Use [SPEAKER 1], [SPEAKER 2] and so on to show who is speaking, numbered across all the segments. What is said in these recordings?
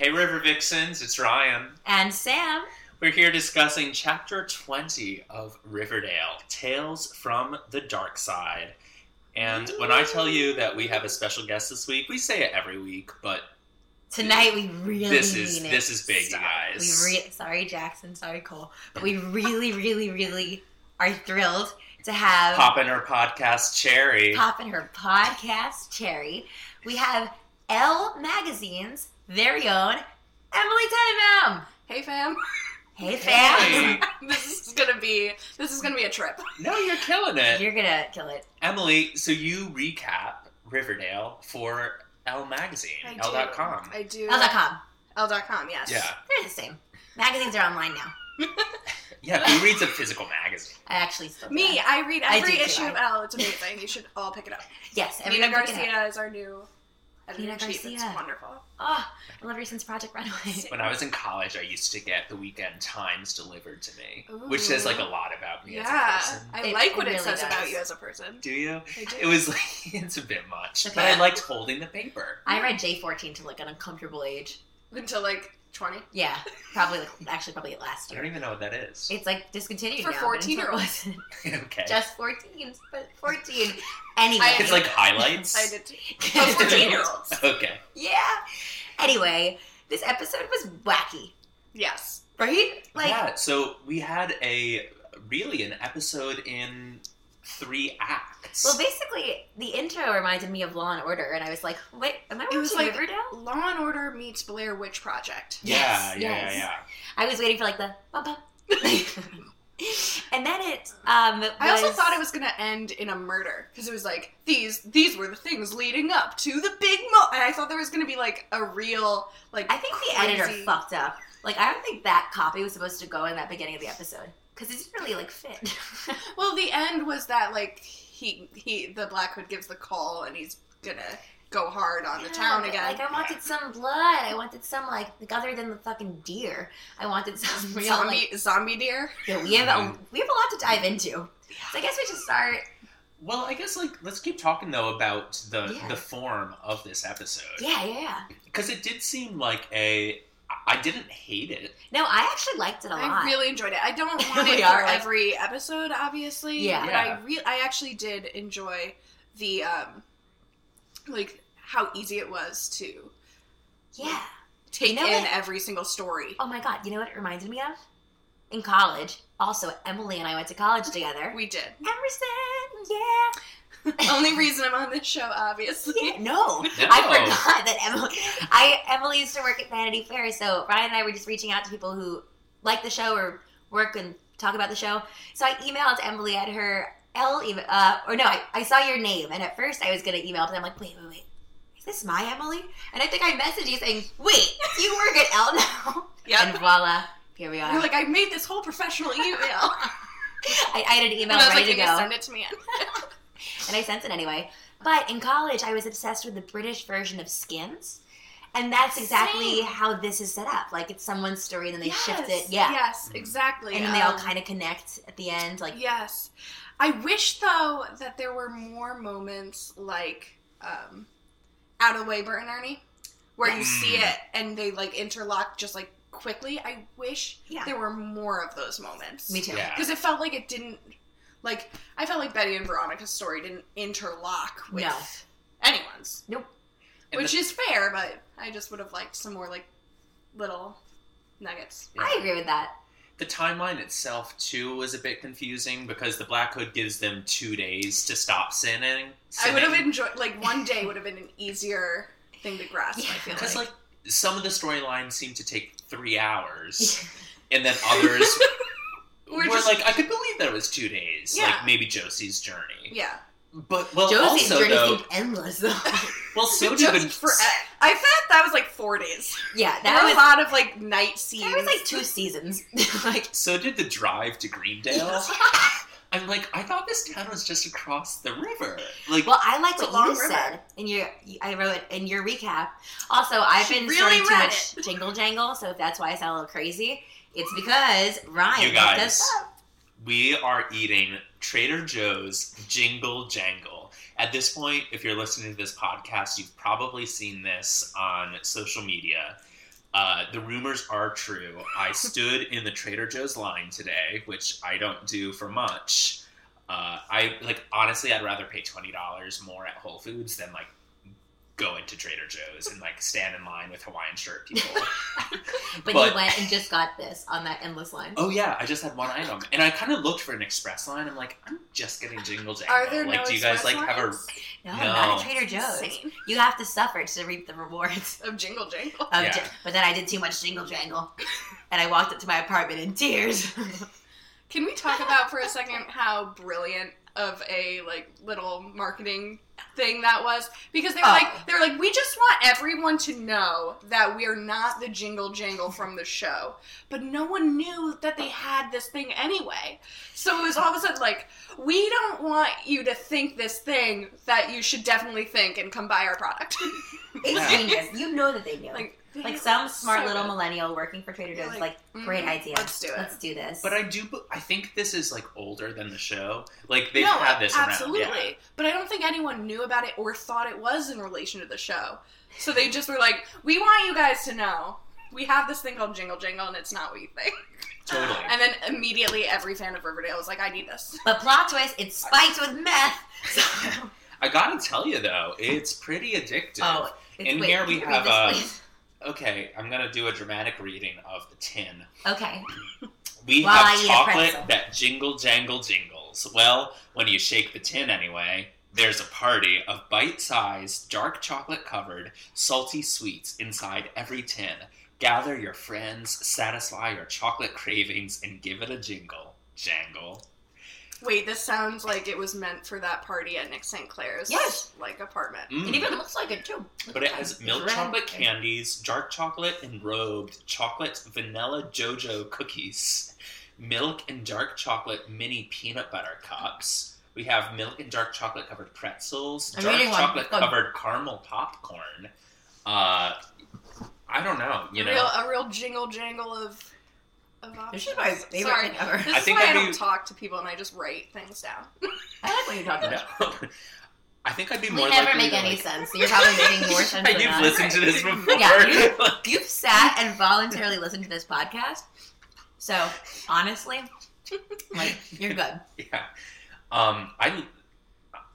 [SPEAKER 1] River Vixens. It's Ryan.
[SPEAKER 2] And Sam.
[SPEAKER 1] We're here discussing Chapter 20 of Riverdale Tales from the Dark Side. And when I tell you that we have a special guest this week, we say it every week, but
[SPEAKER 2] Tonight we really
[SPEAKER 1] This is-
[SPEAKER 2] mean it.
[SPEAKER 1] this is big, you
[SPEAKER 2] Sorry.
[SPEAKER 1] guys.
[SPEAKER 2] We re- sorry, Jackson. Sorry, Cole. But we really, really, really are thrilled to have
[SPEAKER 1] pop in our podcast, Cherry.
[SPEAKER 2] Pop in her podcast, Cherry. We have L Magazine's very own Emily Tenenbaum.
[SPEAKER 3] Hey fam,
[SPEAKER 2] Hey, fam.
[SPEAKER 1] Hey.
[SPEAKER 3] this is gonna be this is gonna be a trip.
[SPEAKER 1] No, you're killing it.
[SPEAKER 2] You're gonna kill it.
[SPEAKER 1] Emily, so you recap Riverdale for L Magazine,
[SPEAKER 3] I do.
[SPEAKER 1] L.com.
[SPEAKER 3] I do.
[SPEAKER 2] L.com.
[SPEAKER 3] L.com. Yes.
[SPEAKER 1] Yeah.
[SPEAKER 2] They're the same. Magazines are online now.
[SPEAKER 1] Yeah, who reads a physical magazine?
[SPEAKER 2] I actually still do
[SPEAKER 3] Me,
[SPEAKER 2] that.
[SPEAKER 3] I read
[SPEAKER 2] I
[SPEAKER 3] every
[SPEAKER 2] do too,
[SPEAKER 3] issue of
[SPEAKER 2] I-
[SPEAKER 3] L. It's amazing. you should all pick it up.
[SPEAKER 2] Yes,
[SPEAKER 3] Nina
[SPEAKER 2] everyone pick it up.
[SPEAKER 3] Garcia is our new editor
[SPEAKER 2] Nina
[SPEAKER 3] in chief. It's
[SPEAKER 2] Garcia.
[SPEAKER 3] wonderful.
[SPEAKER 2] Oh, I love Recent's Project Runway.
[SPEAKER 1] When I was in college, I used to get the weekend Times delivered to me, which says like a lot about me
[SPEAKER 3] yeah,
[SPEAKER 1] as a person.
[SPEAKER 3] I
[SPEAKER 2] It-
[SPEAKER 3] like
[SPEAKER 2] it
[SPEAKER 3] what it,
[SPEAKER 2] really
[SPEAKER 3] says about
[SPEAKER 2] does.
[SPEAKER 3] you as a person.
[SPEAKER 1] Do you?
[SPEAKER 3] I do.
[SPEAKER 1] It was like it's a bit much,
[SPEAKER 2] Okay.
[SPEAKER 1] but I liked holding the paper.
[SPEAKER 2] I read J14 to like an uncomfortable age.
[SPEAKER 3] until like twenty.
[SPEAKER 2] Yeah, probably like actually probably last
[SPEAKER 1] I don't
[SPEAKER 2] year.
[SPEAKER 1] even know what that is.
[SPEAKER 2] It's like discontinued
[SPEAKER 3] For
[SPEAKER 2] now, but
[SPEAKER 3] 14 year olds.
[SPEAKER 2] until it wasn't.
[SPEAKER 1] okay,
[SPEAKER 2] Just 14, but 14. Anyway,
[SPEAKER 3] I-
[SPEAKER 1] it's like highlights.
[SPEAKER 3] I did. too.
[SPEAKER 2] Just
[SPEAKER 3] Oh, 14 year olds.
[SPEAKER 1] Okay,
[SPEAKER 2] yeah. Anyway, this episode was wacky,
[SPEAKER 3] Yes.
[SPEAKER 2] right? Like
[SPEAKER 1] yeah. So we had a really an episode in three acts.
[SPEAKER 2] Well, basically, the intro reminded me of Law and Order, and I was like, "Wait, am I watching
[SPEAKER 3] was like-
[SPEAKER 2] Riverdale?"
[SPEAKER 3] Law and Order meets Blair Witch Project.
[SPEAKER 1] yeah,
[SPEAKER 2] Yes,
[SPEAKER 1] yeah,
[SPEAKER 2] yes.
[SPEAKER 1] yeah, yeah.
[SPEAKER 2] I was waiting for like the bum bum, and then it. Um,
[SPEAKER 3] I also thought it was gonna end in a murder because it was like these these were the things leading up to the big mo, and I thought there was gonna be like a real like
[SPEAKER 2] I think the editor
[SPEAKER 3] crazy-
[SPEAKER 2] fucked up. Like, I don't think that copy was supposed to go in that beginning of the episode because it didn't really like fit.
[SPEAKER 3] Well, the end was that like he he the Black Hood gives the call and he's gonna go hard on the
[SPEAKER 2] Yeah,
[SPEAKER 3] town
[SPEAKER 2] but,
[SPEAKER 3] again.
[SPEAKER 2] Like I wanted some blood. I wanted some like, like other than the fucking deer. I wanted some
[SPEAKER 3] zombie
[SPEAKER 2] some, like-
[SPEAKER 3] zombie deer.
[SPEAKER 2] yeah, we have a, we have a lot to dive into. So I guess we should start.
[SPEAKER 1] Well, I guess like let's keep talking though about the
[SPEAKER 2] Yeah.
[SPEAKER 1] the form of this episode
[SPEAKER 2] Yeah, yeah, yeah.
[SPEAKER 1] because it did seem like a I didn't hate it.
[SPEAKER 2] No, I actually liked it a lot.
[SPEAKER 3] I really enjoyed it. I don't want
[SPEAKER 2] We
[SPEAKER 3] it
[SPEAKER 2] are,
[SPEAKER 3] for
[SPEAKER 2] like-
[SPEAKER 3] every episode, obviously.
[SPEAKER 2] Yeah.
[SPEAKER 3] But
[SPEAKER 1] Yeah.
[SPEAKER 3] I re- I actually did enjoy the um like how easy it was to
[SPEAKER 2] yeah.
[SPEAKER 3] take
[SPEAKER 2] know
[SPEAKER 3] in
[SPEAKER 2] what?
[SPEAKER 3] every single story.
[SPEAKER 2] Oh my god, you know what it reminded me of? In college, also Emily and I went to college together.
[SPEAKER 3] We did.
[SPEAKER 2] Emerson, yeah.
[SPEAKER 3] Only reason I'm on this show, obviously.
[SPEAKER 2] yeah. No.
[SPEAKER 1] No.
[SPEAKER 2] I forgot that Emily. I Emily used to work at Vanity Fair, so Ryan and I were just reaching out to people who like the show or work and talk about the show. So I emailed Emily at her L email, uh, or no, I, I saw your name, and at first I was gonna email, but then I'm like, wait, wait, wait, is this my Emily? And I think I messaged you saying, wait, do you work at L now?
[SPEAKER 3] Yep.
[SPEAKER 2] And voila, here we are.
[SPEAKER 3] You're like, I made this whole professional email.
[SPEAKER 2] I, I had an
[SPEAKER 3] and
[SPEAKER 2] email
[SPEAKER 3] I was
[SPEAKER 2] ready
[SPEAKER 3] like,
[SPEAKER 2] to
[SPEAKER 3] you
[SPEAKER 2] go.
[SPEAKER 3] can send it to me.
[SPEAKER 2] and I sent it anyway. But in college, I was obsessed with the British version of Skins, and that's exactly
[SPEAKER 3] Same.
[SPEAKER 2] how this is set up. Like it's someone's story, and then they shift it,
[SPEAKER 3] Yes,
[SPEAKER 2] yeah,
[SPEAKER 3] Yes, exactly.
[SPEAKER 2] and then they all
[SPEAKER 3] Um,
[SPEAKER 2] kind of connect at the end. Like
[SPEAKER 3] Yes. I wish though that there were more moments like um Out of the Way Bert and Ernie where you see
[SPEAKER 1] Mm.
[SPEAKER 3] it and they like interlock just like quickly. I wish
[SPEAKER 2] Yeah.
[SPEAKER 3] there were more of those moments.
[SPEAKER 2] me too.
[SPEAKER 1] Yeah.
[SPEAKER 3] Because it felt like it didn't like I felt like Betty and Veronica's story didn't interlock with
[SPEAKER 2] No.
[SPEAKER 3] anyone's.
[SPEAKER 2] Nope.
[SPEAKER 1] And
[SPEAKER 3] Which
[SPEAKER 1] the-
[SPEAKER 3] is fair, but I just would have liked some more like little nuggets.
[SPEAKER 1] Yeah.
[SPEAKER 2] I agree with that.
[SPEAKER 1] The timeline itself too was a bit confusing because the Black Hood gives them two days to stop sinning.
[SPEAKER 3] I would have enjoyed like one day would have been an easier thing to grasp. I feel
[SPEAKER 1] because
[SPEAKER 3] like.
[SPEAKER 1] like some of the storylines seem to take three hours, and then others
[SPEAKER 3] Were
[SPEAKER 1] were
[SPEAKER 3] just-
[SPEAKER 1] like I could believe that it was two days,
[SPEAKER 3] Yeah.
[SPEAKER 1] like maybe Josie's journey.
[SPEAKER 3] yeah,
[SPEAKER 1] But well,
[SPEAKER 2] Josie's
[SPEAKER 1] also
[SPEAKER 2] journey
[SPEAKER 1] though,
[SPEAKER 2] seemed endless, though.
[SPEAKER 1] well, so
[SPEAKER 3] Just
[SPEAKER 1] even
[SPEAKER 3] for- e- I thought that was like four days.
[SPEAKER 2] yeah,
[SPEAKER 3] there were a
[SPEAKER 2] that
[SPEAKER 3] lot of like night
[SPEAKER 2] was
[SPEAKER 3] scenes.
[SPEAKER 2] that was like two seasons. like
[SPEAKER 1] So did the drive to Greendale. I'm like, I thought this town was just across the river. Like,
[SPEAKER 2] Well, I like
[SPEAKER 3] It's a
[SPEAKER 2] what
[SPEAKER 3] long
[SPEAKER 2] you
[SPEAKER 3] river.
[SPEAKER 2] said in your. I wrote in your recap. Also, I've
[SPEAKER 3] She
[SPEAKER 2] been
[SPEAKER 3] really
[SPEAKER 2] starting too
[SPEAKER 3] read
[SPEAKER 2] much jingle jangle, so if that's why I sound a little crazy, it's because Ryan
[SPEAKER 1] You
[SPEAKER 2] hooked
[SPEAKER 1] guys.
[SPEAKER 2] us up.
[SPEAKER 1] we are eating Trader Joe's Jingle Jangle. At this point, if you're listening to this podcast, you've probably seen this on social media. Uh, the rumors are true. I stood in the Trader Joe's line today, which I don't do for much. Uh, I like honestly, I'd rather pay twenty dollars more at Whole Foods than like go into Trader Joe's and like stand in line with Hawaiian shirt people. But-
[SPEAKER 2] But, you went and just got this on that endless line.
[SPEAKER 1] oh yeah, I just had one item, and I kind of looked for an express line. I'm like, I'm just getting jingle jangle.
[SPEAKER 3] Are there
[SPEAKER 1] like,
[SPEAKER 3] no
[SPEAKER 1] do you guys
[SPEAKER 3] express
[SPEAKER 1] like have a
[SPEAKER 3] lines?
[SPEAKER 2] no,
[SPEAKER 1] no.
[SPEAKER 2] not at Trader Joe's.
[SPEAKER 3] Insane.
[SPEAKER 2] You have to suffer to reap the rewards.
[SPEAKER 3] Of Jingle Jangle.
[SPEAKER 2] Of
[SPEAKER 1] Yeah.
[SPEAKER 2] j- but then I did too much jingle jangle, and I walked up to my apartment in tears.
[SPEAKER 3] Can we talk about for a second how brilliant of a like little marketing thing that was? Because they were
[SPEAKER 2] Oh.
[SPEAKER 3] like they were like, we just want everyone to know that we are not the jingle jangle from the show. But no one knew that they had this thing anyway. So it was all of a sudden like, we don't want you to think this thing that you should definitely think and come buy our product.
[SPEAKER 2] it's
[SPEAKER 1] Yeah.
[SPEAKER 2] genius. You know that they knew. Like,
[SPEAKER 3] like
[SPEAKER 2] some smart
[SPEAKER 3] so
[SPEAKER 2] little
[SPEAKER 3] good.
[SPEAKER 2] millennial working for Trader Joe's,
[SPEAKER 3] Like,
[SPEAKER 2] like, great
[SPEAKER 3] mhm,
[SPEAKER 2] idea.
[SPEAKER 3] let's do it.
[SPEAKER 2] Let's do this.
[SPEAKER 1] But I do. b- I think this is like older than the show. Like they've
[SPEAKER 3] no,
[SPEAKER 1] had this
[SPEAKER 3] absolutely.
[SPEAKER 1] around. yeah.
[SPEAKER 3] But I don't think anyone knew about it or thought it was in relation to the show. So they just were like, "We want you guys to know we have this thing called Jingle Jingle, and it's not what you think."
[SPEAKER 1] Totally.
[SPEAKER 3] And then immediately, every fan of Riverdale was like, "I need this."
[SPEAKER 2] but plot twist, it's spiked with meth. So,
[SPEAKER 1] I gotta tell you though, it's pretty addictive.
[SPEAKER 2] oh, it's,
[SPEAKER 1] In
[SPEAKER 2] wait,
[SPEAKER 1] here we
[SPEAKER 2] read
[SPEAKER 1] have,
[SPEAKER 2] this,
[SPEAKER 1] um,
[SPEAKER 2] please.
[SPEAKER 1] Okay, I'm gonna do a dramatic reading of the tin.
[SPEAKER 2] okay.
[SPEAKER 1] We
[SPEAKER 2] While I eat
[SPEAKER 1] have
[SPEAKER 2] a pretzel.
[SPEAKER 1] chocolate that jingle jangle jingles. Well, when you shake the tin anyway, there's a party of bite sized, dark chocolate covered, salty sweets inside every tin. Gather your friends, satisfy your chocolate cravings, and give it a jingle. Jangle.
[SPEAKER 3] Wait, this sounds like it was meant for that party at Nick St. Clair's.
[SPEAKER 2] Yes.
[SPEAKER 3] like apartment.
[SPEAKER 1] Mm.
[SPEAKER 2] It even looks like it too. Look
[SPEAKER 1] But
[SPEAKER 2] at
[SPEAKER 1] it
[SPEAKER 2] that.
[SPEAKER 1] has
[SPEAKER 2] It's
[SPEAKER 1] milk
[SPEAKER 2] red.
[SPEAKER 1] chocolate candies, dark chocolate enrobed, chocolate vanilla JoJo cookies, milk and dark chocolate mini peanut butter cups. We have milk and dark chocolate covered pretzels,
[SPEAKER 2] I'm
[SPEAKER 1] dark
[SPEAKER 2] eating one.
[SPEAKER 1] chocolate
[SPEAKER 2] Go.
[SPEAKER 1] covered caramel popcorn. Uh, I don't know. You know,
[SPEAKER 3] real, a real jingle jangle of. of
[SPEAKER 2] This
[SPEAKER 3] options.
[SPEAKER 2] is my favorite
[SPEAKER 3] Sorry.
[SPEAKER 2] thing ever.
[SPEAKER 3] This
[SPEAKER 1] I
[SPEAKER 3] is
[SPEAKER 1] think
[SPEAKER 3] why I
[SPEAKER 1] that'd
[SPEAKER 3] don't
[SPEAKER 1] be-
[SPEAKER 3] talk to people and I just write things down.
[SPEAKER 2] I like what you're talking about.
[SPEAKER 1] no. I think I'd be
[SPEAKER 2] We
[SPEAKER 1] more
[SPEAKER 2] never
[SPEAKER 1] likely
[SPEAKER 2] make
[SPEAKER 1] to,
[SPEAKER 2] any
[SPEAKER 1] like,
[SPEAKER 2] sense. So you're probably making more sense
[SPEAKER 1] Hey,
[SPEAKER 2] than
[SPEAKER 1] you've
[SPEAKER 2] us.
[SPEAKER 1] listened to this before.
[SPEAKER 2] Yeah, you- You've sat and voluntarily listened to this podcast. So honestly, like you're good.
[SPEAKER 1] yeah. Um, I,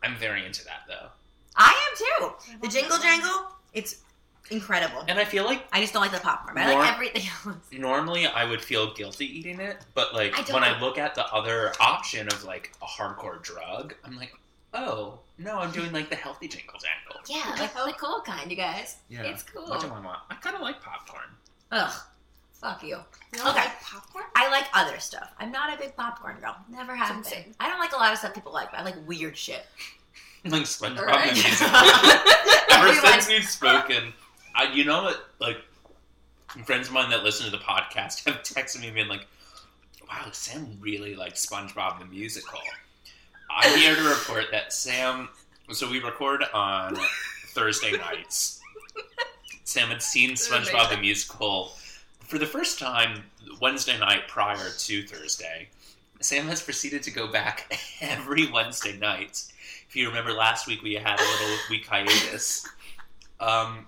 [SPEAKER 1] I'm very into that though,
[SPEAKER 2] I am too. The jingle jangle, it's incredible.
[SPEAKER 1] and I feel like
[SPEAKER 2] I just don't like the popcorn. But I
[SPEAKER 1] More-
[SPEAKER 2] like everything else.
[SPEAKER 1] normally I would feel guilty eating it, but like
[SPEAKER 2] I don't
[SPEAKER 1] when I
[SPEAKER 2] like-
[SPEAKER 1] look at the other option of like a hardcore drug, I'm like, oh no, I'm doing like the healthy jingle jangle.
[SPEAKER 2] Yeah, like the cool kind, you guys.
[SPEAKER 1] Yeah,
[SPEAKER 2] It's cool.
[SPEAKER 1] what do I want? I kind of like popcorn.
[SPEAKER 2] Ugh, fuck you.
[SPEAKER 3] You don't
[SPEAKER 2] Okay.
[SPEAKER 3] like popcorn?
[SPEAKER 2] I like other stuff. I'm not a big popcorn girl. Never have
[SPEAKER 3] It's
[SPEAKER 2] been.
[SPEAKER 3] insane.
[SPEAKER 2] I don't like a lot of stuff people like. But I like weird shit.
[SPEAKER 1] Like SpongeBob
[SPEAKER 3] Alright.
[SPEAKER 1] and music. Ever
[SPEAKER 2] Everyone,
[SPEAKER 1] since we've spoken, I, you know what? Like friends of mine that listen to the podcast have texted me and been like, "Wow, Sam really likes SpongeBob the musical." I'm here to report that Sam. So we record on Thursday nights. Sam had seen SpongeBob the musical for the first time Wednesday night prior to Thursday. Sam has proceeded to go back every Wednesday night. If you remember last week, we had a little week hiatus. Um,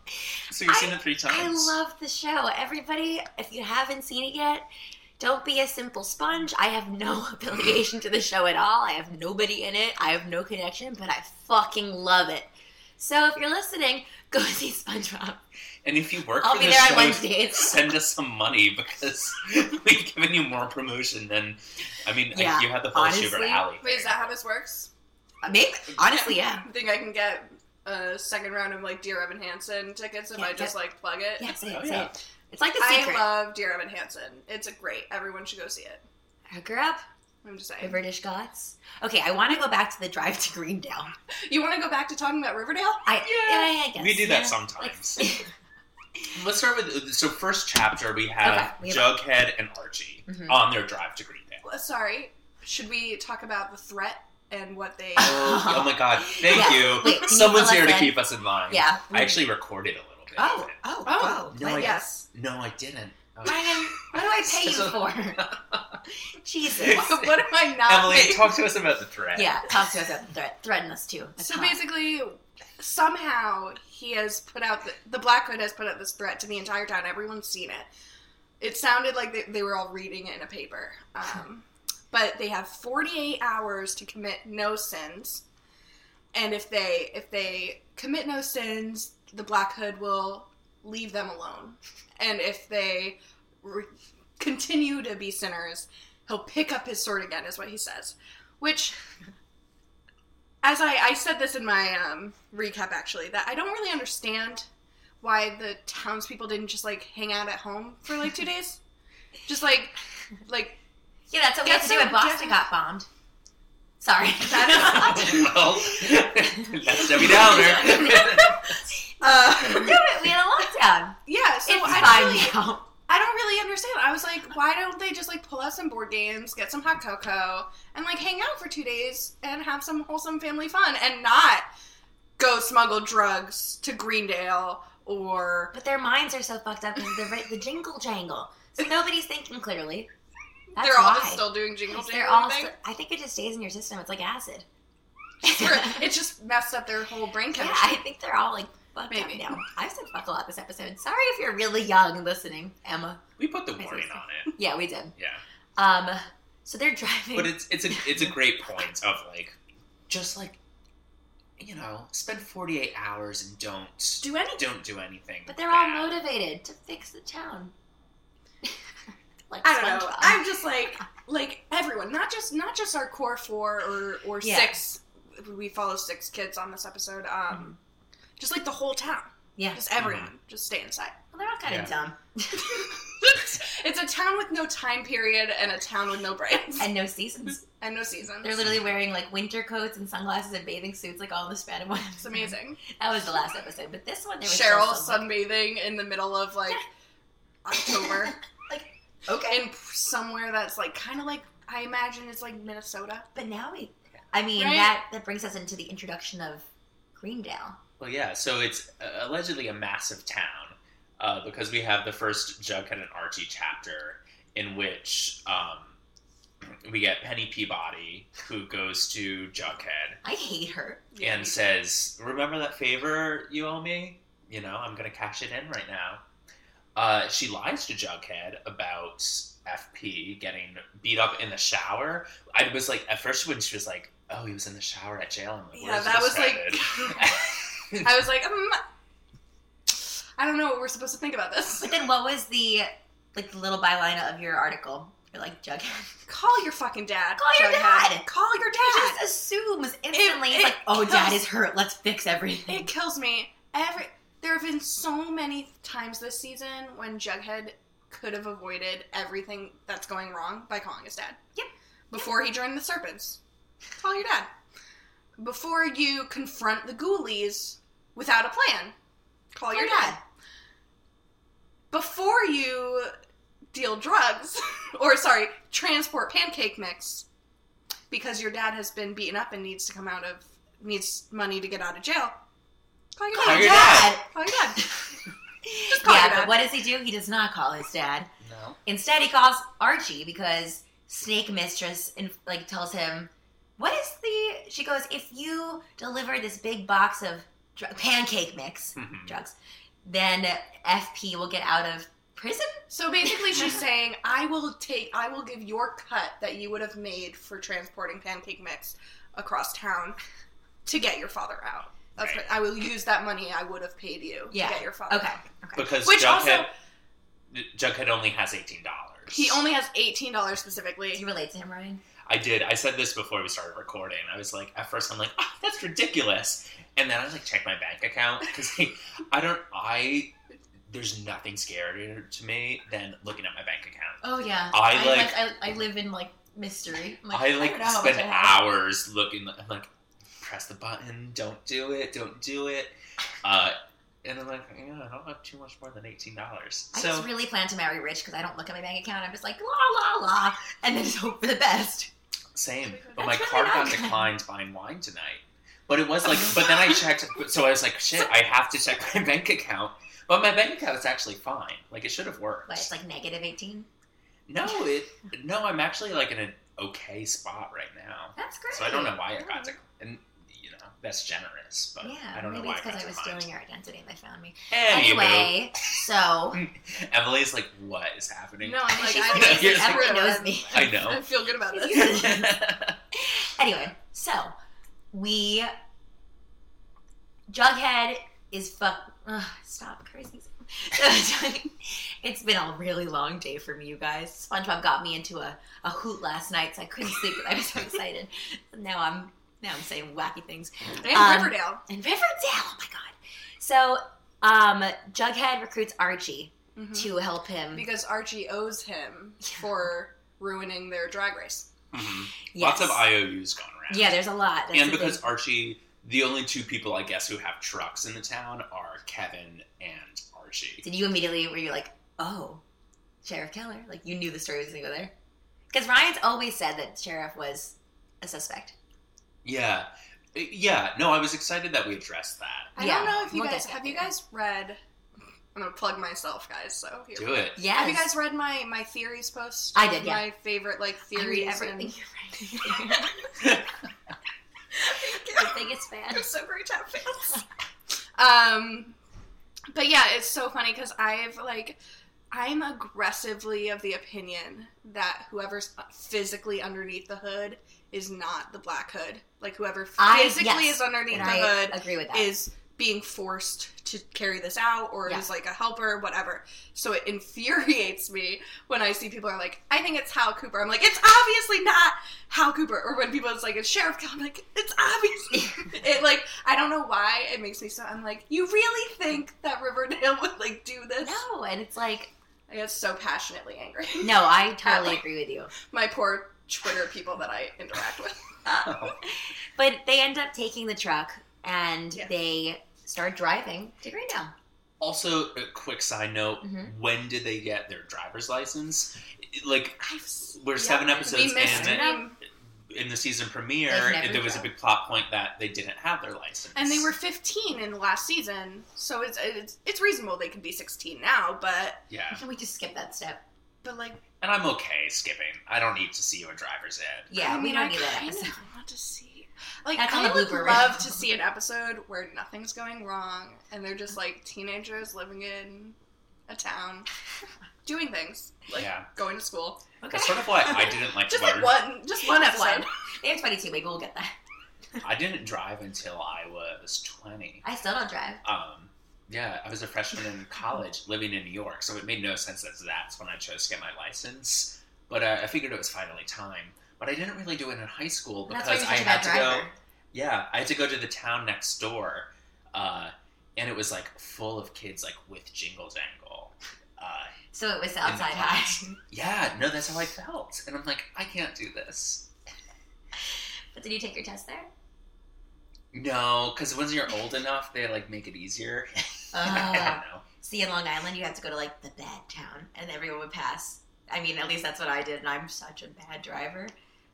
[SPEAKER 1] so you've seen it three times.
[SPEAKER 2] I love the show. Everybody, if you haven't seen it yet, don't be a simple sponge. I have no affiliation to the show at all. I have nobody in it. I have no connection, but I fucking love it. So if you're listening, go see SpongeBob.
[SPEAKER 1] And if you work
[SPEAKER 2] I'll
[SPEAKER 1] for
[SPEAKER 2] be
[SPEAKER 1] this
[SPEAKER 2] there on
[SPEAKER 1] show,
[SPEAKER 2] Wednesdays.
[SPEAKER 1] send us some money because we've given you more promotion than. I mean,
[SPEAKER 2] Yeah,
[SPEAKER 1] you had the whole
[SPEAKER 2] honestly.
[SPEAKER 1] Sugar Alley.
[SPEAKER 3] Wait, is that how this works?
[SPEAKER 2] Maybe, honestly, yeah.
[SPEAKER 3] I think I can get a second round of like Dear Evan Hansen tickets if
[SPEAKER 2] Yeah,
[SPEAKER 3] I just like plug it.
[SPEAKER 2] Yeah, say it,
[SPEAKER 1] Oh,
[SPEAKER 2] say
[SPEAKER 1] yeah.
[SPEAKER 2] it. It's like the
[SPEAKER 3] I
[SPEAKER 2] secret.
[SPEAKER 3] love Dear Evan Hansen. It's a great. Everyone should go see it.
[SPEAKER 2] I grew up
[SPEAKER 3] I'm just
[SPEAKER 2] with
[SPEAKER 3] saying.
[SPEAKER 2] British gods. Okay, I want to go back to the drive to Greendale.
[SPEAKER 3] You want to go back to talking about Riverdale?
[SPEAKER 2] I,
[SPEAKER 3] Yeah.
[SPEAKER 2] yeah. I guess.
[SPEAKER 1] we do that
[SPEAKER 2] yeah.
[SPEAKER 1] sometimes.
[SPEAKER 2] Like-
[SPEAKER 1] Let's start with so first chapter. We have
[SPEAKER 2] Okay, we have-
[SPEAKER 1] Jughead and Archie
[SPEAKER 2] Mhm.
[SPEAKER 1] on their drive to Greendale.
[SPEAKER 3] Well, Sorry. Should we talk about the threat and what they?
[SPEAKER 1] Oh, oh my god! Thank
[SPEAKER 2] Yeah.
[SPEAKER 1] you.
[SPEAKER 2] Wait, can you
[SPEAKER 1] Someone's
[SPEAKER 2] fill
[SPEAKER 1] here
[SPEAKER 2] us
[SPEAKER 1] to
[SPEAKER 2] in?
[SPEAKER 1] keep us in line.
[SPEAKER 2] Yeah.
[SPEAKER 1] Um, I actually recorded a little bit.
[SPEAKER 2] Oh,
[SPEAKER 1] Of it.
[SPEAKER 2] oh,
[SPEAKER 3] Oh,
[SPEAKER 2] oh.
[SPEAKER 1] no, I-
[SPEAKER 3] yes.
[SPEAKER 1] No, I didn't. Oh.
[SPEAKER 2] Ryan, what do I pay
[SPEAKER 1] So-
[SPEAKER 2] you for? Jesus.
[SPEAKER 1] Yes.
[SPEAKER 3] what am I not?
[SPEAKER 1] Emily,
[SPEAKER 3] making-
[SPEAKER 1] talk to us about the threat.
[SPEAKER 2] Yeah, talk to us about the threat. Threaten us too. That's
[SPEAKER 3] So
[SPEAKER 2] hot.
[SPEAKER 3] basically, somehow he has put out the, the Black Hood has put out this threat to the entire town. Everyone's seen it. It sounded like they, they were all reading it in a paper. Um, but they have 48 hours to commit no sins, and if they if they commit no sins, the Black Hood will leave them alone. And if they re- continue to be sinners, he'll pick up his sword again, is what he says. Which, as I, I said this in my um, recap, actually, that I don't really understand why the townspeople didn't just like hang out at home for like two days. Just like, like
[SPEAKER 2] Yeah, that's what we
[SPEAKER 3] Get
[SPEAKER 2] had to do when
[SPEAKER 3] some-
[SPEAKER 2] Boston got bombed. Sorry.
[SPEAKER 3] That
[SPEAKER 2] Damn
[SPEAKER 1] well, that's Debbie Downer.
[SPEAKER 3] uh,
[SPEAKER 2] it, we had a lockdown.
[SPEAKER 3] yeah. So
[SPEAKER 2] it's
[SPEAKER 3] I
[SPEAKER 2] fine
[SPEAKER 3] don't really,
[SPEAKER 2] now.
[SPEAKER 3] I don't really understand. I was like, why don't they just like pull out some board games, get some hot cocoa, and like hang out for two days and have some wholesome family fun, and not go smuggle drugs to Greendale or
[SPEAKER 2] But their minds are so fucked up because the, the jingle jangle. So nobody's thinking clearly. That's
[SPEAKER 3] they're all
[SPEAKER 2] why.
[SPEAKER 3] just still doing jingle
[SPEAKER 2] Because
[SPEAKER 3] jangle.
[SPEAKER 2] they're all
[SPEAKER 3] thing.
[SPEAKER 2] still- I think it just stays in your system. It's like acid.
[SPEAKER 3] it just messed up their whole brain
[SPEAKER 2] Yeah,
[SPEAKER 3] chemistry.
[SPEAKER 2] I think they're all like fucked
[SPEAKER 3] Maybe.
[SPEAKER 2] up now. I've said fuck a lot this episode. Sorry if you're really young and listening, Emma.
[SPEAKER 1] we put the warning on it.
[SPEAKER 2] Yeah, we did.
[SPEAKER 1] Yeah.
[SPEAKER 2] Um, so they're driving.
[SPEAKER 1] But it's it's a it's a great point of like just like you know, spend forty eight hours and don't
[SPEAKER 3] Do anything.
[SPEAKER 1] don't do anything.
[SPEAKER 2] but they're all
[SPEAKER 1] bad.
[SPEAKER 2] motivated to fix the town. like
[SPEAKER 3] I don't know.
[SPEAKER 2] SpongeBob.
[SPEAKER 3] I'm just like like everyone, not just not just our core four or or
[SPEAKER 2] Yeah.
[SPEAKER 3] six. We follow six kids on this episode. Um, just like the whole town,
[SPEAKER 2] yeah.
[SPEAKER 3] just everyone,
[SPEAKER 2] Mm-hmm.
[SPEAKER 3] just stay inside.
[SPEAKER 2] Well, they're all kind
[SPEAKER 1] Yeah.
[SPEAKER 2] of dumb
[SPEAKER 3] it's a town with no time period and a town with no brains and,
[SPEAKER 2] and no seasons.
[SPEAKER 3] no seasons.
[SPEAKER 2] They're literally wearing like winter coats and sunglasses and bathing suits, like all in the span of one.
[SPEAKER 3] it's
[SPEAKER 2] episode.
[SPEAKER 3] amazing.
[SPEAKER 2] That was the last episode, but this one there was still
[SPEAKER 3] Cheryl
[SPEAKER 2] some-
[SPEAKER 3] sunbathing in the middle of like October
[SPEAKER 2] Okay,
[SPEAKER 3] in somewhere that's like kind of like I imagine it's like Minnesota.
[SPEAKER 2] but now we. I mean
[SPEAKER 3] Right?
[SPEAKER 2] that that brings us into the introduction of Greendale.
[SPEAKER 1] Well, yeah. So it's uh, allegedly a massive town uh, because we have the first Jughead and Archie chapter in which um, we get Penny Peabody who goes to Jughead
[SPEAKER 2] I hate her.
[SPEAKER 1] and says, "Remember that favor you owe me? You know, I'm gonna cash it in right now." Uh, she lies to Jughead about FP getting beat up in the shower. I was like, at first when she was like, "Oh, he was in the shower at jail," I'm like,
[SPEAKER 3] Yeah,
[SPEAKER 1] "Where's
[SPEAKER 3] that
[SPEAKER 1] this
[SPEAKER 3] was like.
[SPEAKER 1] headed?"
[SPEAKER 3] I was like, um, I don't know what we're supposed to think about this.
[SPEAKER 2] But then, what was the like the little byline of your article? You're like Jughead.
[SPEAKER 3] Call your fucking dad.
[SPEAKER 2] Call your
[SPEAKER 3] Jughead.
[SPEAKER 2] dad.
[SPEAKER 3] Call your
[SPEAKER 2] He
[SPEAKER 3] dad.
[SPEAKER 2] just assumes instantly.
[SPEAKER 3] It-
[SPEAKER 2] it's like,
[SPEAKER 3] it
[SPEAKER 2] oh, dad
[SPEAKER 3] kills-
[SPEAKER 2] is hurt. Let's fix everything.
[SPEAKER 3] It kills me every. There have been so many times this season when Jughead could have avoided everything that's going wrong by calling his dad.
[SPEAKER 2] Yep.
[SPEAKER 3] Before he joined the Serpents, call your dad. Before you confront the Ghoulies without a plan, call your dad. Before you deal drugs, or sorry, transport pancake mix, because your dad has been beaten up and needs to come out of needs money to get out of jail. Call your
[SPEAKER 2] Call
[SPEAKER 3] dad.
[SPEAKER 2] your
[SPEAKER 1] dad.
[SPEAKER 2] dad.
[SPEAKER 3] Call your dad. call your
[SPEAKER 2] Yeah,
[SPEAKER 3] dad.
[SPEAKER 2] but what does he do? He does not call his dad.
[SPEAKER 1] no.
[SPEAKER 2] Instead, he calls Archie because Snake Mistress and like tells him, "What is the?" She goes, "If you deliver this big box of dr- pancake mix
[SPEAKER 1] Mhm.
[SPEAKER 2] drugs, then FP will get out of prison."
[SPEAKER 3] So basically, she's saying, "I will take, I will give your cut that you would have made for transporting pancake mix across town to get your father out. That's
[SPEAKER 1] Right.
[SPEAKER 3] what, I will use that money I would have paid you
[SPEAKER 2] Yeah.
[SPEAKER 3] to get your father.
[SPEAKER 2] Okay.
[SPEAKER 3] out.
[SPEAKER 2] Okay.
[SPEAKER 1] because
[SPEAKER 3] Which
[SPEAKER 1] Jughead,
[SPEAKER 3] also-
[SPEAKER 1] Jughead only has eighteen dollars.
[SPEAKER 3] He only has eighteen dollars
[SPEAKER 2] Do
[SPEAKER 3] specifically.
[SPEAKER 2] you relate to him, Ryan?
[SPEAKER 1] I did. I said this before we started recording. I was like, at first, I'm like, oh, that's ridiculous, and then I was like, check my bank account because I don't. I there's nothing scarier to me than looking at my bank account.
[SPEAKER 2] Oh yeah.
[SPEAKER 1] I, I, like-
[SPEAKER 2] I, live in like mystery. i
[SPEAKER 1] I like spend hours looking. I'm like, press the button. Don't do it. Don't do it. Uh, and I'm like, yeah, I don't have too much more than eighteen dollars.
[SPEAKER 2] I
[SPEAKER 1] So
[SPEAKER 2] just really plan to marry rich because I don't look at my bank account. I'm just like la la la, and then just hope for the best.
[SPEAKER 1] Same.
[SPEAKER 3] That's
[SPEAKER 1] But my
[SPEAKER 2] really
[SPEAKER 1] card got
[SPEAKER 2] not good.
[SPEAKER 1] declined buying wine tonight. But it was like, but then I checked. So I was like, shit, I have to check my bank account. But my bank account is actually fine. Like it should have worked.
[SPEAKER 2] But it's like negative eighteen.
[SPEAKER 1] no, it. No, I'm actually like in an okay spot right now.
[SPEAKER 2] That's great.
[SPEAKER 1] So I don't know why it
[SPEAKER 2] Alright.
[SPEAKER 1] got declined. And you know, that's generous, but
[SPEAKER 2] yeah,
[SPEAKER 1] I don't know
[SPEAKER 2] maybe
[SPEAKER 1] why
[SPEAKER 2] it's
[SPEAKER 1] I got
[SPEAKER 2] because I
[SPEAKER 1] to
[SPEAKER 2] was
[SPEAKER 1] mind.
[SPEAKER 2] stealing your identity and they found me.
[SPEAKER 1] Anywho,
[SPEAKER 2] Anyway, so
[SPEAKER 1] Emily's like, what is happening?
[SPEAKER 3] No, I'm like,
[SPEAKER 2] She's
[SPEAKER 3] I,
[SPEAKER 1] like,
[SPEAKER 3] I-
[SPEAKER 1] "Yes,
[SPEAKER 2] everyone
[SPEAKER 3] I-
[SPEAKER 2] knows me."
[SPEAKER 1] I know.
[SPEAKER 3] I feel good about this.
[SPEAKER 2] anyway, so we Jughead is fuck. Ugh, stop cursing. it's been a really long day for me, you guys. SpongeBob got me into a, a hoot last night, so I couldn't sleep. I was so excited. Now I'm now I'm saying wacky things
[SPEAKER 3] And
[SPEAKER 2] Um,
[SPEAKER 3] Riverdale.
[SPEAKER 2] in Riverdale. Oh my god! So um, Jughead recruits Archie
[SPEAKER 3] Mhm.
[SPEAKER 2] to help him.
[SPEAKER 3] Because Archie owes him for ruining their drag race.
[SPEAKER 1] Mhm.
[SPEAKER 2] Yes.
[SPEAKER 1] Lots of IOUs going around.
[SPEAKER 2] Yeah, there's a lot. That's
[SPEAKER 1] and
[SPEAKER 2] the
[SPEAKER 1] because
[SPEAKER 2] thing.
[SPEAKER 1] Archie, the only two people I guess who have trucks in the town are Kevin and Archie.
[SPEAKER 2] Did you immediately were you like, oh, Sheriff Keller? Like you knew the story was gonna go there? Because Ryan's always said that Sheriff was a suspect.
[SPEAKER 1] Yeah, Uh, yeah. No, I was excited that we addressed that.
[SPEAKER 3] I
[SPEAKER 2] Yeah,
[SPEAKER 3] don't know if you
[SPEAKER 2] we'll
[SPEAKER 3] guys
[SPEAKER 2] get
[SPEAKER 3] have
[SPEAKER 2] there.
[SPEAKER 3] you guys read. I'm gonna plug myself, guys. So here.
[SPEAKER 1] Do it.
[SPEAKER 2] Yes.
[SPEAKER 3] Have you guys read my my theories post?
[SPEAKER 2] I did, yeah.
[SPEAKER 3] My favorite like
[SPEAKER 2] I read
[SPEAKER 3] theories.
[SPEAKER 2] everything
[SPEAKER 3] and-
[SPEAKER 2] you write. the biggest fan.
[SPEAKER 3] I'm so great at fans. um, but yeah, it's so funny because I've like, I'm aggressively of the opinion that whoever's physically underneath the hood is not the black hood. Like whoever
[SPEAKER 2] I-
[SPEAKER 3] physically
[SPEAKER 2] yes.
[SPEAKER 3] is underneath
[SPEAKER 2] And
[SPEAKER 3] the
[SPEAKER 2] I
[SPEAKER 3] hood
[SPEAKER 2] agree with that.
[SPEAKER 3] is being forced to carry this out or
[SPEAKER 2] Yeah.
[SPEAKER 3] is like a helper, whatever. So it infuriates me when I see people are like, I think it's Hal Cooper. I'm like, it's obviously not Hal Cooper. Or when people is like, it's Sheriff Cal, I'm like, it's obviously. it like, I don't know why it makes me so, I'm like, you really think that Riverdale would like do this?
[SPEAKER 2] no, and it's like
[SPEAKER 3] I get so passionately angry.
[SPEAKER 2] no, I totally agree with you.
[SPEAKER 3] My poor Twitter people that I interact with. Oh.
[SPEAKER 2] But they end up taking the truck and
[SPEAKER 3] Yeah.
[SPEAKER 2] they start driving to Greendale.
[SPEAKER 1] Also, a quick side note:
[SPEAKER 3] Mm-hmm.
[SPEAKER 2] Mhm.
[SPEAKER 1] when did they get their driver's license? Like
[SPEAKER 3] I've,
[SPEAKER 1] We're seven episodes
[SPEAKER 3] we missed
[SPEAKER 1] in.
[SPEAKER 3] them.
[SPEAKER 1] in the season
[SPEAKER 2] They've
[SPEAKER 1] premiere,
[SPEAKER 2] never
[SPEAKER 1] there was a
[SPEAKER 2] drove.
[SPEAKER 1] big plot point that they didn't have their license,
[SPEAKER 3] And they were 15 in the last season, so it's it's, it's reasonable they could be 16 now. But
[SPEAKER 1] yeah.
[SPEAKER 2] Can we just skip that step?
[SPEAKER 3] but like,
[SPEAKER 1] And I'm okay skipping. I don't need to see you in driver's ed.
[SPEAKER 2] Yeah,
[SPEAKER 3] I
[SPEAKER 2] we
[SPEAKER 3] mean,
[SPEAKER 2] don't
[SPEAKER 3] I
[SPEAKER 2] need that
[SPEAKER 3] kind
[SPEAKER 2] episode.
[SPEAKER 3] of want to see. Like,
[SPEAKER 2] That's on
[SPEAKER 3] I
[SPEAKER 2] the
[SPEAKER 3] would
[SPEAKER 2] blooper
[SPEAKER 3] love
[SPEAKER 2] reel.
[SPEAKER 3] to see an episode where nothing's going wrong and they're just like teenagers living in a town, doing things like
[SPEAKER 1] Yeah,
[SPEAKER 3] going to school.
[SPEAKER 1] that's sort of why I didn't like
[SPEAKER 3] Just
[SPEAKER 1] motor-
[SPEAKER 3] like one, just one
[SPEAKER 2] That's
[SPEAKER 3] episode.
[SPEAKER 2] one. They have 22, maybe we'll get that.
[SPEAKER 1] I didn't drive until I was 20.
[SPEAKER 2] I still don't drive.
[SPEAKER 1] Um, yeah, I was a freshman in college living in New York, so it made no sense that that's when I chose to get my license. But uh, I figured it was finally time. But I didn't really do it in high school
[SPEAKER 2] That's
[SPEAKER 1] because
[SPEAKER 2] why you're
[SPEAKER 1] I
[SPEAKER 2] such a
[SPEAKER 1] had
[SPEAKER 2] bad
[SPEAKER 1] to
[SPEAKER 2] driver.
[SPEAKER 1] go. Yeah, I had to go to the town next door, uh, and it was like full of kids like with jingle jangle. Uh,
[SPEAKER 2] So it was outside
[SPEAKER 1] the
[SPEAKER 2] high.
[SPEAKER 1] yeah, no, that's how I felt, and I'm like, I can't do this.
[SPEAKER 2] But did you take your test there?
[SPEAKER 1] No, because once you're old enough, they like make it easier. I
[SPEAKER 2] Uh,
[SPEAKER 1] don't know.
[SPEAKER 2] see, in Long Island, you have to go to like the bad town, and everyone would pass. I mean, at least that's what I did, and I'm such a bad driver.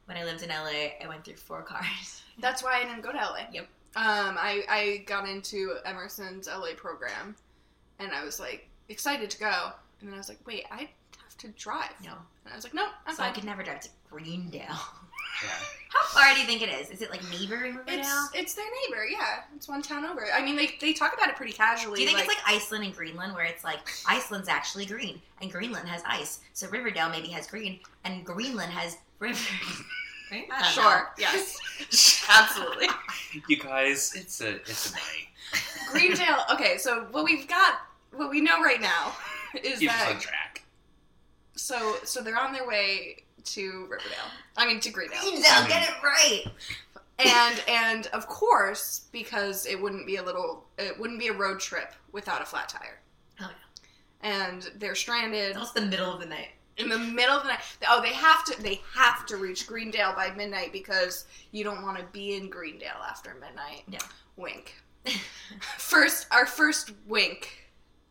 [SPEAKER 2] When I lived in LA, I went through four cars.
[SPEAKER 3] That's why I didn't go to LA.
[SPEAKER 2] Yep.
[SPEAKER 3] Um, I, I got into Emerson's LA program and I was like excited to go. And then I was like, wait, I have to drive.
[SPEAKER 2] No,
[SPEAKER 3] And I was like, no, I'm
[SPEAKER 2] so I
[SPEAKER 3] fine.
[SPEAKER 2] could never drive to Greendale. How
[SPEAKER 1] Yeah.
[SPEAKER 2] far do you think it is? Is it like neighboring Riverdale?
[SPEAKER 3] It's, it's their neighbor, yeah. It's one town over. I mean, they, they talk about it pretty casually.
[SPEAKER 2] Do you think it's like Iceland and Greenland, where it's like Iceland's actually green and Greenland has ice, so Riverdale maybe has green and Greenland has rivers? right? I don't know.
[SPEAKER 3] Sure, yes. Absolutely.
[SPEAKER 1] You guys, it's a it's a night.
[SPEAKER 3] Greendale, okay, so what we've got, what we know right now is
[SPEAKER 1] Keep us
[SPEAKER 3] that.
[SPEAKER 1] on track.
[SPEAKER 3] So, so they're on their way to Riverdale. I mean, to Greendale.
[SPEAKER 2] Greendale, get it right.
[SPEAKER 3] and and of course because it wouldn't be a little it wouldn't be a road trip without a flat tire
[SPEAKER 2] Oh,
[SPEAKER 3] and they're stranded
[SPEAKER 2] It's almost the middle of the night.
[SPEAKER 3] in the middle of the night oh they have to they have to reach greendale by midnight because you don't want to be in greendale after midnight
[SPEAKER 2] No.
[SPEAKER 3] wink first our first wink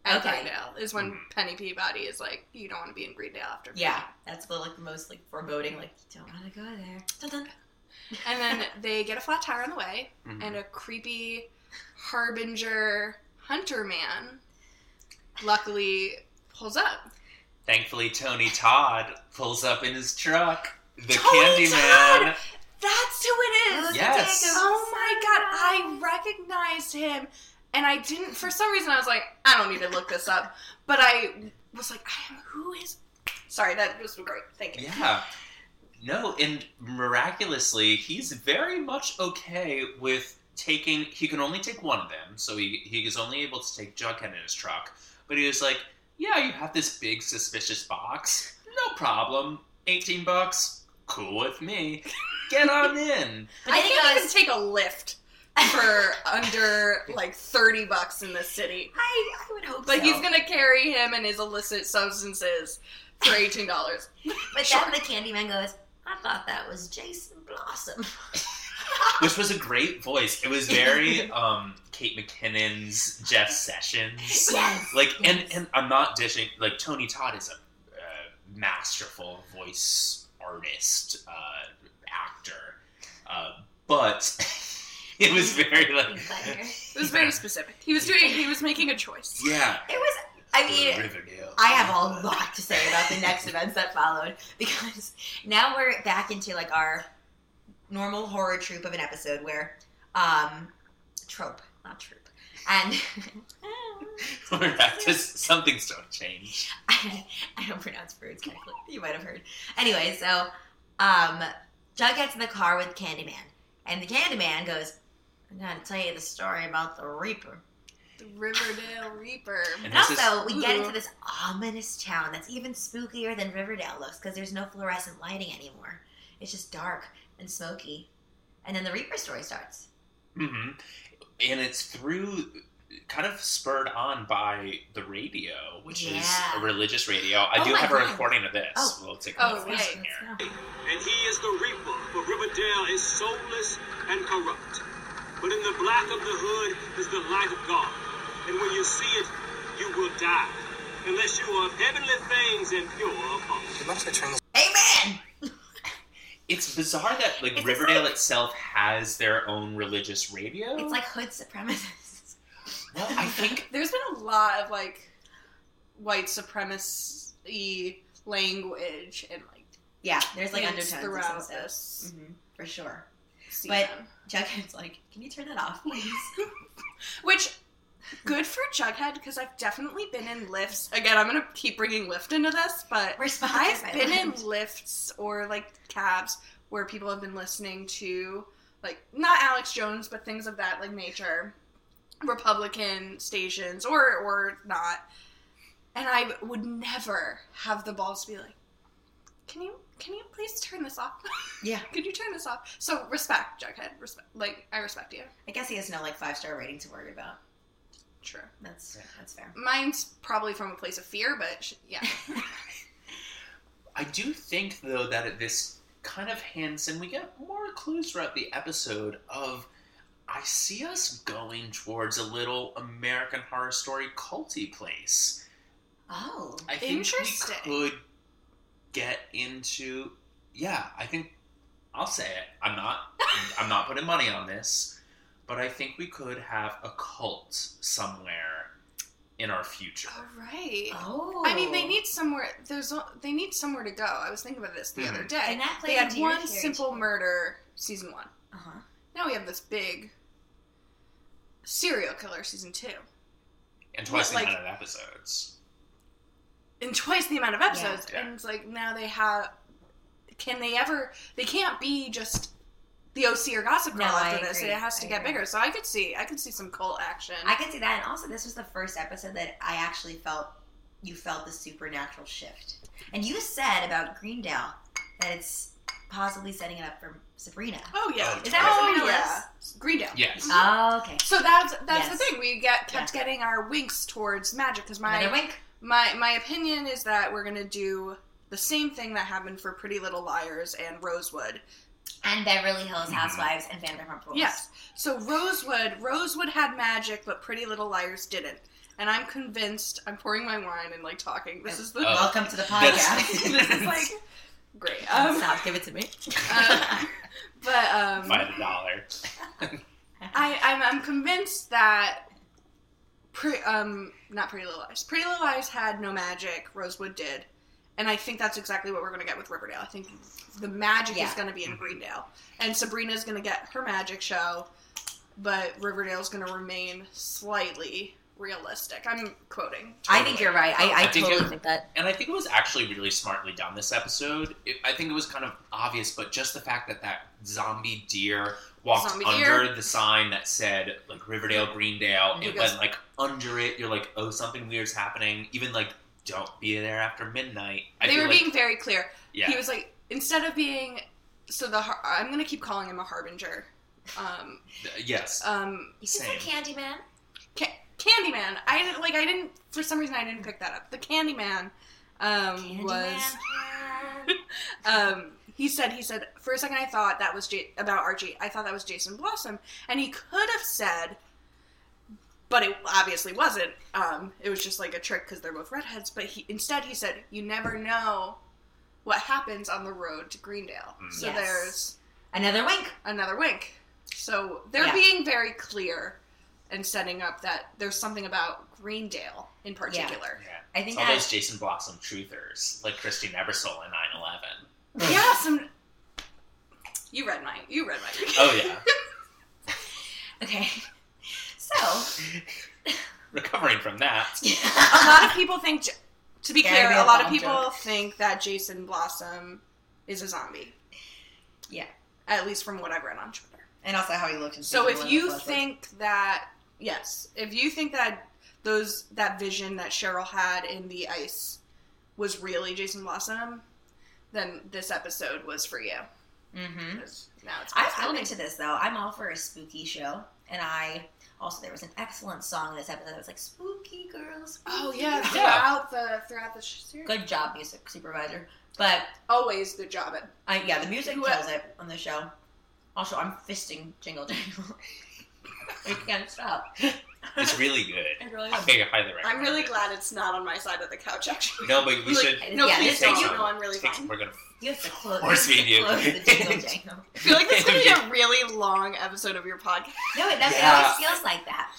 [SPEAKER 3] at
[SPEAKER 2] Okay.
[SPEAKER 3] greendale is when
[SPEAKER 1] Mhm.
[SPEAKER 3] penny peabody is like you don't want to be in greendale after
[SPEAKER 2] Yeah,
[SPEAKER 3] midnight."
[SPEAKER 2] that's the like most like foreboding. Like you don't want to go there. Dun, dun.
[SPEAKER 3] and then they get a flat tire on the way
[SPEAKER 1] Mhm.
[SPEAKER 3] and a creepy harbinger hunter man luckily pulls up.
[SPEAKER 1] Thankfully, Tony Todd pulls up in his truck. The
[SPEAKER 3] Tony
[SPEAKER 1] Candyman
[SPEAKER 3] That's who it is.
[SPEAKER 2] Louis
[SPEAKER 1] Yes.
[SPEAKER 2] Diego
[SPEAKER 3] Oh my god, I recognized him and I didn't for some reason I was like, I don't need to look this up. But I was like, I am who is Sorry, that was great. Thank you.
[SPEAKER 1] Yeah. No, and miraculously, he's very much okay with taking. He can only take one of them, so he, he is only able to take Jughead in his truck. But he was like, Yeah, you have this big suspicious box. No problem. 18 bucks. Cool with me. Get on in.
[SPEAKER 3] Like,
[SPEAKER 2] I
[SPEAKER 3] I
[SPEAKER 2] think
[SPEAKER 3] can't
[SPEAKER 2] I
[SPEAKER 3] even
[SPEAKER 2] was-
[SPEAKER 3] take a lift for under like thirty bucks in this city.
[SPEAKER 2] I, I would hope
[SPEAKER 3] But
[SPEAKER 2] so.
[SPEAKER 3] he's gonna carry him and his illicit substances for eighteen dollars.
[SPEAKER 2] But
[SPEAKER 3] Sure.
[SPEAKER 2] then the Candyman goes, I thought that was Jason Blossom.
[SPEAKER 1] Which was a great voice. It was very um, Kate McKinnon's Jeff Sessions.
[SPEAKER 2] yes.
[SPEAKER 1] Like, and,
[SPEAKER 2] Yes.
[SPEAKER 1] and I'm not dishing. Like, Tony Todd is a uh, masterful voice artist, uh, actor. Uh, but it was very, like,
[SPEAKER 2] It
[SPEAKER 3] It was very specific. He was doing he was making a choice.
[SPEAKER 1] yeah.
[SPEAKER 2] was, I mean,
[SPEAKER 1] Riverdale.
[SPEAKER 2] I have a lot to say about the next events that followed because now we're back into like our normal horror trope of an episode where, um, trope, not troop, and Oh.
[SPEAKER 1] We're back to something's don't change.
[SPEAKER 2] I, I don't pronounce words correctly. You might have heard. Anyway, so um, Jughead's in the car with Candyman, and the Candyman goes, "I'm gonna tell you the story about the Reaper."
[SPEAKER 3] The Riverdale Reaper.
[SPEAKER 1] And
[SPEAKER 2] And
[SPEAKER 1] this is-
[SPEAKER 2] also, we get
[SPEAKER 3] Ooh.
[SPEAKER 2] into this ominous town that's even spookier than Riverdale looks because there's no fluorescent lighting anymore. It's just dark and smoky. And then the Reaper story starts.
[SPEAKER 1] hmm And it's through, kind of spurred on by the radio, which
[SPEAKER 2] Yeah.
[SPEAKER 1] is a religious radio. I
[SPEAKER 2] Oh
[SPEAKER 1] do
[SPEAKER 2] my
[SPEAKER 1] have a
[SPEAKER 2] God.
[SPEAKER 1] recording of this.
[SPEAKER 2] Oh.
[SPEAKER 1] We'll take a
[SPEAKER 3] Oh,
[SPEAKER 1] look
[SPEAKER 3] wait.
[SPEAKER 1] listen here.
[SPEAKER 2] Let's go.
[SPEAKER 4] and he is the reaper, for Riverdale is soulless and corrupt. But in the black of the hood is the light of God, and when you see it, you will die, unless you are of heavenly things and pure of heart.
[SPEAKER 5] You must return this
[SPEAKER 2] Amen.
[SPEAKER 1] It's bizarre that like
[SPEAKER 2] It's
[SPEAKER 1] Riverdale itself has their own religious radio.
[SPEAKER 2] It's like hood supremacists.
[SPEAKER 1] no, I think
[SPEAKER 3] There's been a lot of like white supremacy language and like
[SPEAKER 2] Yeah, there's like
[SPEAKER 3] hints
[SPEAKER 2] undertones or
[SPEAKER 3] throughout
[SPEAKER 2] something.
[SPEAKER 3] this
[SPEAKER 2] Mm-hmm, for sure.
[SPEAKER 3] season.
[SPEAKER 2] Jughead's like, can you turn that off, please?
[SPEAKER 3] Which good for Jughead because I've definitely been in lifts. Again, I'm gonna keep bringing Lyft into this, but
[SPEAKER 2] We're sponsored
[SPEAKER 3] I've
[SPEAKER 2] by
[SPEAKER 3] been
[SPEAKER 2] Lyft.
[SPEAKER 3] in lifts or like cabs where people have been listening to like not Alex Jones but things of that like nature, Republican stations or or not, and I would never have the balls to be like, can you can you please turn this off?
[SPEAKER 2] Yeah.
[SPEAKER 3] Could you turn this off? So respect Jughead, respect like I respect you.
[SPEAKER 2] I guess he has no like five star rating to worry about.
[SPEAKER 3] True.
[SPEAKER 2] That's that's fair.
[SPEAKER 3] Mine's probably from a place of fear, but sh- yeah.
[SPEAKER 1] I do think though that it, this kind of hints, and we get more clues throughout the episode of. I see us going towards a little American Horror Story culty place.
[SPEAKER 2] Oh,
[SPEAKER 1] I think
[SPEAKER 3] Interesting.
[SPEAKER 1] we could get into. Yeah, I think I'll say it. I'm not. I'm not putting money on this, but I think we could have a cult somewhere in our future.
[SPEAKER 3] All right.
[SPEAKER 2] oh.
[SPEAKER 3] I mean, they need somewhere. There's a- they need somewhere to go. I was thinking about this the
[SPEAKER 1] Mhm.
[SPEAKER 3] other
[SPEAKER 2] and
[SPEAKER 3] day.
[SPEAKER 2] that plays
[SPEAKER 3] They had
[SPEAKER 2] into your
[SPEAKER 3] one
[SPEAKER 2] theory,
[SPEAKER 3] simple
[SPEAKER 2] too.
[SPEAKER 3] murder season one.
[SPEAKER 2] Uh-huh.
[SPEAKER 3] Now we have this big serial killer season two,
[SPEAKER 1] And twice
[SPEAKER 3] Like-
[SPEAKER 1] the amount of episodes.
[SPEAKER 3] and twice the amount of episodes.
[SPEAKER 1] Yeah.
[SPEAKER 3] And it's like now they have. Can they ever? They can't be just the OC or Gossip Girl
[SPEAKER 2] No, I
[SPEAKER 3] after this.
[SPEAKER 2] agree.
[SPEAKER 3] It has to
[SPEAKER 2] I
[SPEAKER 3] get
[SPEAKER 2] agree.
[SPEAKER 3] bigger. So I could see. I could see some cult action.
[SPEAKER 2] I can see that, and also this was the first episode that I actually felt you felt the supernatural shift. And you said about Greendale that it's possibly setting it up for Sabrina.
[SPEAKER 3] oh yeah.
[SPEAKER 1] Oh,
[SPEAKER 2] Is that what Sabrina
[SPEAKER 3] yeah. Greendale.
[SPEAKER 1] Yes.
[SPEAKER 2] Oh, okay.
[SPEAKER 3] So that's that's the
[SPEAKER 2] Yes.
[SPEAKER 3] thing. We get kept getting our winks towards magic because
[SPEAKER 2] Another
[SPEAKER 3] my
[SPEAKER 2] wink.
[SPEAKER 3] my my opinion is that we're gonna do the same thing that happened for Pretty Little Liars and Rosewood.
[SPEAKER 2] And Beverly Hills Housewives and Vanderpump Rules.
[SPEAKER 3] Yes. So Rosewood Rosewood had magic, but Pretty Little Liars didn't. And I'm convinced. I'm pouring my wine and like talking. This is the
[SPEAKER 1] Oh.
[SPEAKER 2] Welcome to the
[SPEAKER 1] That's-
[SPEAKER 2] podcast.
[SPEAKER 3] this is like great. Um,
[SPEAKER 2] Stop. Give it to me.
[SPEAKER 3] uh, but um,
[SPEAKER 1] By
[SPEAKER 2] Mm-hmm.
[SPEAKER 1] the dollar.
[SPEAKER 3] I, I'm, I'm convinced that, pre, um, not Pretty Little Lies. Pretty Little Lies had no magic. Rosewood did, And I think that's exactly what we're going to get with Riverdale. I think the magic is
[SPEAKER 2] Yeah.
[SPEAKER 3] going to be in Greendale. And Sabrina's going to get her magic show, but Riverdale's going to remain slightly realistic. I'm quoting.
[SPEAKER 2] I think you're right. I, I,
[SPEAKER 1] I think
[SPEAKER 2] totally
[SPEAKER 1] it-
[SPEAKER 2] think that.
[SPEAKER 1] And I think it was actually really smartly done this episode. It, I think it was kind of obvious, but just the fact that that zombie deer walked
[SPEAKER 3] Zombie
[SPEAKER 1] under
[SPEAKER 3] deer.
[SPEAKER 1] the sign that said like Riverdale, Greendale, it
[SPEAKER 3] Because-
[SPEAKER 1] went like under it. You're like, oh, something weird's happening. Even like, don't be there after midnight. I
[SPEAKER 3] they
[SPEAKER 1] feel
[SPEAKER 3] were
[SPEAKER 1] like,
[SPEAKER 3] being very clear.
[SPEAKER 1] yeah,
[SPEAKER 3] He was like, instead of being so the har- I'm gonna keep calling him a harbinger, um,
[SPEAKER 1] th- yes,
[SPEAKER 3] um,
[SPEAKER 2] He's just
[SPEAKER 1] Same.
[SPEAKER 2] like Candyman.
[SPEAKER 3] ca- Candyman. I didn't like. I didn't for some reason I didn't pick that up. The Candyman um,
[SPEAKER 2] Candyman.
[SPEAKER 3] was. Um, he said. He said for a second I thought that was J- about Archie. I thought that was Jason Blossom, and he could have said. But it obviously wasn't. Um, it was just like a trick because they're both redheads. But he instead he said, "You never know what happens on the road to Greendale."
[SPEAKER 1] Mm.
[SPEAKER 3] So
[SPEAKER 2] Yes.
[SPEAKER 3] there's
[SPEAKER 2] Another wink.
[SPEAKER 3] another wink. So they're
[SPEAKER 2] Yeah.
[SPEAKER 3] being very clear and setting up that there's something about Greendale in particular.
[SPEAKER 1] yeah.
[SPEAKER 2] I
[SPEAKER 1] It's
[SPEAKER 2] think
[SPEAKER 1] all
[SPEAKER 2] that.
[SPEAKER 1] those Jason Blossom truthers, like Christine Ebersole in 9/11.
[SPEAKER 3] Yeah, some. You read my. You read my.
[SPEAKER 1] Oh yeah,
[SPEAKER 2] Okay. So.
[SPEAKER 1] recovering from that.
[SPEAKER 3] a lot of people think. J- To be
[SPEAKER 2] Gotta
[SPEAKER 3] clear,
[SPEAKER 2] be
[SPEAKER 3] a
[SPEAKER 2] a
[SPEAKER 3] lot of
[SPEAKER 2] bomb
[SPEAKER 3] people
[SPEAKER 2] joke.
[SPEAKER 3] think that Jason Blossom is a zombie.
[SPEAKER 2] Yeah.
[SPEAKER 3] At least from what I've read on Twitter.
[SPEAKER 2] and also how he looked. in
[SPEAKER 3] So
[SPEAKER 2] season
[SPEAKER 3] if
[SPEAKER 2] one
[SPEAKER 3] you
[SPEAKER 2] was lovely.
[SPEAKER 3] think that yes, if you think that those that vision that Cheryl had in the ice was really Jason Blossom, then this episode was for you.
[SPEAKER 2] Mhm.
[SPEAKER 1] Hmm?
[SPEAKER 3] 'Cause Now it's
[SPEAKER 2] I've held into this though. I'm all for a spooky show, and I also there was an excellent song in this episode that was like "Spooky Girls."
[SPEAKER 3] Oh yeah,
[SPEAKER 1] Yeah.
[SPEAKER 3] throughout the throughout the sh- series,
[SPEAKER 2] Good job, music supervisor. But
[SPEAKER 3] always good job at
[SPEAKER 2] I, yeah, the music
[SPEAKER 3] Who-
[SPEAKER 2] kills it on the show. Also, I'm fisting Jingle Jangle. I can't stop.
[SPEAKER 1] It's really good.
[SPEAKER 2] I really
[SPEAKER 1] I think I highly recommend.
[SPEAKER 3] I'm really
[SPEAKER 1] it.
[SPEAKER 3] glad it's not on my side of the couch. Actually,
[SPEAKER 1] No, but we
[SPEAKER 3] Like,
[SPEAKER 1] should.
[SPEAKER 3] no,
[SPEAKER 2] yeah,
[SPEAKER 3] please
[SPEAKER 2] this
[SPEAKER 1] take
[SPEAKER 3] don't.
[SPEAKER 2] is,
[SPEAKER 1] some.
[SPEAKER 3] No, I'm really
[SPEAKER 1] take-
[SPEAKER 3] fine.
[SPEAKER 1] We're gonna.
[SPEAKER 2] you have to close,
[SPEAKER 1] Force
[SPEAKER 2] you have
[SPEAKER 1] feed you.
[SPEAKER 2] to close the Jingle Jangle.
[SPEAKER 3] I feel like this is gonna be a really long episode of your podcast.
[SPEAKER 2] No, it, that
[SPEAKER 1] Yeah.
[SPEAKER 2] always feels like that.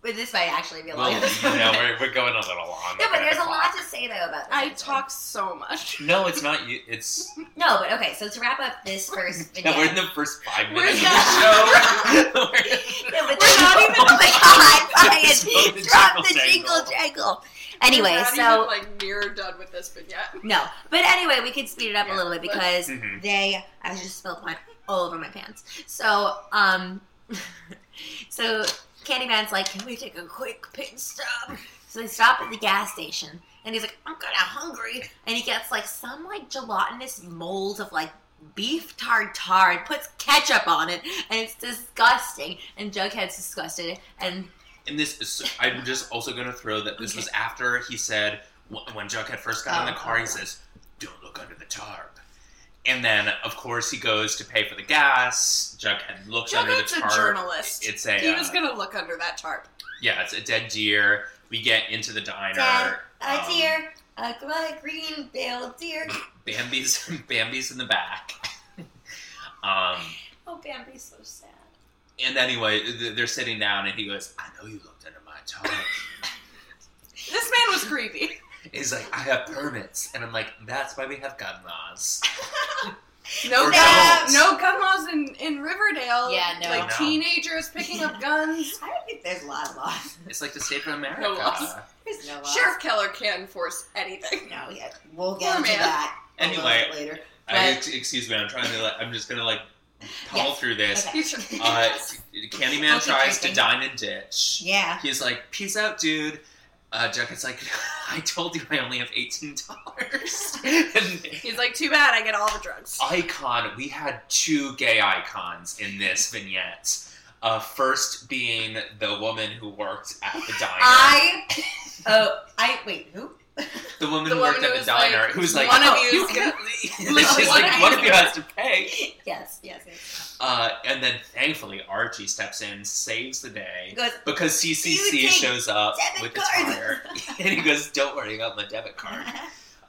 [SPEAKER 2] But this might actually be a
[SPEAKER 1] Well,
[SPEAKER 2] long episode.
[SPEAKER 1] you know, we're, we're going a little long.
[SPEAKER 2] no, but there's a lot
[SPEAKER 1] Clock.
[SPEAKER 2] to say though about this.
[SPEAKER 3] I
[SPEAKER 2] episode.
[SPEAKER 3] talk so much.
[SPEAKER 1] No, it's not. You. It's.
[SPEAKER 2] No, but okay. So to wrap up this first
[SPEAKER 1] Yeah,
[SPEAKER 2] video,
[SPEAKER 1] we're in the first five
[SPEAKER 3] We're
[SPEAKER 1] minutes
[SPEAKER 3] not-
[SPEAKER 1] of the show. We're-
[SPEAKER 2] No, but
[SPEAKER 3] We're not even-
[SPEAKER 2] Oh my god!
[SPEAKER 1] Just
[SPEAKER 2] Brian,
[SPEAKER 1] vote the
[SPEAKER 2] drop the
[SPEAKER 1] jingle
[SPEAKER 2] jingle
[SPEAKER 1] jangle.
[SPEAKER 2] jangle. Anyway,
[SPEAKER 3] We're not even,
[SPEAKER 2] so
[SPEAKER 3] like near done with this, but yet.
[SPEAKER 2] no, but anyway, we could speed it up
[SPEAKER 3] Yeah,
[SPEAKER 2] a little bit
[SPEAKER 3] but- Mm-hmm.
[SPEAKER 1] Mhm.
[SPEAKER 2] because they. I just spilled wine all over my pants. So um, so Candyman's like, can we take a quick pit stop? So they stop at the gas station, and he's like, I'm kind of hungry, and he gets like some like gelatinous mold of like beef tartare and puts ketchup on it, and it's disgusting. And Jughead's disgusted, and
[SPEAKER 1] And this is. so- I'm just also gonna throw that this was after he said wh- when Jughead first got in
[SPEAKER 2] Oh,
[SPEAKER 1] the car. He
[SPEAKER 2] oh.
[SPEAKER 1] says, "Don't look under the tarp." And then, of course, he goes to pay for the gas. Jughead looks under the
[SPEAKER 3] Jughead's
[SPEAKER 1] tarp.
[SPEAKER 3] a journalist.
[SPEAKER 1] It's a
[SPEAKER 3] he was
[SPEAKER 1] uh,
[SPEAKER 3] gonna look under that tarp.
[SPEAKER 1] yeah, it's a dead deer. We get into the diner.
[SPEAKER 2] Dead, a
[SPEAKER 1] Um,
[SPEAKER 2] deer, a gr- green bill deer.
[SPEAKER 1] Bambi's Bambi's in the back. um,
[SPEAKER 2] Oh, Bambi's so sad.
[SPEAKER 1] and anyway, th- they're sitting down, and he goes, "I know you looked under my tarp."
[SPEAKER 3] This man was creepy.
[SPEAKER 1] He's like, "I have permits," and I'm like, "That's why we have gun laws."
[SPEAKER 3] No
[SPEAKER 1] Or
[SPEAKER 3] gun,
[SPEAKER 1] adults.
[SPEAKER 3] no gun laws in, in Riverdale.
[SPEAKER 2] Yeah, no.
[SPEAKER 3] Like
[SPEAKER 1] No.
[SPEAKER 3] teenagers picking up guns.
[SPEAKER 2] I don't think there's a lot of loss.
[SPEAKER 1] It's like the state of America.
[SPEAKER 3] laws.
[SPEAKER 2] There's no loss.
[SPEAKER 3] Sheriff Keller can't enforce anything.
[SPEAKER 2] No, yeah, we'll
[SPEAKER 3] Poor
[SPEAKER 2] get into
[SPEAKER 3] man.
[SPEAKER 2] that a little
[SPEAKER 1] Anyway.
[SPEAKER 2] bit later.
[SPEAKER 1] I,
[SPEAKER 2] But-
[SPEAKER 1] excuse me, I'm trying to. Like, I'm just gonna like pummel
[SPEAKER 2] Yes.
[SPEAKER 1] through this.
[SPEAKER 2] Okay.
[SPEAKER 3] You should-
[SPEAKER 1] Uh,
[SPEAKER 2] I'll
[SPEAKER 1] Candyman
[SPEAKER 2] keep
[SPEAKER 1] tries to
[SPEAKER 2] drinking.
[SPEAKER 1] dine and ditch.
[SPEAKER 2] Yeah.
[SPEAKER 1] He's like, "Peace out, dude." Uh, Jughead's like, "I told you I only have eighteen dollars." and
[SPEAKER 3] He's like, too bad I get all the drugs.
[SPEAKER 1] icon, we had two gay icons in this vignette. Uh, first being the woman who worked at the diner.
[SPEAKER 2] I. Oh, I wait. Who?
[SPEAKER 1] the woman
[SPEAKER 3] The woman
[SPEAKER 1] who worked
[SPEAKER 3] who
[SPEAKER 1] at the
[SPEAKER 3] was
[SPEAKER 1] diner
[SPEAKER 3] like,
[SPEAKER 1] who was like,
[SPEAKER 3] "One of
[SPEAKER 1] "Oh,
[SPEAKER 3] you's
[SPEAKER 1] you
[SPEAKER 3] gonna-
[SPEAKER 1] can
[SPEAKER 3] Like,
[SPEAKER 1] She's
[SPEAKER 3] one
[SPEAKER 1] like,
[SPEAKER 3] of
[SPEAKER 1] one
[SPEAKER 3] you's
[SPEAKER 1] of you
[SPEAKER 3] gonna-
[SPEAKER 1] has to pay.
[SPEAKER 2] Yes, yes. yes.
[SPEAKER 1] Uh, and then thankfully, Archie steps in, saves the
[SPEAKER 2] He
[SPEAKER 1] day.
[SPEAKER 2] goes.
[SPEAKER 1] Because CCC
[SPEAKER 2] You take
[SPEAKER 1] shows up
[SPEAKER 2] debit
[SPEAKER 1] with his
[SPEAKER 2] cards.
[SPEAKER 1] fire. and he goes, Don't worry, I got my debit card.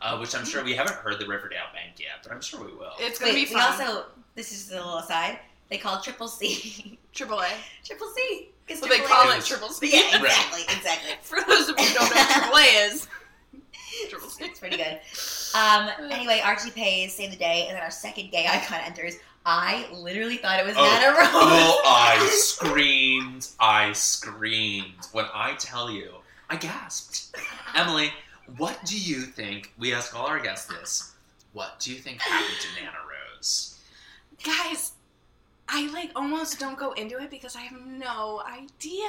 [SPEAKER 1] Uh, which I'm sure we haven't heard the Riverdale Bank yet, but I'm sure we will.
[SPEAKER 3] It's gonna
[SPEAKER 2] wait.
[SPEAKER 3] be
[SPEAKER 2] We
[SPEAKER 3] fun.
[SPEAKER 2] also. This is a little aside. They call Triple C.
[SPEAKER 3] Triple A.
[SPEAKER 2] Triple C. 'Cause
[SPEAKER 3] Well, they
[SPEAKER 2] Triple A
[SPEAKER 3] call
[SPEAKER 2] is-
[SPEAKER 3] it Triple C.
[SPEAKER 2] Yeah, exactly, exactly.
[SPEAKER 3] For those of you who don't know what Triple A is. Triple C.
[SPEAKER 2] It's pretty good. Um, anyway, Archie pays, save the day, and then our second gay icon enters. I literally thought it was
[SPEAKER 1] Oh.
[SPEAKER 2] Nana Rose.
[SPEAKER 1] Oh, I screamed. I screamed. When I tell you, I gasped. Emily, what do you think? We ask all our guests this. What do you think happened to Nana Rose?
[SPEAKER 3] Guys, I like almost don't go into it because I have no idea.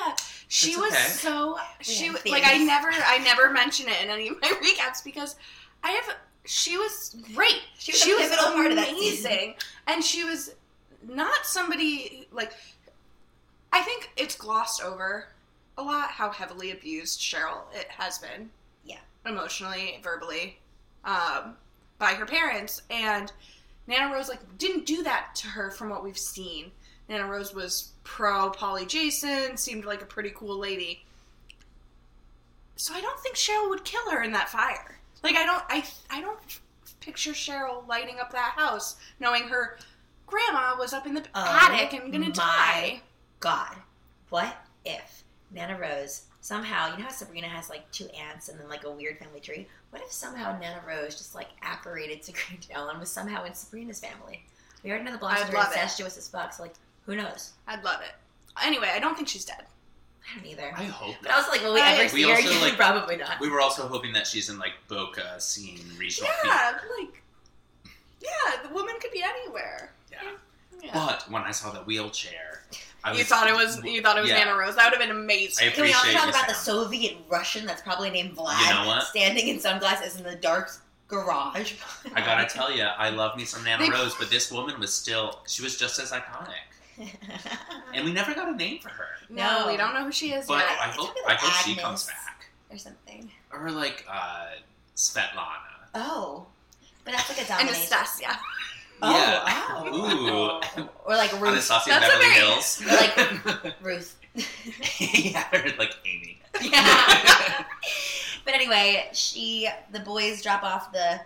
[SPEAKER 3] She
[SPEAKER 1] It's
[SPEAKER 3] was
[SPEAKER 1] okay.
[SPEAKER 3] so she
[SPEAKER 2] have
[SPEAKER 3] was like I
[SPEAKER 2] theories.
[SPEAKER 3] never I never mention it in any of my recaps because I have she was great.
[SPEAKER 2] She was a pivotal part of that season.
[SPEAKER 3] amazing, and she was not somebody like I think it's glossed over a lot how heavily abused Cheryl it has been.
[SPEAKER 2] Yeah.
[SPEAKER 3] emotionally, verbally, um, by her parents, and Nana Rose like didn't do that to her from what we've seen. Nana Rose was pro Polly Jason, seemed like a pretty cool lady. So I don't think Cheryl would kill her in that fire. Like I don't I I don't picture Cheryl lighting up that house knowing her grandma was up in the
[SPEAKER 2] Oh,
[SPEAKER 3] attic and gonna
[SPEAKER 2] my.
[SPEAKER 3] die.
[SPEAKER 2] God, what if Nana Rose somehow, you know how Sabrina has like two aunts and then like a weird family tree? What if somehow Nana Rose just like apparated to Grange Ellen was somehow in Sabrina's family? We already know the blonde
[SPEAKER 3] I'd
[SPEAKER 2] sister
[SPEAKER 3] love
[SPEAKER 2] is
[SPEAKER 3] it.
[SPEAKER 2] incestuous as fuck, so like, who knows?
[SPEAKER 3] I'd love it. Anyway, I don't think she's dead.
[SPEAKER 2] I don't either.
[SPEAKER 1] I hope
[SPEAKER 2] But I was like, will we
[SPEAKER 3] I-
[SPEAKER 2] ever
[SPEAKER 1] We
[SPEAKER 2] see her
[SPEAKER 1] also,
[SPEAKER 2] again?
[SPEAKER 1] like-
[SPEAKER 2] Probably not.
[SPEAKER 1] We were also hoping that she's in like Boca seeing regional
[SPEAKER 3] Yeah, like yeah, the woman could be anywhere.
[SPEAKER 1] theater.
[SPEAKER 3] Yeah.
[SPEAKER 1] But when I saw the wheelchair, I
[SPEAKER 3] you thought it was you thought it was
[SPEAKER 1] yeah.
[SPEAKER 3] Nana Rose. That would have been
[SPEAKER 1] I
[SPEAKER 3] amazing.
[SPEAKER 2] Can we also
[SPEAKER 1] appreciate
[SPEAKER 2] talk
[SPEAKER 1] you,
[SPEAKER 2] about the
[SPEAKER 1] Sam.
[SPEAKER 2] Soviet Russian that's probably named Vlad
[SPEAKER 1] You know what?
[SPEAKER 2] standing in sunglasses in the dark garage?
[SPEAKER 1] I gotta tell you, I love me some Nana
[SPEAKER 3] They-
[SPEAKER 1] Rose, but this woman was still, she was just as iconic. And we never got a name for her.
[SPEAKER 3] no,
[SPEAKER 2] No.
[SPEAKER 3] we don't know who she is
[SPEAKER 1] But
[SPEAKER 3] yet.
[SPEAKER 1] I
[SPEAKER 2] it's
[SPEAKER 1] hope,
[SPEAKER 2] something
[SPEAKER 1] I
[SPEAKER 2] like
[SPEAKER 1] hope she
[SPEAKER 2] Agnes.
[SPEAKER 1] comes back.
[SPEAKER 2] or something.
[SPEAKER 1] Or like uh, Svetlana.
[SPEAKER 2] Oh, but that's like a domination.
[SPEAKER 3] Anastasia.
[SPEAKER 2] Oh,
[SPEAKER 1] Yeah.
[SPEAKER 2] wow.
[SPEAKER 1] Ooh.
[SPEAKER 2] Or like Ruth.
[SPEAKER 1] Anastasia
[SPEAKER 3] That's a
[SPEAKER 1] Beverly
[SPEAKER 3] very-
[SPEAKER 1] Hills.
[SPEAKER 2] Like- Ruth.
[SPEAKER 1] yeah, or like Amy.
[SPEAKER 2] yeah. but anyway, she the boys drop off the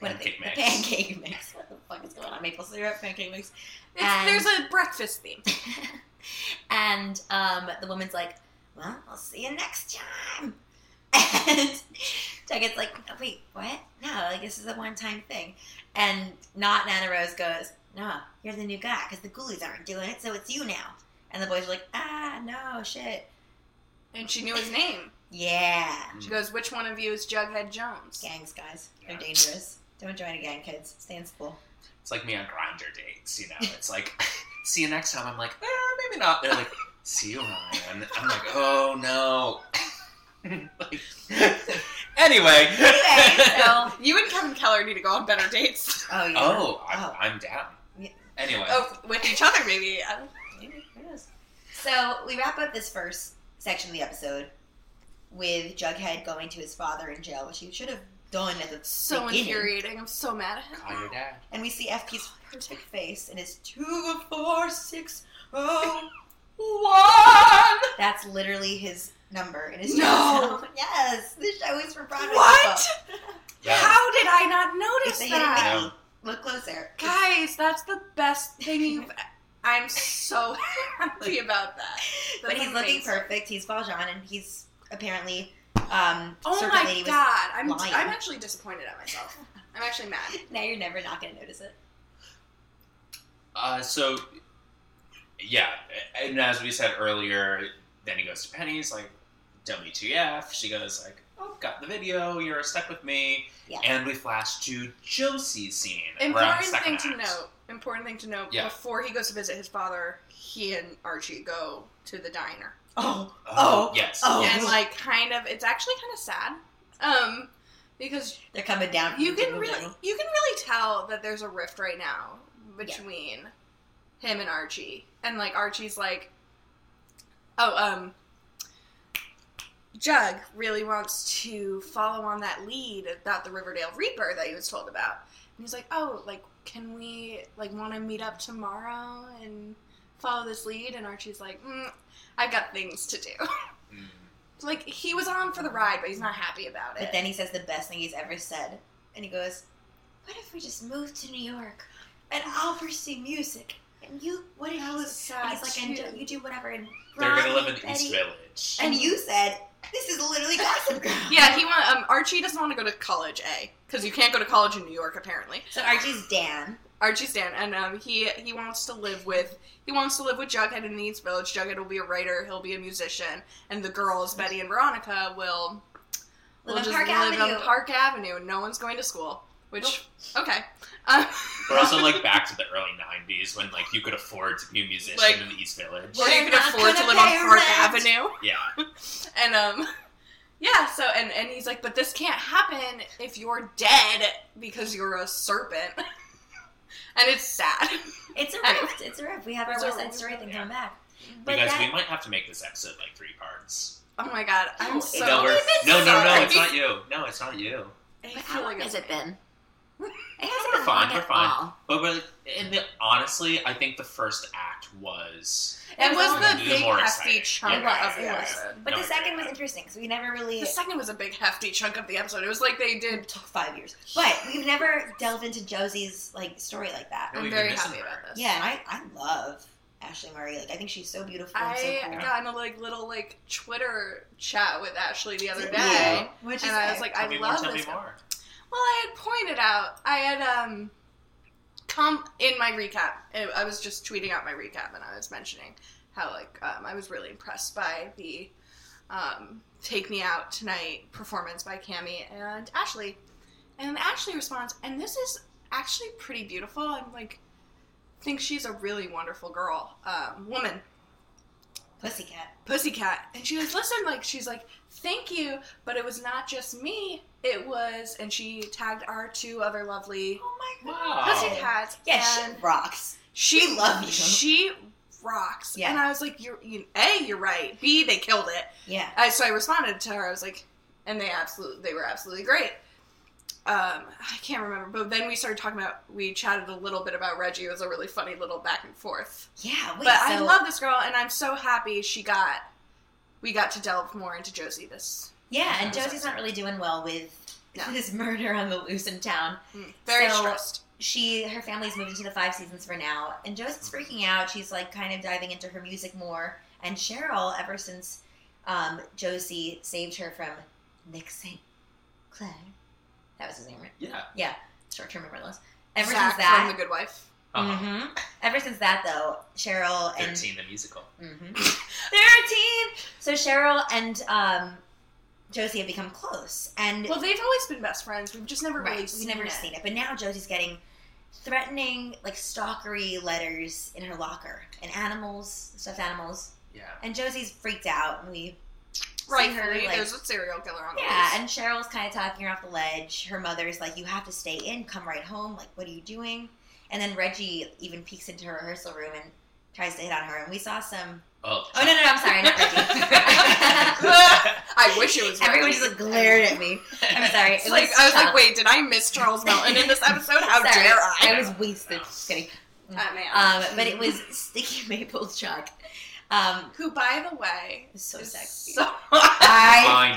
[SPEAKER 2] what are they?
[SPEAKER 1] Pancake mix.
[SPEAKER 2] The pancake mix. What the fuck is going on? Maple syrup pancake mix.
[SPEAKER 3] It's,
[SPEAKER 2] And-
[SPEAKER 3] there's a breakfast theme.
[SPEAKER 2] and um, the woman's like, "Well, I'll see you next time." And Tuggett's like, "Wait, what? No, like this is a one-time thing." And not Nana Rose goes, "No, you're the new guy because the ghoulies aren't doing it, so it's you now." And the boys are like, "Ah, no, shit,
[SPEAKER 3] And she knew his name.
[SPEAKER 2] yeah,
[SPEAKER 3] She goes, Which one of you is Jughead Jones?
[SPEAKER 2] gangs, guys, they're
[SPEAKER 1] Yeah.
[SPEAKER 2] dangerous. Don't join a gang, kids. Stay in school."
[SPEAKER 1] It's like me on grinder dates, you know. It's like, see you next time. I'm like, eh, maybe not. They're like, see you, Ryan. I'm like, oh no. like, anyway.
[SPEAKER 2] Anyway, so
[SPEAKER 3] You and Kevin Keller need to go on better dates.
[SPEAKER 2] oh yeah,
[SPEAKER 1] oh, I'm,
[SPEAKER 2] Oh.
[SPEAKER 1] I'm down.
[SPEAKER 2] Yeah.
[SPEAKER 1] Anyway,
[SPEAKER 3] Oh, with each other, maybe. I don't-
[SPEAKER 2] Maybe, who knows? So we wrap up this first section of the episode with Jughead going to his father in jail, which he should have done at the
[SPEAKER 3] So
[SPEAKER 2] beginning.
[SPEAKER 3] infuriating. I'm so mad at him.
[SPEAKER 1] call your dad.
[SPEAKER 2] And we see FP's perfect face and his two, four, six, oh, one. That's literally his number in his
[SPEAKER 3] No.
[SPEAKER 2] show. Yes, this show is for Broadway.
[SPEAKER 3] What?
[SPEAKER 1] Yeah.
[SPEAKER 3] How did I not notice
[SPEAKER 2] It's the hidden
[SPEAKER 3] that?
[SPEAKER 2] Mickey. Look closer.
[SPEAKER 3] Guys, that's the best thing you've. I'm so happy about that.
[SPEAKER 2] but
[SPEAKER 3] That's
[SPEAKER 2] he's looking
[SPEAKER 3] amazing.
[SPEAKER 2] perfect. He's Valjean, and he's apparently um,
[SPEAKER 3] Oh
[SPEAKER 2] Serpent
[SPEAKER 3] my
[SPEAKER 2] Lady was-
[SPEAKER 3] god, I'm
[SPEAKER 2] lying.
[SPEAKER 3] I'm actually disappointed at myself. I'm actually mad.
[SPEAKER 2] Now you're never not going to notice it.
[SPEAKER 1] Uh, so, yeah, and as we said earlier, then he goes to Penny's like, "WTF?" She goes like, "Oh, got the video. You're stuck with me."
[SPEAKER 2] Yeah.
[SPEAKER 1] And we flash to Josie's scene. where I'm
[SPEAKER 3] Important
[SPEAKER 1] stuck
[SPEAKER 3] thing
[SPEAKER 1] in
[SPEAKER 3] to
[SPEAKER 1] act.
[SPEAKER 3] note. Important thing to note.
[SPEAKER 1] Yeah.
[SPEAKER 3] Before he goes to visit his father, he and Archie go to the diner,
[SPEAKER 2] Oh,
[SPEAKER 1] Oh,
[SPEAKER 2] Oh.
[SPEAKER 1] yes.
[SPEAKER 2] Oh.
[SPEAKER 3] and like kind of, it's actually kind of sad, um, because
[SPEAKER 2] they're coming down. from
[SPEAKER 3] you
[SPEAKER 2] the
[SPEAKER 3] can
[SPEAKER 2] table
[SPEAKER 3] really
[SPEAKER 2] now.
[SPEAKER 3] you can really tell that there's a rift right now between him and Archie, and like Archie's like, oh um, Jug really wants to follow on that lead about the Riverdale Reaper that he was told about, and he's like, oh like can we like want to meet up tomorrow and follow this lead, and Archie's like, mm, I've got things to do.
[SPEAKER 1] Mm.
[SPEAKER 3] like he was on for the ride, but he's not happy about it.
[SPEAKER 2] But then he says the best thing he's ever said, and he goes, "What if we just moved to New York, and I'll pursue music, and you what if
[SPEAKER 3] that
[SPEAKER 2] you-
[SPEAKER 3] was sad.
[SPEAKER 2] and he's like, and
[SPEAKER 3] too.
[SPEAKER 2] you do whatever." And
[SPEAKER 1] They're gonna
[SPEAKER 2] Ron
[SPEAKER 1] live in
[SPEAKER 2] and
[SPEAKER 1] East
[SPEAKER 2] Betty-
[SPEAKER 1] Village.
[SPEAKER 2] And you said, This is literally Gossip Girl.
[SPEAKER 3] Yeah, he want um, Archie doesn't want to go to college, A, because you can't go to college in New York apparently.
[SPEAKER 2] So Archie's Dan.
[SPEAKER 3] Archie's Dan, and um, he he wants to live with he wants to live with Jughead in the East Village. Jughead will be a writer, he'll be a musician, and the girls Betty and Veronica will will
[SPEAKER 2] Live on
[SPEAKER 3] just
[SPEAKER 2] Park
[SPEAKER 3] live
[SPEAKER 2] Avenue.
[SPEAKER 3] on Park Avenue. and No one's going to school, which okay. Um,
[SPEAKER 1] We're also like back to the early '90s when like you could afford to be a musician
[SPEAKER 3] Like-
[SPEAKER 1] in the East Village.
[SPEAKER 3] where you
[SPEAKER 2] We're
[SPEAKER 3] can
[SPEAKER 2] not
[SPEAKER 3] afford to
[SPEAKER 2] gonna
[SPEAKER 3] live on
[SPEAKER 2] pay
[SPEAKER 3] Park
[SPEAKER 2] rent.
[SPEAKER 3] Avenue.
[SPEAKER 1] Yeah,
[SPEAKER 3] and um yeah so and and he's like but this can't happen if you're dead because you're a serpent and it's sad
[SPEAKER 2] It's a rift. It's a rift. We have our
[SPEAKER 3] It's a
[SPEAKER 2] West Side
[SPEAKER 3] rift.
[SPEAKER 2] Story thing
[SPEAKER 1] Yeah.
[SPEAKER 2] coming back. But
[SPEAKER 1] because
[SPEAKER 2] that,
[SPEAKER 1] we might have to make this episode like three parts.
[SPEAKER 3] oh my god
[SPEAKER 2] No,
[SPEAKER 3] i'm
[SPEAKER 2] it's
[SPEAKER 3] so
[SPEAKER 1] no,
[SPEAKER 2] only
[SPEAKER 1] we're-
[SPEAKER 2] been
[SPEAKER 1] no, no, no,
[SPEAKER 2] sorry.
[SPEAKER 1] it's not you. No, it's not you.
[SPEAKER 3] I
[SPEAKER 2] how
[SPEAKER 3] feel
[SPEAKER 2] long
[SPEAKER 3] like
[SPEAKER 2] has
[SPEAKER 3] it's-
[SPEAKER 2] it been? It
[SPEAKER 1] We're
[SPEAKER 2] hasn't been
[SPEAKER 1] fine,
[SPEAKER 2] long
[SPEAKER 1] we're
[SPEAKER 2] at
[SPEAKER 1] fine.
[SPEAKER 2] all.
[SPEAKER 1] But we're, and the, honestly, I think the first act was
[SPEAKER 3] it was
[SPEAKER 1] It
[SPEAKER 3] the
[SPEAKER 1] was
[SPEAKER 3] big
[SPEAKER 1] more
[SPEAKER 3] hefty
[SPEAKER 1] exciting.
[SPEAKER 3] chunk
[SPEAKER 1] It was,
[SPEAKER 3] of
[SPEAKER 2] it
[SPEAKER 3] the
[SPEAKER 2] was.
[SPEAKER 3] episode
[SPEAKER 2] But
[SPEAKER 1] No,
[SPEAKER 2] the
[SPEAKER 1] I
[SPEAKER 2] second
[SPEAKER 1] agree.
[SPEAKER 2] was interesting because we never really
[SPEAKER 3] the second was a big hefty chunk of the episode it was like they did
[SPEAKER 2] took five years, but we've never delved into Josie's like story like that.
[SPEAKER 1] No,
[SPEAKER 3] i'm
[SPEAKER 1] we've
[SPEAKER 3] very
[SPEAKER 1] been missing
[SPEAKER 3] happy
[SPEAKER 1] her.
[SPEAKER 3] about this
[SPEAKER 2] Yeah, and I I love Ashley Murray. Like I think she's so beautiful. And so
[SPEAKER 3] I
[SPEAKER 2] cool.
[SPEAKER 3] got in a like little like Twitter chat with Ashley the other day,
[SPEAKER 2] Yeah. Which is
[SPEAKER 3] and I was
[SPEAKER 2] fair.
[SPEAKER 3] like,
[SPEAKER 1] Tell
[SPEAKER 3] I
[SPEAKER 1] me
[SPEAKER 3] love
[SPEAKER 1] more, tell
[SPEAKER 3] this.
[SPEAKER 1] me
[SPEAKER 3] guy.
[SPEAKER 1] more.
[SPEAKER 3] Well, I had pointed out, I had um, come in my recap. I- I was just tweeting out my recap, and I was mentioning how like um, I was really impressed by the um, "Take Me Out Tonight" performance by Cami and Ashley. And Ashley responds, and this is actually pretty beautiful. I'm like, think she's a really wonderful girl, um, woman.
[SPEAKER 2] Pussycat.
[SPEAKER 3] Pussycat. And she goes, listen, like, she's like, thank you, but it was not just me. It was, and she tagged our two other lovely
[SPEAKER 2] Oh my
[SPEAKER 1] Wow.
[SPEAKER 3] pussycats.
[SPEAKER 2] Yeah,
[SPEAKER 3] and
[SPEAKER 2] she rocks.
[SPEAKER 3] she,
[SPEAKER 2] we love you.
[SPEAKER 3] She rocks.
[SPEAKER 2] Yeah.
[SPEAKER 3] And I was like, you're, you, A, you're right. B, they killed it.
[SPEAKER 2] Yeah.
[SPEAKER 3] I, so I responded to her. I was like, and they absolutely, they were absolutely great. Um, I can't remember, but then we started talking about, we chatted a little bit about Reggie. It was a really funny little back and forth.
[SPEAKER 2] Yeah. Wait,
[SPEAKER 3] but
[SPEAKER 2] so,
[SPEAKER 3] I love this girl, and I'm so happy she got. We got to delve more into Josie this
[SPEAKER 2] Yeah, and
[SPEAKER 1] I'm so
[SPEAKER 2] Josie's not
[SPEAKER 1] sorry.
[SPEAKER 2] really doing well with
[SPEAKER 3] No.
[SPEAKER 2] this murder on the loose in town.
[SPEAKER 3] hmm, very
[SPEAKER 2] So-
[SPEAKER 3] stressed.
[SPEAKER 2] she her family's moved into the five seasons for now and joseph's freaking out she's like kind of diving into her music more and cheryl ever since um, josie saved her from nick st clair that was his name right
[SPEAKER 1] Yeah.
[SPEAKER 2] short-term memory loss ever
[SPEAKER 3] Zach
[SPEAKER 2] since that
[SPEAKER 3] from The Good Wife.
[SPEAKER 1] Uh-huh.
[SPEAKER 2] Mhm. ever since that though cheryl and
[SPEAKER 1] Thirteen, the musical.
[SPEAKER 2] Mhm. 13 so cheryl and um, josie have become close and
[SPEAKER 3] Well, they've always been best friends. We've just never really
[SPEAKER 2] Right.
[SPEAKER 3] seen
[SPEAKER 2] We've never
[SPEAKER 3] it.
[SPEAKER 2] seen it. But now Josie's getting threatening, like stalkery letters in her locker and animals, stuffed animals.
[SPEAKER 1] Yeah.
[SPEAKER 2] And Josie's freaked out and we
[SPEAKER 3] Right,
[SPEAKER 2] see her
[SPEAKER 3] Harry,
[SPEAKER 2] like
[SPEAKER 3] there's a serial killer on the
[SPEAKER 2] Yeah,
[SPEAKER 3] loose.
[SPEAKER 2] and Cheryl's kind of talking her off the ledge. Her mother's like, "You have to stay in. Come right home. Like, what are you doing?" And then Reggie even peeks into her rehearsal room and tries to hit on her. And we saw some.
[SPEAKER 1] Oh.
[SPEAKER 2] Oh no, no, no I'm sorry, not Reggie.
[SPEAKER 3] I wish it was.
[SPEAKER 2] Everyone
[SPEAKER 3] Reggie.
[SPEAKER 2] just like, glared at me. I'm sorry.
[SPEAKER 3] It's
[SPEAKER 2] It
[SPEAKER 3] like
[SPEAKER 2] was
[SPEAKER 3] I was
[SPEAKER 2] Chuck.
[SPEAKER 3] like, wait, did I miss Charles Melton in this episode? How
[SPEAKER 2] Sorry,
[SPEAKER 3] dare I?
[SPEAKER 2] I was wasted. Just kidding.
[SPEAKER 3] Ah, man.
[SPEAKER 2] Um, but it was sticky maple chalk. Um,
[SPEAKER 3] Who, by the way,
[SPEAKER 2] it was so
[SPEAKER 3] is
[SPEAKER 2] sexy.
[SPEAKER 3] so-
[SPEAKER 2] I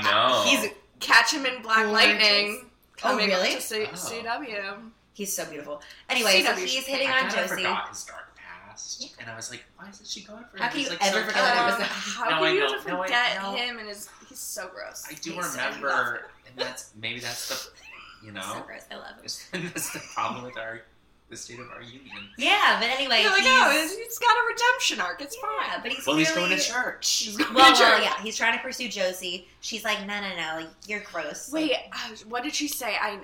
[SPEAKER 1] I know.
[SPEAKER 3] he's catch him in Black
[SPEAKER 2] Gorgeous.
[SPEAKER 3] Lightning. Coming
[SPEAKER 2] really?
[SPEAKER 3] up to C-
[SPEAKER 1] Oh.
[SPEAKER 3] CW.
[SPEAKER 2] he's so beautiful. Anyway, so
[SPEAKER 3] CW.
[SPEAKER 2] he's hitting
[SPEAKER 1] I
[SPEAKER 2] on
[SPEAKER 1] kinda
[SPEAKER 2] Josie.
[SPEAKER 1] forgot his dark past,
[SPEAKER 2] Yeah.
[SPEAKER 1] and I was like, why isn't she going for him?
[SPEAKER 2] How can
[SPEAKER 1] He's,
[SPEAKER 2] you
[SPEAKER 1] like,
[SPEAKER 2] ever
[SPEAKER 1] so
[SPEAKER 2] forget
[SPEAKER 1] cute.
[SPEAKER 2] that it
[SPEAKER 3] Um,
[SPEAKER 2] was-
[SPEAKER 3] how
[SPEAKER 1] No,
[SPEAKER 3] can
[SPEAKER 1] I
[SPEAKER 3] you
[SPEAKER 1] know,
[SPEAKER 3] just
[SPEAKER 1] no, I
[SPEAKER 3] forget
[SPEAKER 1] know.
[SPEAKER 3] him and his he's so gross.
[SPEAKER 1] I do
[SPEAKER 2] He's so
[SPEAKER 1] remember, and that's maybe that's the you
[SPEAKER 2] So
[SPEAKER 1] know
[SPEAKER 2] gross. I love him.
[SPEAKER 1] that's the problem with our the state of our union.
[SPEAKER 2] Yeah, but anyway,
[SPEAKER 3] You're like,
[SPEAKER 2] he's,
[SPEAKER 3] oh, it's, it's got a redemption arc. It's
[SPEAKER 2] yeah,
[SPEAKER 3] fine.
[SPEAKER 2] but he's
[SPEAKER 1] Well, he's
[SPEAKER 2] clearly-
[SPEAKER 1] going to church.
[SPEAKER 3] She's going
[SPEAKER 2] Well,
[SPEAKER 3] to
[SPEAKER 2] well,
[SPEAKER 3] church.
[SPEAKER 2] yeah, he's trying to pursue Josie. She's like, no, no, no, you're gross. Like,
[SPEAKER 3] Wait, I was- what did she say? I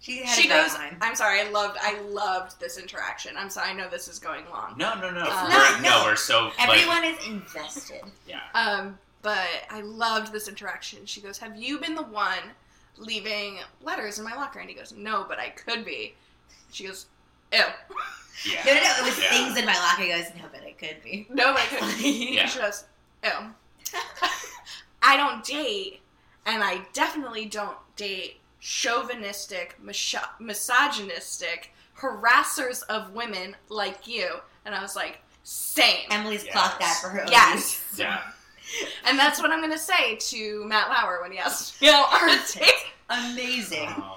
[SPEAKER 2] she had
[SPEAKER 3] she
[SPEAKER 2] a great
[SPEAKER 3] goes.
[SPEAKER 2] time.
[SPEAKER 3] I'm sorry. I loved. I loved this interaction. I'm sorry. I know this is going long.
[SPEAKER 1] No, no, no.
[SPEAKER 3] Uh,
[SPEAKER 1] we're,
[SPEAKER 2] no,
[SPEAKER 1] no,
[SPEAKER 2] no.
[SPEAKER 1] we're so like,
[SPEAKER 2] Everyone is invested.
[SPEAKER 1] yeah.
[SPEAKER 3] Um, but I loved this interaction. She goes, "Have you been the one leaving letters in my locker?" And he goes, "No, but I could be." She goes, "Ew,
[SPEAKER 1] Yeah.
[SPEAKER 2] No, no, no, it was
[SPEAKER 1] Yeah.
[SPEAKER 2] things in my locker. He goes, no, but it could be.
[SPEAKER 3] no, but I could."
[SPEAKER 1] Yeah.
[SPEAKER 3] She goes, "Ew, I don't date, and I definitely don't date chauvinistic, mis- misogynistic harassers of women like you." And I was like, "Same."
[SPEAKER 2] Emily's
[SPEAKER 1] Yes.
[SPEAKER 2] clocked that for her own use.
[SPEAKER 3] Yes.
[SPEAKER 1] Yeah.
[SPEAKER 3] And that's what I'm going to say to Matt Lauer when he asks me out on a date.
[SPEAKER 2] Amazing.
[SPEAKER 1] Oh.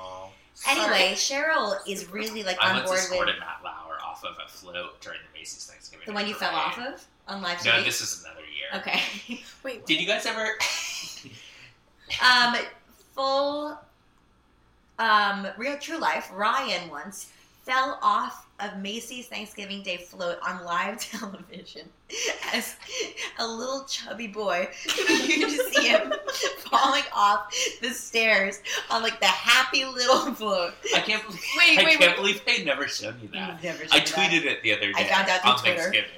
[SPEAKER 2] Anyway, Cheryl is really like
[SPEAKER 1] I
[SPEAKER 2] on
[SPEAKER 1] once
[SPEAKER 2] board with
[SPEAKER 1] escorted Matt Lauer off of a float during the Macy's Thanksgiving.
[SPEAKER 2] the one you fell
[SPEAKER 1] parade.
[SPEAKER 2] off of. on live
[SPEAKER 1] No,
[SPEAKER 2] TV?
[SPEAKER 1] this is another year.
[SPEAKER 2] okay.
[SPEAKER 3] Wait,
[SPEAKER 1] Did you guys ever?
[SPEAKER 2] um, full, um, real true life. Ryan once fell off of Macy's Thanksgiving Day float on live television as a little chubby boy. you just see him falling off the stairs on like the happy little float.
[SPEAKER 1] I can't believe.
[SPEAKER 3] wait,
[SPEAKER 1] I
[SPEAKER 3] wait,
[SPEAKER 1] can't
[SPEAKER 3] wait.
[SPEAKER 1] believe they never showed you that.
[SPEAKER 2] You've never
[SPEAKER 1] I
[SPEAKER 2] seen that.
[SPEAKER 1] tweeted it the other day
[SPEAKER 2] Mm-hmm. I found out through
[SPEAKER 1] on
[SPEAKER 2] Twitter.
[SPEAKER 1] Thanksgiving.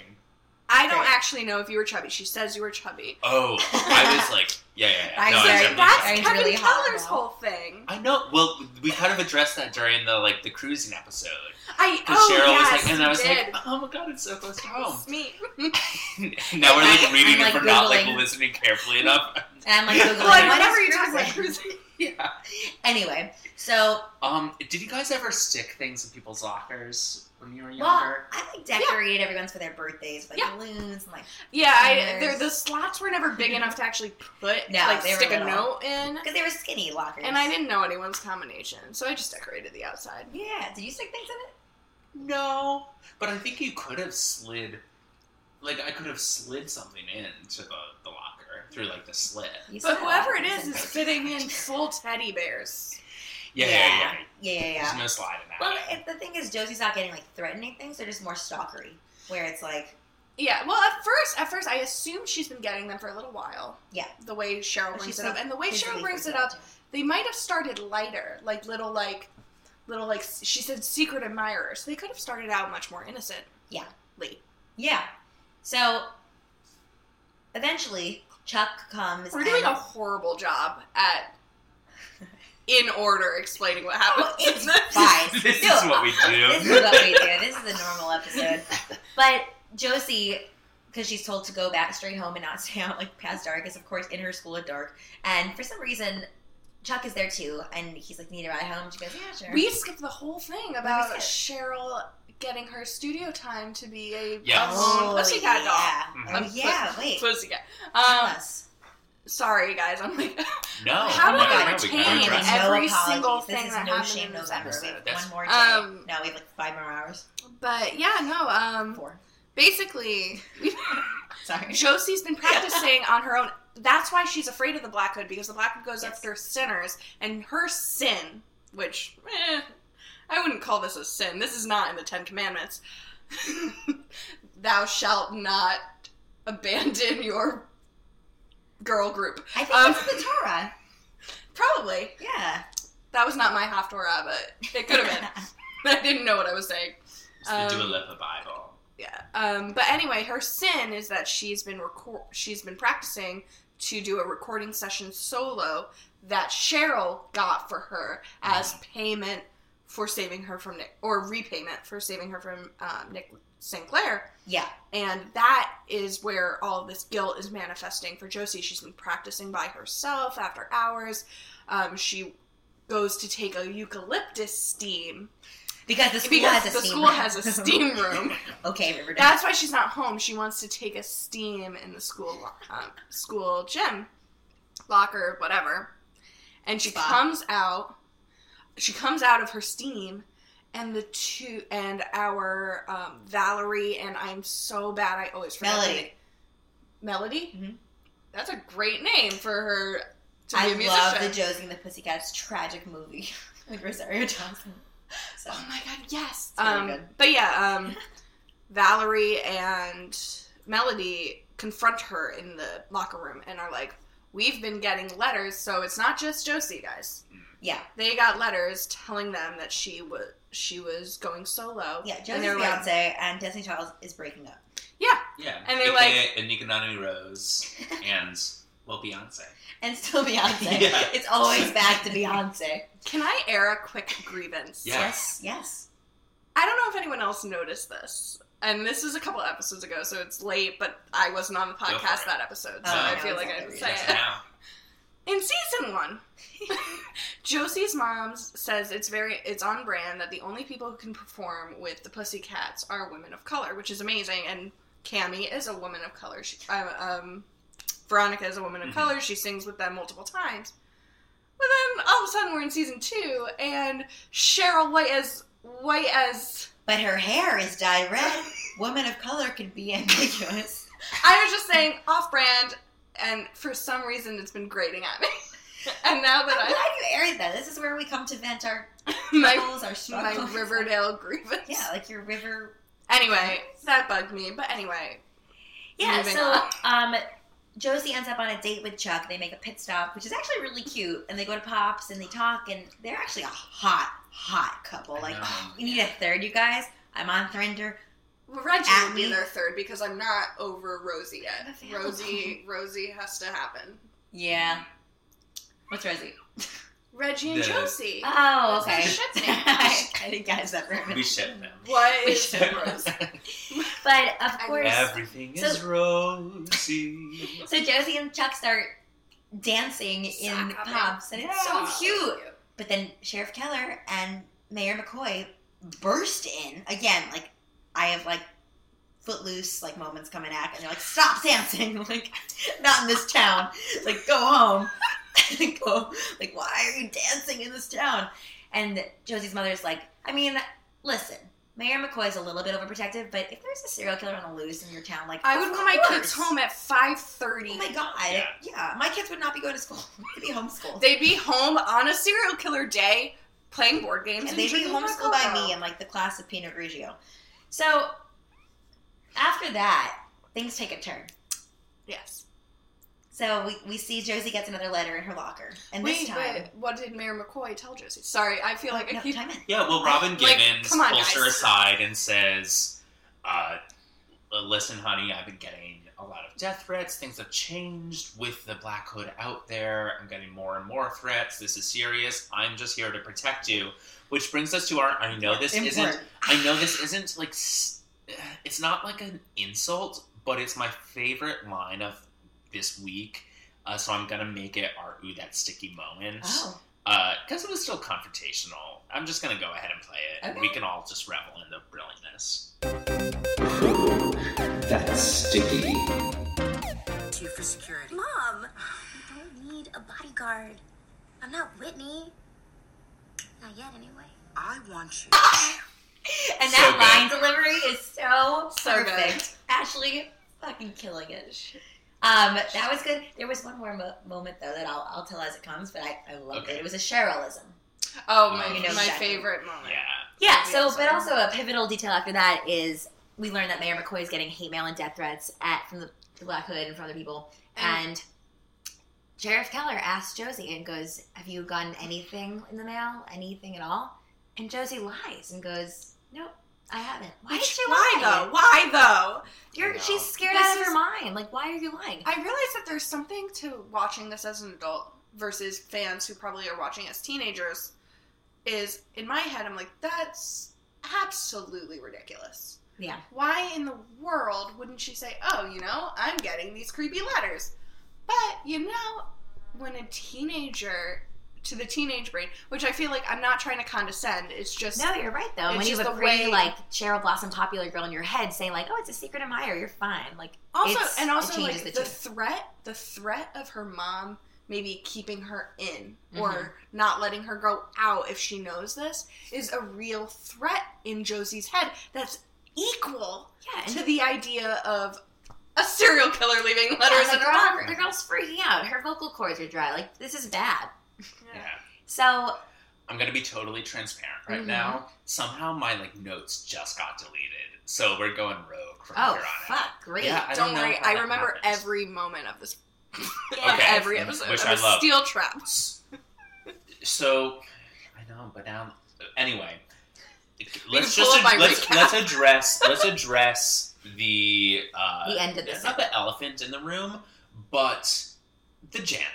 [SPEAKER 3] I don't
[SPEAKER 2] Right.
[SPEAKER 3] actually know if you were chubby. She says you were chubby.
[SPEAKER 1] Oh, I was like, yeah, yeah, yeah.
[SPEAKER 2] I'm
[SPEAKER 1] No, I
[SPEAKER 2] sorry,
[SPEAKER 1] definitely-
[SPEAKER 3] That's
[SPEAKER 2] Aaron's
[SPEAKER 3] Kevin
[SPEAKER 2] really hot
[SPEAKER 3] Keller's
[SPEAKER 2] now.
[SPEAKER 3] whole thing.
[SPEAKER 1] I know. Well, we kind of addressed that during the like the cruising episode
[SPEAKER 3] I
[SPEAKER 1] because
[SPEAKER 3] oh
[SPEAKER 1] Cheryl
[SPEAKER 3] yes,
[SPEAKER 1] was like, and
[SPEAKER 3] you
[SPEAKER 1] I was
[SPEAKER 3] did.
[SPEAKER 1] like, oh my god, it's so close to home.
[SPEAKER 3] It's me.
[SPEAKER 1] now we're like
[SPEAKER 2] I-
[SPEAKER 1] reading
[SPEAKER 2] I'm,
[SPEAKER 1] it,
[SPEAKER 2] like,
[SPEAKER 1] we're not like
[SPEAKER 2] Googling.
[SPEAKER 1] listening carefully enough.
[SPEAKER 2] And I'm like, Googling,
[SPEAKER 3] Well,
[SPEAKER 1] Like,
[SPEAKER 3] I
[SPEAKER 2] what
[SPEAKER 3] remember
[SPEAKER 2] is
[SPEAKER 3] you talking about
[SPEAKER 2] cruising?
[SPEAKER 3] cruising.
[SPEAKER 1] yeah.
[SPEAKER 2] Anyway, so
[SPEAKER 1] Um, did you guys ever stick things in people's lockers when you were younger?
[SPEAKER 2] Well, I like decorated everyone's for their birthdays, like
[SPEAKER 3] Yeah.
[SPEAKER 2] balloons and like
[SPEAKER 3] Yeah, I,
[SPEAKER 2] Fingers.
[SPEAKER 3] there, the slots were never big enough to actually put
[SPEAKER 2] No,
[SPEAKER 3] like
[SPEAKER 2] they were
[SPEAKER 3] stick a
[SPEAKER 2] little.
[SPEAKER 3] note in,
[SPEAKER 2] because they were skinny lockers.
[SPEAKER 3] and I didn't know anyone's combination, so I just decorated the outside.
[SPEAKER 2] Yeah, did you stick things in it?
[SPEAKER 1] No, but I think you could have slid, like I could have slid something into the, the locker through like the slit.
[SPEAKER 2] You
[SPEAKER 3] But
[SPEAKER 2] said-
[SPEAKER 3] whoever it is
[SPEAKER 2] you
[SPEAKER 3] is
[SPEAKER 2] said-
[SPEAKER 3] fitting in full teddy bears.
[SPEAKER 1] Yeah, yeah, yeah. yeah.
[SPEAKER 2] yeah, yeah,
[SPEAKER 1] There's
[SPEAKER 2] yeah.
[SPEAKER 1] no sliding that.
[SPEAKER 2] Well, it, the thing is, Josie's not getting like threatening things; they're just more stalkery, where it's like,
[SPEAKER 3] Yeah, well, at first, at first, I assume she's been getting them for a little while.
[SPEAKER 2] Yeah.
[SPEAKER 3] the way Cheryl
[SPEAKER 2] But
[SPEAKER 3] brings
[SPEAKER 2] she's
[SPEAKER 3] it
[SPEAKER 2] so
[SPEAKER 3] up, and the way
[SPEAKER 2] physically
[SPEAKER 3] Cheryl brings it
[SPEAKER 2] freaked
[SPEAKER 3] up,
[SPEAKER 2] out, too.
[SPEAKER 3] they might have started lighter, like little like, little like s- she said, secret admirers. They could have started out much more innocently.
[SPEAKER 2] Yeah. Yeah. So eventually, Chuck comes.
[SPEAKER 3] We're doing a
[SPEAKER 2] and-
[SPEAKER 3] horrible job at in order explaining what happened.
[SPEAKER 2] Oh, it's fine.
[SPEAKER 1] this
[SPEAKER 2] No, uh,
[SPEAKER 1] is what we
[SPEAKER 2] this is
[SPEAKER 1] do.
[SPEAKER 2] what we do. This is a normal episode. But Josie, because she's told to go back straight home and not stay out like past dark, is of course in her school at dark. And for some reason, Chuck is there too, and he's like, "Need a ride home?" She goes, "Yeah, sure."
[SPEAKER 3] We skipped the whole thing about
[SPEAKER 2] Let me
[SPEAKER 3] Cheryl getting her studio time to be a
[SPEAKER 1] Yes.
[SPEAKER 3] alone pussycat
[SPEAKER 2] Oh, yeah.
[SPEAKER 1] Mhm.
[SPEAKER 2] Oh yeah, wait.
[SPEAKER 3] doll. Pussycat.
[SPEAKER 2] Tell
[SPEAKER 3] Um,
[SPEAKER 2] us.
[SPEAKER 3] sorry guys, I'm like
[SPEAKER 1] No,
[SPEAKER 3] How
[SPEAKER 1] no,
[SPEAKER 3] did
[SPEAKER 1] no,
[SPEAKER 3] I
[SPEAKER 1] no, we
[SPEAKER 3] retain
[SPEAKER 1] gotta address
[SPEAKER 3] it?
[SPEAKER 1] it.
[SPEAKER 3] every
[SPEAKER 2] apologies.
[SPEAKER 3] single thing
[SPEAKER 2] This is
[SPEAKER 3] that
[SPEAKER 2] no
[SPEAKER 3] happened
[SPEAKER 2] shame
[SPEAKER 3] in this
[SPEAKER 2] November. We
[SPEAKER 3] episode.
[SPEAKER 2] have one more day.
[SPEAKER 3] Um,
[SPEAKER 2] no, we have like five more hours.
[SPEAKER 3] but yeah, no, um
[SPEAKER 2] Four.
[SPEAKER 3] basically
[SPEAKER 2] Sorry.
[SPEAKER 3] Josie's been practicing on her own. That's why she's afraid of the Black Hood because the Black Hood goes
[SPEAKER 2] Yes.
[SPEAKER 3] after sinners, and her sin, which eh, I wouldn't call this a sin. This is not in the Ten Commandments. Thou shalt not abandon your girl group.
[SPEAKER 2] I think
[SPEAKER 3] um,
[SPEAKER 2] it's the Torah.
[SPEAKER 3] Probably
[SPEAKER 2] Yeah.
[SPEAKER 3] that was not my Haftorah, but it could have been. I didn't know what I was saying.
[SPEAKER 1] It's the Dua
[SPEAKER 3] Um,
[SPEAKER 1] Lipa Bible.
[SPEAKER 3] Yeah. Um, but anyway, her sin is that she's been record- she's been practicing to do a recording session solo that Cheryl got for her as
[SPEAKER 2] Mm.
[SPEAKER 3] payment for saving her from Nick or repayment for saving her from um, Nick St. Clair.
[SPEAKER 2] yeah.
[SPEAKER 3] And that is where all this guilt is manifesting for Josie. She's been practicing by herself after hours. Um, she goes to take a eucalyptus steam
[SPEAKER 2] Because the school
[SPEAKER 3] because
[SPEAKER 2] has a
[SPEAKER 3] the
[SPEAKER 2] steam
[SPEAKER 3] school
[SPEAKER 2] room.
[SPEAKER 3] has a steam room.
[SPEAKER 2] okay, Riverdale.
[SPEAKER 3] That's why she's not home. She wants to take a steam in the school um, school gym locker, whatever. And she
[SPEAKER 2] Spa.
[SPEAKER 3] comes out. She comes out of her steam, and the two and our um, Valerie and I'm so bad. I always forget her
[SPEAKER 2] Melody.
[SPEAKER 3] name. Melody.
[SPEAKER 2] Mhm.
[SPEAKER 3] That's a great name for her to be
[SPEAKER 2] I
[SPEAKER 3] a musician.
[SPEAKER 2] love the Josie and the Pussycats tragic movie with Rosario Johnson. So
[SPEAKER 3] Oh my god, yes.
[SPEAKER 2] It's really
[SPEAKER 3] um,
[SPEAKER 2] good.
[SPEAKER 3] But yeah, um, Valerie and Melody confront her in the locker room and are like, "We've been getting letters, so it's not just Josie, guys.
[SPEAKER 2] yeah,
[SPEAKER 3] They got letters telling them that she was she was going solo.
[SPEAKER 2] yeah,
[SPEAKER 3] and
[SPEAKER 2] Josie's
[SPEAKER 3] they're like,
[SPEAKER 2] fiance and Destiny Child is breaking up.
[SPEAKER 1] Yeah,
[SPEAKER 3] and they're
[SPEAKER 1] AKA Anika Noni Rose and well Beyonce.
[SPEAKER 2] And still Beyonce.
[SPEAKER 1] Yeah.
[SPEAKER 2] It's always back to Beyonce.
[SPEAKER 3] "Can I air a quick grievance?
[SPEAKER 1] Yeah.
[SPEAKER 2] Yes, yes.
[SPEAKER 3] I don't know if anyone else noticed this." And this is a couple episodes ago, so it's late, but I wasn't on the
[SPEAKER 1] for
[SPEAKER 3] podcast
[SPEAKER 1] it.
[SPEAKER 3] that episode, so
[SPEAKER 1] Oh,
[SPEAKER 3] I
[SPEAKER 1] no,
[SPEAKER 3] feel
[SPEAKER 2] it's
[SPEAKER 3] like
[SPEAKER 2] not
[SPEAKER 3] I
[SPEAKER 2] the
[SPEAKER 3] didn't say
[SPEAKER 2] reason.
[SPEAKER 3] it.
[SPEAKER 1] Just now.
[SPEAKER 3] In season one, Josie's mom says it's very it's on brand that the only people who can perform with the Pussycats are women of color, which is amazing. And Cammy is a woman of color. She, um, um, Veronica is a woman of
[SPEAKER 1] Mhm.
[SPEAKER 3] color. She sings with them multiple times. But then all of a sudden we're in season two, and Cheryl White as white as
[SPEAKER 2] But her hair is dyed red. Women of color can be ambiguous.
[SPEAKER 3] I was just saying off brand, and for some reason it's been grating at me. and now
[SPEAKER 2] I'm glad
[SPEAKER 3] that
[SPEAKER 2] you aired that. This is where we come to vent our
[SPEAKER 3] I my
[SPEAKER 2] troubles, our struggles.
[SPEAKER 3] my Riverdale grievance.
[SPEAKER 2] Yeah, like your river.
[SPEAKER 3] Anyway, that bugged me. But anyway,
[SPEAKER 2] Yeah,
[SPEAKER 3] Moving
[SPEAKER 2] so
[SPEAKER 3] on.
[SPEAKER 2] um, Josie ends up on a date with Chuck. They make a pit stop, which is actually really cute. And they go to Pops and they talk, and they're actually a hot, hot couple.
[SPEAKER 1] I
[SPEAKER 2] Like,
[SPEAKER 1] know.
[SPEAKER 2] oh, we need a third, you guys. I'm on Thrender.
[SPEAKER 3] well, Reggie
[SPEAKER 2] At
[SPEAKER 3] would be
[SPEAKER 2] me.
[SPEAKER 3] their third because I'm not over Rosie
[SPEAKER 2] I'm a
[SPEAKER 3] yet.
[SPEAKER 2] fan.
[SPEAKER 3] Rosie, Rosie has to happen.
[SPEAKER 2] Yeah. What's Rosie?
[SPEAKER 3] Reggie and
[SPEAKER 1] The-
[SPEAKER 3] Josie.
[SPEAKER 2] Oh,
[SPEAKER 3] That's
[SPEAKER 2] okay.
[SPEAKER 3] the shit's name.
[SPEAKER 2] I, I didn't guys that for a
[SPEAKER 1] We
[SPEAKER 2] minute.
[SPEAKER 1] ship them.
[SPEAKER 3] what
[SPEAKER 2] we
[SPEAKER 3] is
[SPEAKER 2] should.
[SPEAKER 3] Rosie?
[SPEAKER 2] But of
[SPEAKER 3] I
[SPEAKER 2] course,
[SPEAKER 1] Everything
[SPEAKER 2] So-
[SPEAKER 1] is rosy.
[SPEAKER 2] so Josie and Chuck start dancing in
[SPEAKER 3] Sock hopping.
[SPEAKER 2] Pops, and it's
[SPEAKER 3] Yeah.
[SPEAKER 2] so cute. But then Sheriff Keller and Mayor McCoy burst in again. Like I have like footloose like moments coming at, and they're like, "Stop dancing! Like not in this town! Like go home! go! Like why are you dancing in this town?" And Josie's mother's like, "I mean, listen." Mayor McCoy's a little bit overprotective, but if there's a serial killer on the loose in your town, like
[SPEAKER 3] I
[SPEAKER 2] of
[SPEAKER 3] would want my kids
[SPEAKER 2] course.
[SPEAKER 3] home at five thirty.
[SPEAKER 2] Oh my god! Yeah.
[SPEAKER 1] Yeah.
[SPEAKER 2] my kids would not be going to school. They'd be homeschooled.
[SPEAKER 3] They'd be home on a serial killer day playing board games.
[SPEAKER 2] and they'd be
[SPEAKER 3] drinking
[SPEAKER 2] homeschooled by
[SPEAKER 3] Coca-Cola.
[SPEAKER 2] me and like the class of Pinot Grigio. So after that, things take a turn.
[SPEAKER 3] Yes.
[SPEAKER 2] So we, we see Josie gets another letter in her locker, and this
[SPEAKER 3] Wait,
[SPEAKER 2] time, Oh,
[SPEAKER 3] wait, what did Mayor McCoy tell Josie? Sorry, I feel like
[SPEAKER 2] no,
[SPEAKER 3] I keep.
[SPEAKER 2] time in.
[SPEAKER 1] Yeah, well, Robin
[SPEAKER 3] Like,
[SPEAKER 1] Gibbons
[SPEAKER 3] come on,
[SPEAKER 1] pulls her
[SPEAKER 3] guys.
[SPEAKER 1] aside and says, uh, "Listen, honey, I've been getting a lot of death threats. Things have changed with the Black Hood out there. I'm getting more and more threats. This is serious. I'm just here to protect you." Which brings us to our. I know this isn't.
[SPEAKER 2] Important.
[SPEAKER 1] I know this isn't like. s- It's not like an insult, but it's my favorite line of this week. Uh, so I'm gonna make it our ooh that sticky moment
[SPEAKER 2] Oh,
[SPEAKER 1] because it was still confrontational. I'm just gonna go ahead and play it, and
[SPEAKER 2] Okay.
[SPEAKER 1] we can all just revel in the brilliantness.
[SPEAKER 5] That's sticky.
[SPEAKER 6] to for security.
[SPEAKER 7] Mom, I don't need a bodyguard. I'm not Whitney. Not yet, anyway.
[SPEAKER 6] I want you.
[SPEAKER 2] and
[SPEAKER 1] So
[SPEAKER 2] that
[SPEAKER 1] good.
[SPEAKER 2] line delivery is so,
[SPEAKER 3] So good.
[SPEAKER 2] perfect. Ashley, fucking killing it. Um, that was good. There was one more mo- moment though that I'll, I'll tell as it comes, but I, I loved
[SPEAKER 1] Okay.
[SPEAKER 2] it. It was a Cherylism.
[SPEAKER 3] Oh my,
[SPEAKER 1] You know
[SPEAKER 3] my
[SPEAKER 2] exactly.
[SPEAKER 3] favorite moment.
[SPEAKER 1] Yeah,
[SPEAKER 2] Yeah,
[SPEAKER 3] Yeah,
[SPEAKER 2] so,
[SPEAKER 3] so-
[SPEAKER 2] but also a pivotal detail after that is we learned that Mayor McCoy is getting hate mail and death threats at from the, the Black Hood and from other people.
[SPEAKER 3] And-
[SPEAKER 2] And, Sheriff Keller asks Josie and goes, Have you gotten anything in the mail? Anything at all? And Josie lies and goes, Nope, I haven't. Why did
[SPEAKER 3] Which-
[SPEAKER 2] she
[SPEAKER 3] why
[SPEAKER 2] lie?
[SPEAKER 3] though? Why though?
[SPEAKER 2] You're,
[SPEAKER 1] No.
[SPEAKER 2] She's scared
[SPEAKER 3] This
[SPEAKER 2] out of
[SPEAKER 3] is-
[SPEAKER 2] her mind. Like, why are you lying?
[SPEAKER 3] I realize that there's something to watching this as an adult versus fans who probably are watching as teenagers. Is in my head, I'm like, that's absolutely ridiculous.
[SPEAKER 2] yeah.
[SPEAKER 3] Why in the world wouldn't she say, oh, you know, I'm getting these creepy letters? But, you know, when a teenager, to the teenage brain, which I feel like I'm not trying to condescend, it's just.
[SPEAKER 2] No, you're right though.
[SPEAKER 3] It's
[SPEAKER 2] When you
[SPEAKER 3] just
[SPEAKER 2] have a
[SPEAKER 3] the
[SPEAKER 2] pretty
[SPEAKER 3] way-
[SPEAKER 2] like Cheryl Blossom popular girl in your head saying like, "Oh, it's a secret admirer, you're fine." Like,
[SPEAKER 3] also,
[SPEAKER 2] it's-
[SPEAKER 3] and
[SPEAKER 2] it
[SPEAKER 3] also,
[SPEAKER 2] changes
[SPEAKER 3] like, the,
[SPEAKER 2] tune.
[SPEAKER 3] threat, the threat of her mom maybe keeping her in or
[SPEAKER 2] Mm-hmm.
[SPEAKER 3] not letting her go out if she knows this is a real threat in Josie's head that's equal
[SPEAKER 2] yeah, and
[SPEAKER 3] to the idea of a serial killer leaving letters
[SPEAKER 2] Yeah, oh,
[SPEAKER 3] in
[SPEAKER 2] the,
[SPEAKER 3] her
[SPEAKER 2] girl,
[SPEAKER 3] locker.
[SPEAKER 2] the girl's freaking out. Her vocal cords are dry. Like this is bad.
[SPEAKER 1] yeah.
[SPEAKER 2] So oh,
[SPEAKER 1] I'm gonna be totally transparent right
[SPEAKER 2] Mhm.
[SPEAKER 1] now. Somehow my like notes just got deleted, so we're going rogue from
[SPEAKER 2] oh
[SPEAKER 1] here on
[SPEAKER 2] fuck,
[SPEAKER 1] out.
[SPEAKER 2] great.
[SPEAKER 1] Yeah, I
[SPEAKER 3] Don't
[SPEAKER 1] know
[SPEAKER 3] worry,
[SPEAKER 1] how
[SPEAKER 3] I
[SPEAKER 1] that
[SPEAKER 3] remember
[SPEAKER 1] happened.
[SPEAKER 3] every moment of this
[SPEAKER 2] Yeah.
[SPEAKER 3] of
[SPEAKER 1] Okay.
[SPEAKER 3] every episode.
[SPEAKER 1] Which
[SPEAKER 3] of
[SPEAKER 1] I
[SPEAKER 3] the
[SPEAKER 1] love.
[SPEAKER 3] Steel trap.
[SPEAKER 1] So I know, but now anyway,
[SPEAKER 3] can
[SPEAKER 1] let's
[SPEAKER 3] pull
[SPEAKER 1] just
[SPEAKER 3] up my
[SPEAKER 1] ad- let's,
[SPEAKER 3] recap.
[SPEAKER 1] let's address let's address the uh,
[SPEAKER 2] The end of this.
[SPEAKER 1] It's not the elephant in the room, but the janitor,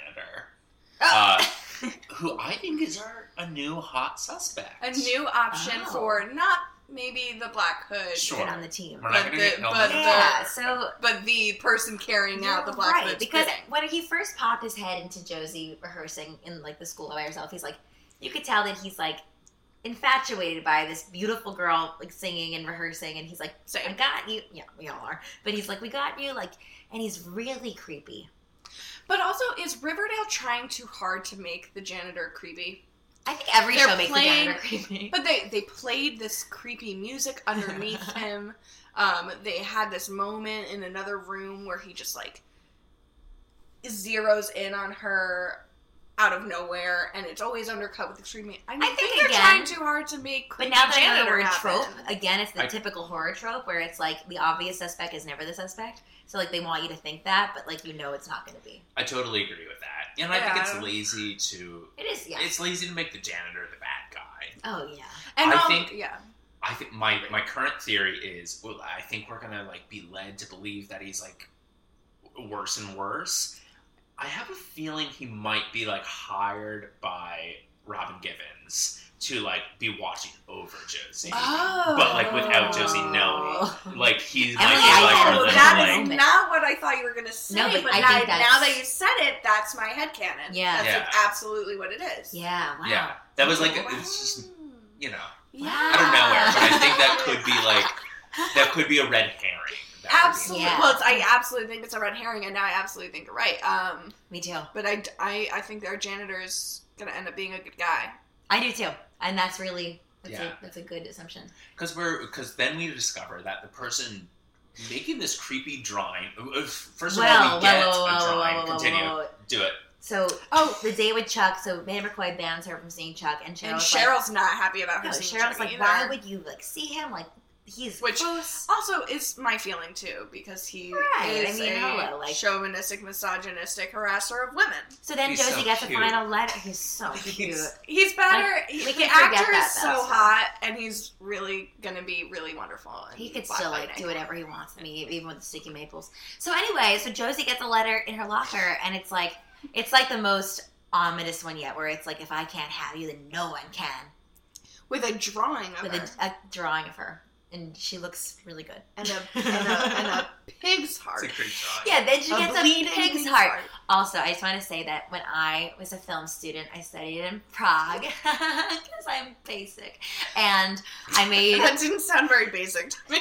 [SPEAKER 3] Oh.
[SPEAKER 1] uh, who I think is our, a new hot suspect.
[SPEAKER 3] A new option
[SPEAKER 2] Oh.
[SPEAKER 3] for not maybe the Black Hood,
[SPEAKER 1] Sure.
[SPEAKER 2] Get on the team.
[SPEAKER 1] We're
[SPEAKER 3] but
[SPEAKER 1] not going to
[SPEAKER 3] the-
[SPEAKER 1] get no
[SPEAKER 3] but
[SPEAKER 1] money.
[SPEAKER 2] Yeah. So
[SPEAKER 3] but the person carrying out the
[SPEAKER 2] you're
[SPEAKER 3] Black Hood.
[SPEAKER 2] because when he first popped his head into Josie rehearsing in like the school by herself, he's like, you could tell that he's like infatuated by this beautiful girl like singing and rehearsing, and he's like, I got you. Yeah, we all are. But he's like, we got you. Like, and he's really creepy.
[SPEAKER 3] But also, is Riverdale trying too hard to make the janitor creepy?
[SPEAKER 2] I think every
[SPEAKER 3] They're
[SPEAKER 2] show makes
[SPEAKER 3] playing-
[SPEAKER 2] the janitor creepy.
[SPEAKER 3] But they they played this creepy music underneath him. Um, they had this moment in another room where he just like zeroes in on her out of nowhere, and it's always undercut with extreme. I, mean,
[SPEAKER 2] I
[SPEAKER 3] I think,
[SPEAKER 2] think
[SPEAKER 3] they're
[SPEAKER 2] again-
[SPEAKER 3] trying too hard to make.
[SPEAKER 2] But
[SPEAKER 3] Creepy
[SPEAKER 2] now that I know the
[SPEAKER 3] janitor
[SPEAKER 2] word
[SPEAKER 3] happen.
[SPEAKER 2] trope, again, it's the
[SPEAKER 1] I-
[SPEAKER 2] typical horror trope where it's like the obvious suspect is never the suspect. So like they want you to think that, but like you know it's not going to be.
[SPEAKER 1] I totally agree with that, and I
[SPEAKER 3] Yeah.
[SPEAKER 1] think it's lazy to.
[SPEAKER 2] It is, yeah.
[SPEAKER 1] It's lazy to make the janitor the bad guy.
[SPEAKER 2] oh yeah.
[SPEAKER 3] And
[SPEAKER 1] I
[SPEAKER 3] um,
[SPEAKER 1] think-
[SPEAKER 3] yeah,
[SPEAKER 1] I think my my current theory is well, I think we're gonna like be led to believe that he's like worse and worse. I have a feeling he might be like hired by Robin Givens to like be watching over Josie.
[SPEAKER 2] Ah.
[SPEAKER 3] oh,
[SPEAKER 1] But, like, without Josie
[SPEAKER 2] Oh.
[SPEAKER 1] knowing. Like he might be
[SPEAKER 2] Emily,
[SPEAKER 1] like
[SPEAKER 2] I
[SPEAKER 1] her
[SPEAKER 2] had-
[SPEAKER 1] little,
[SPEAKER 2] that
[SPEAKER 1] like
[SPEAKER 2] is-
[SPEAKER 3] That is not what I thought you were going to say,
[SPEAKER 2] No,
[SPEAKER 3] but,
[SPEAKER 2] but
[SPEAKER 3] now,
[SPEAKER 2] I think that's-
[SPEAKER 3] now that you said it, that's my headcanon.
[SPEAKER 2] Yeah.
[SPEAKER 3] That's
[SPEAKER 1] Yeah.
[SPEAKER 3] absolutely what it is.
[SPEAKER 2] Yeah. Wow.
[SPEAKER 1] yeah. That was like it's
[SPEAKER 3] Wow.
[SPEAKER 1] just you know
[SPEAKER 3] Yeah.
[SPEAKER 1] out of nowhere. But I think that could be like that could be a red herring. That would be-
[SPEAKER 3] Absolutely.
[SPEAKER 2] Yeah.
[SPEAKER 3] Well, it's, I absolutely think it's a red herring, and now I absolutely think you're right. Um,
[SPEAKER 2] Me too.
[SPEAKER 3] but I, I, I think our janitor's gonna end up being a good guy.
[SPEAKER 2] I do too, and that's really that's,
[SPEAKER 1] Yeah.
[SPEAKER 2] a, that's a good assumption.
[SPEAKER 1] Because we're because then we discover that the person making this creepy drawing. uh, First of all,
[SPEAKER 2] Well,
[SPEAKER 1] we get
[SPEAKER 2] whoa, whoa,
[SPEAKER 1] a
[SPEAKER 2] whoa,
[SPEAKER 1] drawing.
[SPEAKER 2] whoa, whoa,
[SPEAKER 1] Continue.
[SPEAKER 2] whoa, whoa.
[SPEAKER 1] Do it.
[SPEAKER 2] So
[SPEAKER 3] Oh,
[SPEAKER 2] the day with Chuck, so Manny McCoy bans her from seeing Chuck, and Cheryl.
[SPEAKER 3] and
[SPEAKER 2] was
[SPEAKER 3] Cheryl's not happy about
[SPEAKER 2] like, no,
[SPEAKER 3] her. seeing
[SPEAKER 2] Cheryl's
[SPEAKER 3] Chucky
[SPEAKER 2] like, why
[SPEAKER 3] either.
[SPEAKER 2] would you like see him? Like he's
[SPEAKER 3] Which-
[SPEAKER 1] Oh.
[SPEAKER 2] close.
[SPEAKER 3] Also, is my feeling too because he
[SPEAKER 2] Right, I
[SPEAKER 3] is
[SPEAKER 2] mean,
[SPEAKER 3] a
[SPEAKER 2] hello, like-
[SPEAKER 3] chauvinistic, misogynistic harasser of women.
[SPEAKER 2] So then
[SPEAKER 1] He's
[SPEAKER 2] Josie
[SPEAKER 1] so
[SPEAKER 2] gets
[SPEAKER 1] cute.
[SPEAKER 2] a final letter. He's so cute.
[SPEAKER 1] He's-
[SPEAKER 3] He's better. he- the
[SPEAKER 2] we can forget
[SPEAKER 3] actor
[SPEAKER 2] that,
[SPEAKER 3] is so
[SPEAKER 2] though, so.
[SPEAKER 3] hot, and he's really gonna be really wonderful.
[SPEAKER 2] He
[SPEAKER 3] in
[SPEAKER 2] could
[SPEAKER 3] Black
[SPEAKER 2] still like
[SPEAKER 3] Lightning.
[SPEAKER 2] do whatever he wants to me, even with the sticky maples. So anyway, so Josie gets a letter in her locker, and it's like it's like the most ominous one yet, where it's like if I can't have you, then no one can.
[SPEAKER 3] with a drawing of
[SPEAKER 2] With
[SPEAKER 3] her.
[SPEAKER 2] a, a drawing of her, and she looks really good.
[SPEAKER 3] and a and a, and a pig's
[SPEAKER 1] It's a
[SPEAKER 3] heart.
[SPEAKER 1] great drawing.
[SPEAKER 2] Yeah, then she
[SPEAKER 3] A
[SPEAKER 2] gets a,
[SPEAKER 3] bleeding
[SPEAKER 2] pig's
[SPEAKER 3] pig's
[SPEAKER 2] heart. Also, I just want to say that when I was a film student, I studied in Prague because I'm basic, and I made
[SPEAKER 3] That didn't sound very basic to me.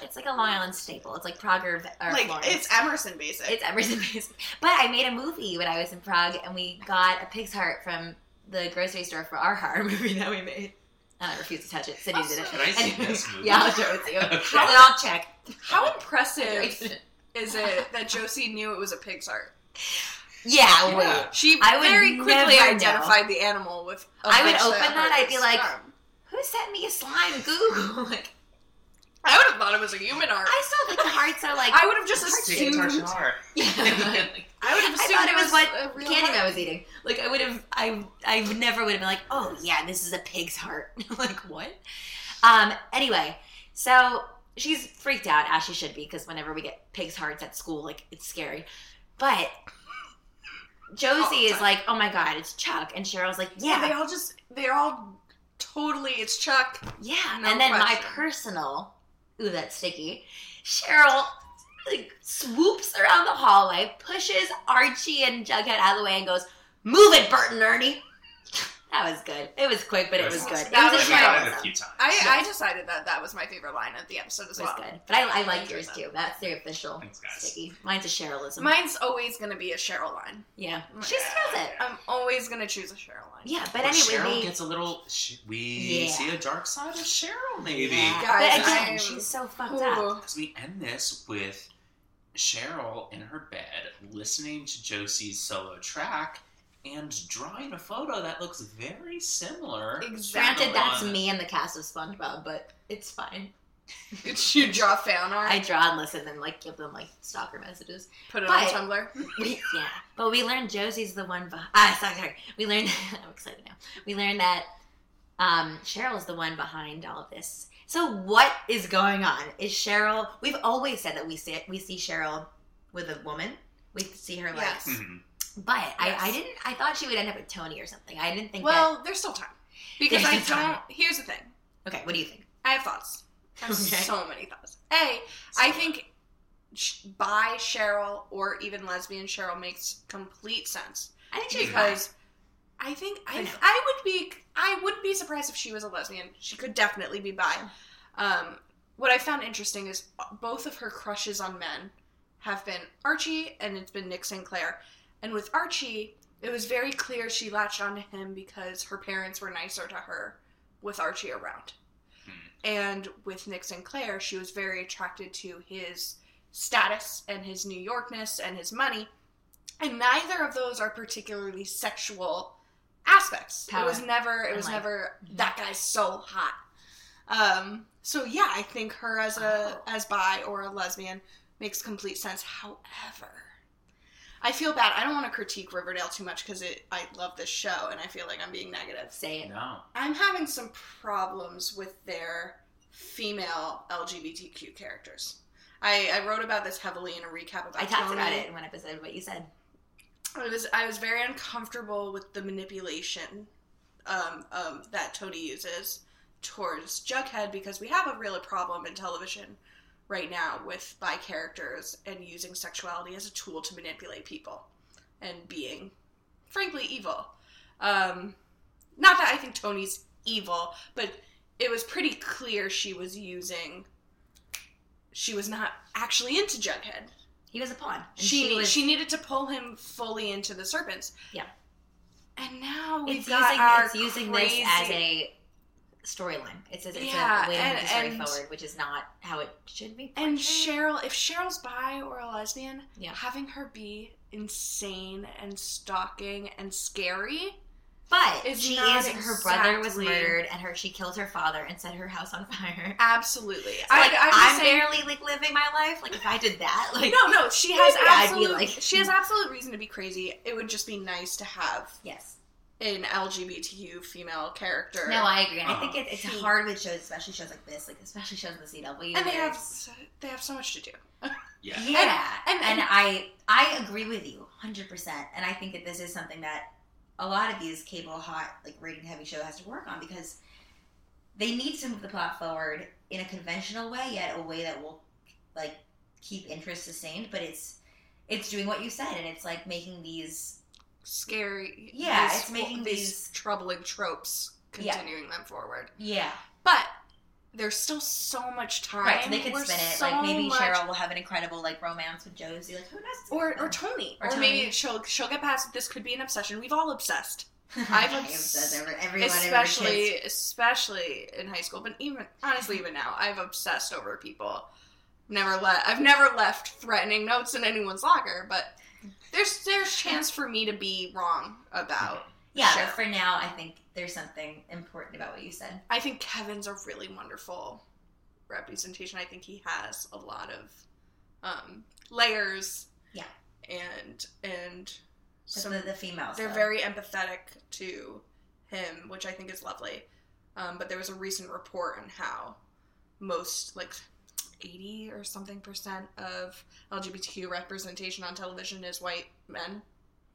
[SPEAKER 2] it's like a Long Island staple. It's like Prague or, or
[SPEAKER 3] like
[SPEAKER 2] Florence.
[SPEAKER 3] it's Emerson basic.
[SPEAKER 2] It's Emerson Basic. But I made a movie when I was in Prague, and we got a pig's heart from the grocery store for our horror movie that we made. And I refuse to touch it. Sydney did it.
[SPEAKER 1] Can I see
[SPEAKER 2] Anyway,
[SPEAKER 1] this movie?
[SPEAKER 2] Yeah, I'll show it to you.
[SPEAKER 1] Okay.
[SPEAKER 2] Then I'll check.
[SPEAKER 3] How impressive is it that Josie knew it was a pig's heart?
[SPEAKER 2] Yeah, wait.
[SPEAKER 1] Oh, Yeah.
[SPEAKER 3] She
[SPEAKER 2] I would
[SPEAKER 3] very quickly
[SPEAKER 2] never know.
[SPEAKER 3] identified the animal with. of
[SPEAKER 2] I would
[SPEAKER 3] which
[SPEAKER 2] open that,
[SPEAKER 3] heart
[SPEAKER 2] I'd be
[SPEAKER 3] is
[SPEAKER 2] like-
[SPEAKER 3] from.
[SPEAKER 2] Who sent me a slime goo? like,
[SPEAKER 3] I would have thought it was a human heart.
[SPEAKER 2] I saw like the hearts are like.
[SPEAKER 3] I would have just
[SPEAKER 1] Stick it
[SPEAKER 3] assumed.
[SPEAKER 1] to her heart.
[SPEAKER 2] yeah.
[SPEAKER 3] I would have
[SPEAKER 2] I
[SPEAKER 3] assumed
[SPEAKER 2] thought it was what
[SPEAKER 3] a real
[SPEAKER 2] Candy I
[SPEAKER 3] heart.
[SPEAKER 2] was eating. Like I would have, I I would never would have been like, oh yeah, this is a pig's heart. like what? Um. Anyway, so she's freaked out as she should be because whenever we get pig's hearts at school, like it's scary. But
[SPEAKER 3] All the
[SPEAKER 2] Josie is
[SPEAKER 3] time.
[SPEAKER 2] like, oh my god, it's Chuck, and Cheryl's like,
[SPEAKER 3] Yeah, they
[SPEAKER 2] yeah,
[SPEAKER 3] all just they're all totally. It's Chuck.
[SPEAKER 2] yeah.
[SPEAKER 3] no
[SPEAKER 2] and then my
[SPEAKER 3] question.
[SPEAKER 2] personal, ooh, that's sticky. Cheryl. Like swoops around the hallway, pushes Archie and Jughead out of the way, and goes, "Move it, Bert and Ernie." That was good. It was quick, but it was good.
[SPEAKER 3] That
[SPEAKER 2] it was,
[SPEAKER 3] was
[SPEAKER 2] a
[SPEAKER 3] my-
[SPEAKER 2] Cheryl
[SPEAKER 1] I've done it
[SPEAKER 2] episode.
[SPEAKER 1] a few times.
[SPEAKER 3] I, I decided that that was my favorite line of the episode as
[SPEAKER 2] It was
[SPEAKER 3] well.
[SPEAKER 2] good, but I, I like yours
[SPEAKER 3] Interesting.
[SPEAKER 2] too. That's the official
[SPEAKER 1] Thanks, guys.
[SPEAKER 2] sticky. Mine's a Cherylism.
[SPEAKER 3] Mine's always going to be a Cheryl line.
[SPEAKER 2] yeah,
[SPEAKER 3] Yeah.
[SPEAKER 2] she steals it.
[SPEAKER 3] I'm always going to choose a Cheryl line.
[SPEAKER 2] Yeah, but
[SPEAKER 1] But Cheryl
[SPEAKER 2] anyway, we,
[SPEAKER 1] gets a little. She, we
[SPEAKER 2] Yeah.
[SPEAKER 1] see a dark side of Cheryl, maybe.
[SPEAKER 2] yeah.
[SPEAKER 3] Guys,
[SPEAKER 2] but again,
[SPEAKER 3] I'm-
[SPEAKER 2] she's so fucked up.
[SPEAKER 3] Ooh.
[SPEAKER 1] Because we end this with Cheryl in her bed listening to Josie's solo track and drawing a photo that looks very similar.
[SPEAKER 3] Exactly.
[SPEAKER 2] Granted, that's
[SPEAKER 1] One.
[SPEAKER 2] me and the cast of SpongeBob, but it's fine.
[SPEAKER 3] It's you draw fan art,
[SPEAKER 2] I draw and listen and like give them like stalker messages.
[SPEAKER 3] put it
[SPEAKER 2] but-
[SPEAKER 3] on Tumblr.
[SPEAKER 2] We, yeah, but we learned Josie's the one. Be- ah, sorry, sorry. We learned. I'm excited now. We learned that um, Cheryl is the one behind all of this. So what is going on? Is Cheryl? We've always said that we see we see Cheryl with a woman. We see her like,
[SPEAKER 3] Yes.
[SPEAKER 1] Mhm.
[SPEAKER 2] but
[SPEAKER 3] Yes.
[SPEAKER 2] I, I didn't. I thought she would end up with Tony or something. I didn't think.
[SPEAKER 3] Well, there's still time because
[SPEAKER 2] There's
[SPEAKER 3] I
[SPEAKER 2] still
[SPEAKER 3] don't.
[SPEAKER 2] time.
[SPEAKER 3] Here's the thing:
[SPEAKER 2] that, okay. What do you think?
[SPEAKER 3] I have thoughts. I have
[SPEAKER 2] Okay.
[SPEAKER 3] so many thoughts. A, I think sh- bi Cheryl or even lesbian Cheryl makes complete sense
[SPEAKER 2] I think she was fine.
[SPEAKER 3] because I think
[SPEAKER 2] For
[SPEAKER 3] I
[SPEAKER 2] now.
[SPEAKER 3] I would be I would be surprised if she was a lesbian. She could definitely be bi. Um, what I found interesting is both of her crushes on men have been Archie and it's been Nick Sinclair. And with Archie, It was very clear she latched onto him because her parents were nicer to her with Archie around. And with Nick Sinclair, she was very attracted to his status and his New Yorkness and his money. And neither of those are particularly sexual aspects. It
[SPEAKER 2] Power.
[SPEAKER 3] was never it
[SPEAKER 2] And Mm-hmm.
[SPEAKER 3] was
[SPEAKER 2] like-
[SPEAKER 3] never that guy's so hot. Um so yeah, I think her as a
[SPEAKER 2] Oh.
[SPEAKER 3] as bi or a lesbian makes complete sense. However, I feel bad. I don't want to critique Riverdale too much because it I love this show and I feel like I'm being negative.
[SPEAKER 2] Say it.
[SPEAKER 1] No.
[SPEAKER 3] I'm having some problems with their female LGBTQ characters. I, I wrote about this heavily in a recap of
[SPEAKER 2] I talked
[SPEAKER 3] Tony.
[SPEAKER 2] about it in one episode, what you said.
[SPEAKER 3] I was I was very uncomfortable with the manipulation um, um, that Tony uses towards Jughead because we have a real problem in television right now with bi characters and using sexuality as a tool to manipulate people and being frankly evil. Um, not that I think Tony's evil, but it was pretty clear she was using. She was not actually into Jughead
[SPEAKER 2] He was a pawn. and
[SPEAKER 3] she she,
[SPEAKER 2] was,
[SPEAKER 3] needed to pull him fully into the serpents.
[SPEAKER 2] Yeah.
[SPEAKER 3] And now we've
[SPEAKER 2] it's
[SPEAKER 3] got
[SPEAKER 2] using,
[SPEAKER 3] our
[SPEAKER 2] it's using
[SPEAKER 3] crazy,
[SPEAKER 2] this as a storyline. It's, it's, it's
[SPEAKER 3] Yeah,
[SPEAKER 2] a way to
[SPEAKER 3] and-
[SPEAKER 2] move the story
[SPEAKER 3] and-
[SPEAKER 2] forward, which is not how it should be.
[SPEAKER 3] and
[SPEAKER 2] portrayed.
[SPEAKER 3] Cheryl. If Cheryl's bi or a lesbian,
[SPEAKER 2] Yeah.
[SPEAKER 3] having her be insane and stalking and scary.
[SPEAKER 2] But
[SPEAKER 3] It's
[SPEAKER 2] she
[SPEAKER 3] not
[SPEAKER 2] is. Her brother was
[SPEAKER 3] exactly-
[SPEAKER 2] murdered, and her she killed her father and set her house on fire.
[SPEAKER 3] Absolutely,
[SPEAKER 2] I,
[SPEAKER 3] I,
[SPEAKER 2] like,
[SPEAKER 3] I'm just
[SPEAKER 2] I'm,
[SPEAKER 3] saying-
[SPEAKER 2] barely like living my life. Like if I did that, like
[SPEAKER 3] No, no, she has
[SPEAKER 2] Maybe I'd be
[SPEAKER 3] absolute.
[SPEAKER 2] like- hmm.
[SPEAKER 3] she has absolute reason to be crazy. It would just be nice to have
[SPEAKER 2] yes.
[SPEAKER 3] an LGBTQ female character.
[SPEAKER 2] No, I agree. And I think
[SPEAKER 1] Uh-huh.
[SPEAKER 2] it, it's hard with shows, especially shows like this, like especially shows in the CW.
[SPEAKER 3] and they
[SPEAKER 2] where
[SPEAKER 3] have
[SPEAKER 2] it's-
[SPEAKER 3] so- they have so much to do.
[SPEAKER 1] Yeah.
[SPEAKER 2] yeah,
[SPEAKER 3] and-
[SPEAKER 2] and,
[SPEAKER 3] and-
[SPEAKER 2] I I agree with you 100. percent And I think that this is something that a lot of these cable hot like rating heavy show has to work on because they need to move the plot forward in a conventional way, yet a way that will like keep interest sustained. But it's it's doing what you said, and it's like making these
[SPEAKER 3] scary.
[SPEAKER 2] Yeah,
[SPEAKER 3] these-
[SPEAKER 2] it's making these-
[SPEAKER 3] troubling tropes
[SPEAKER 2] Yeah.
[SPEAKER 3] continuing them forward.
[SPEAKER 2] yeah
[SPEAKER 3] But there's still so much time.
[SPEAKER 2] right. So they could
[SPEAKER 3] We're
[SPEAKER 2] spin it
[SPEAKER 3] so
[SPEAKER 2] like maybe
[SPEAKER 3] much-
[SPEAKER 2] Cheryl will have an incredible like romance with Josie. Like who knows?
[SPEAKER 3] or or Tony, or,
[SPEAKER 2] Or
[SPEAKER 3] maybe
[SPEAKER 2] Tony.
[SPEAKER 3] she'll she'll get past. it. This could be an obsession. We've all obsessed, I've
[SPEAKER 2] I've obsessed over everyone, every kid's
[SPEAKER 3] especially especially in high school. But even honestly, even now, I've obsessed over people. Never let I've never left threatening notes in anyone's locker, but there's there's chance for me to be wrong about
[SPEAKER 2] Yeah,
[SPEAKER 3] Sure.
[SPEAKER 2] but for now, I think there's something important about what you said.
[SPEAKER 3] I think Kevin's a really wonderful representation. I think he has a lot of um, layers.
[SPEAKER 2] Yeah.
[SPEAKER 3] And and
[SPEAKER 2] But
[SPEAKER 3] some
[SPEAKER 2] the, the females.
[SPEAKER 3] they're
[SPEAKER 2] though.
[SPEAKER 3] very empathetic to him, which I think is lovely. Um, but there was a recent report on how most like 80 or something percent of LGBTQ representation on television is white men.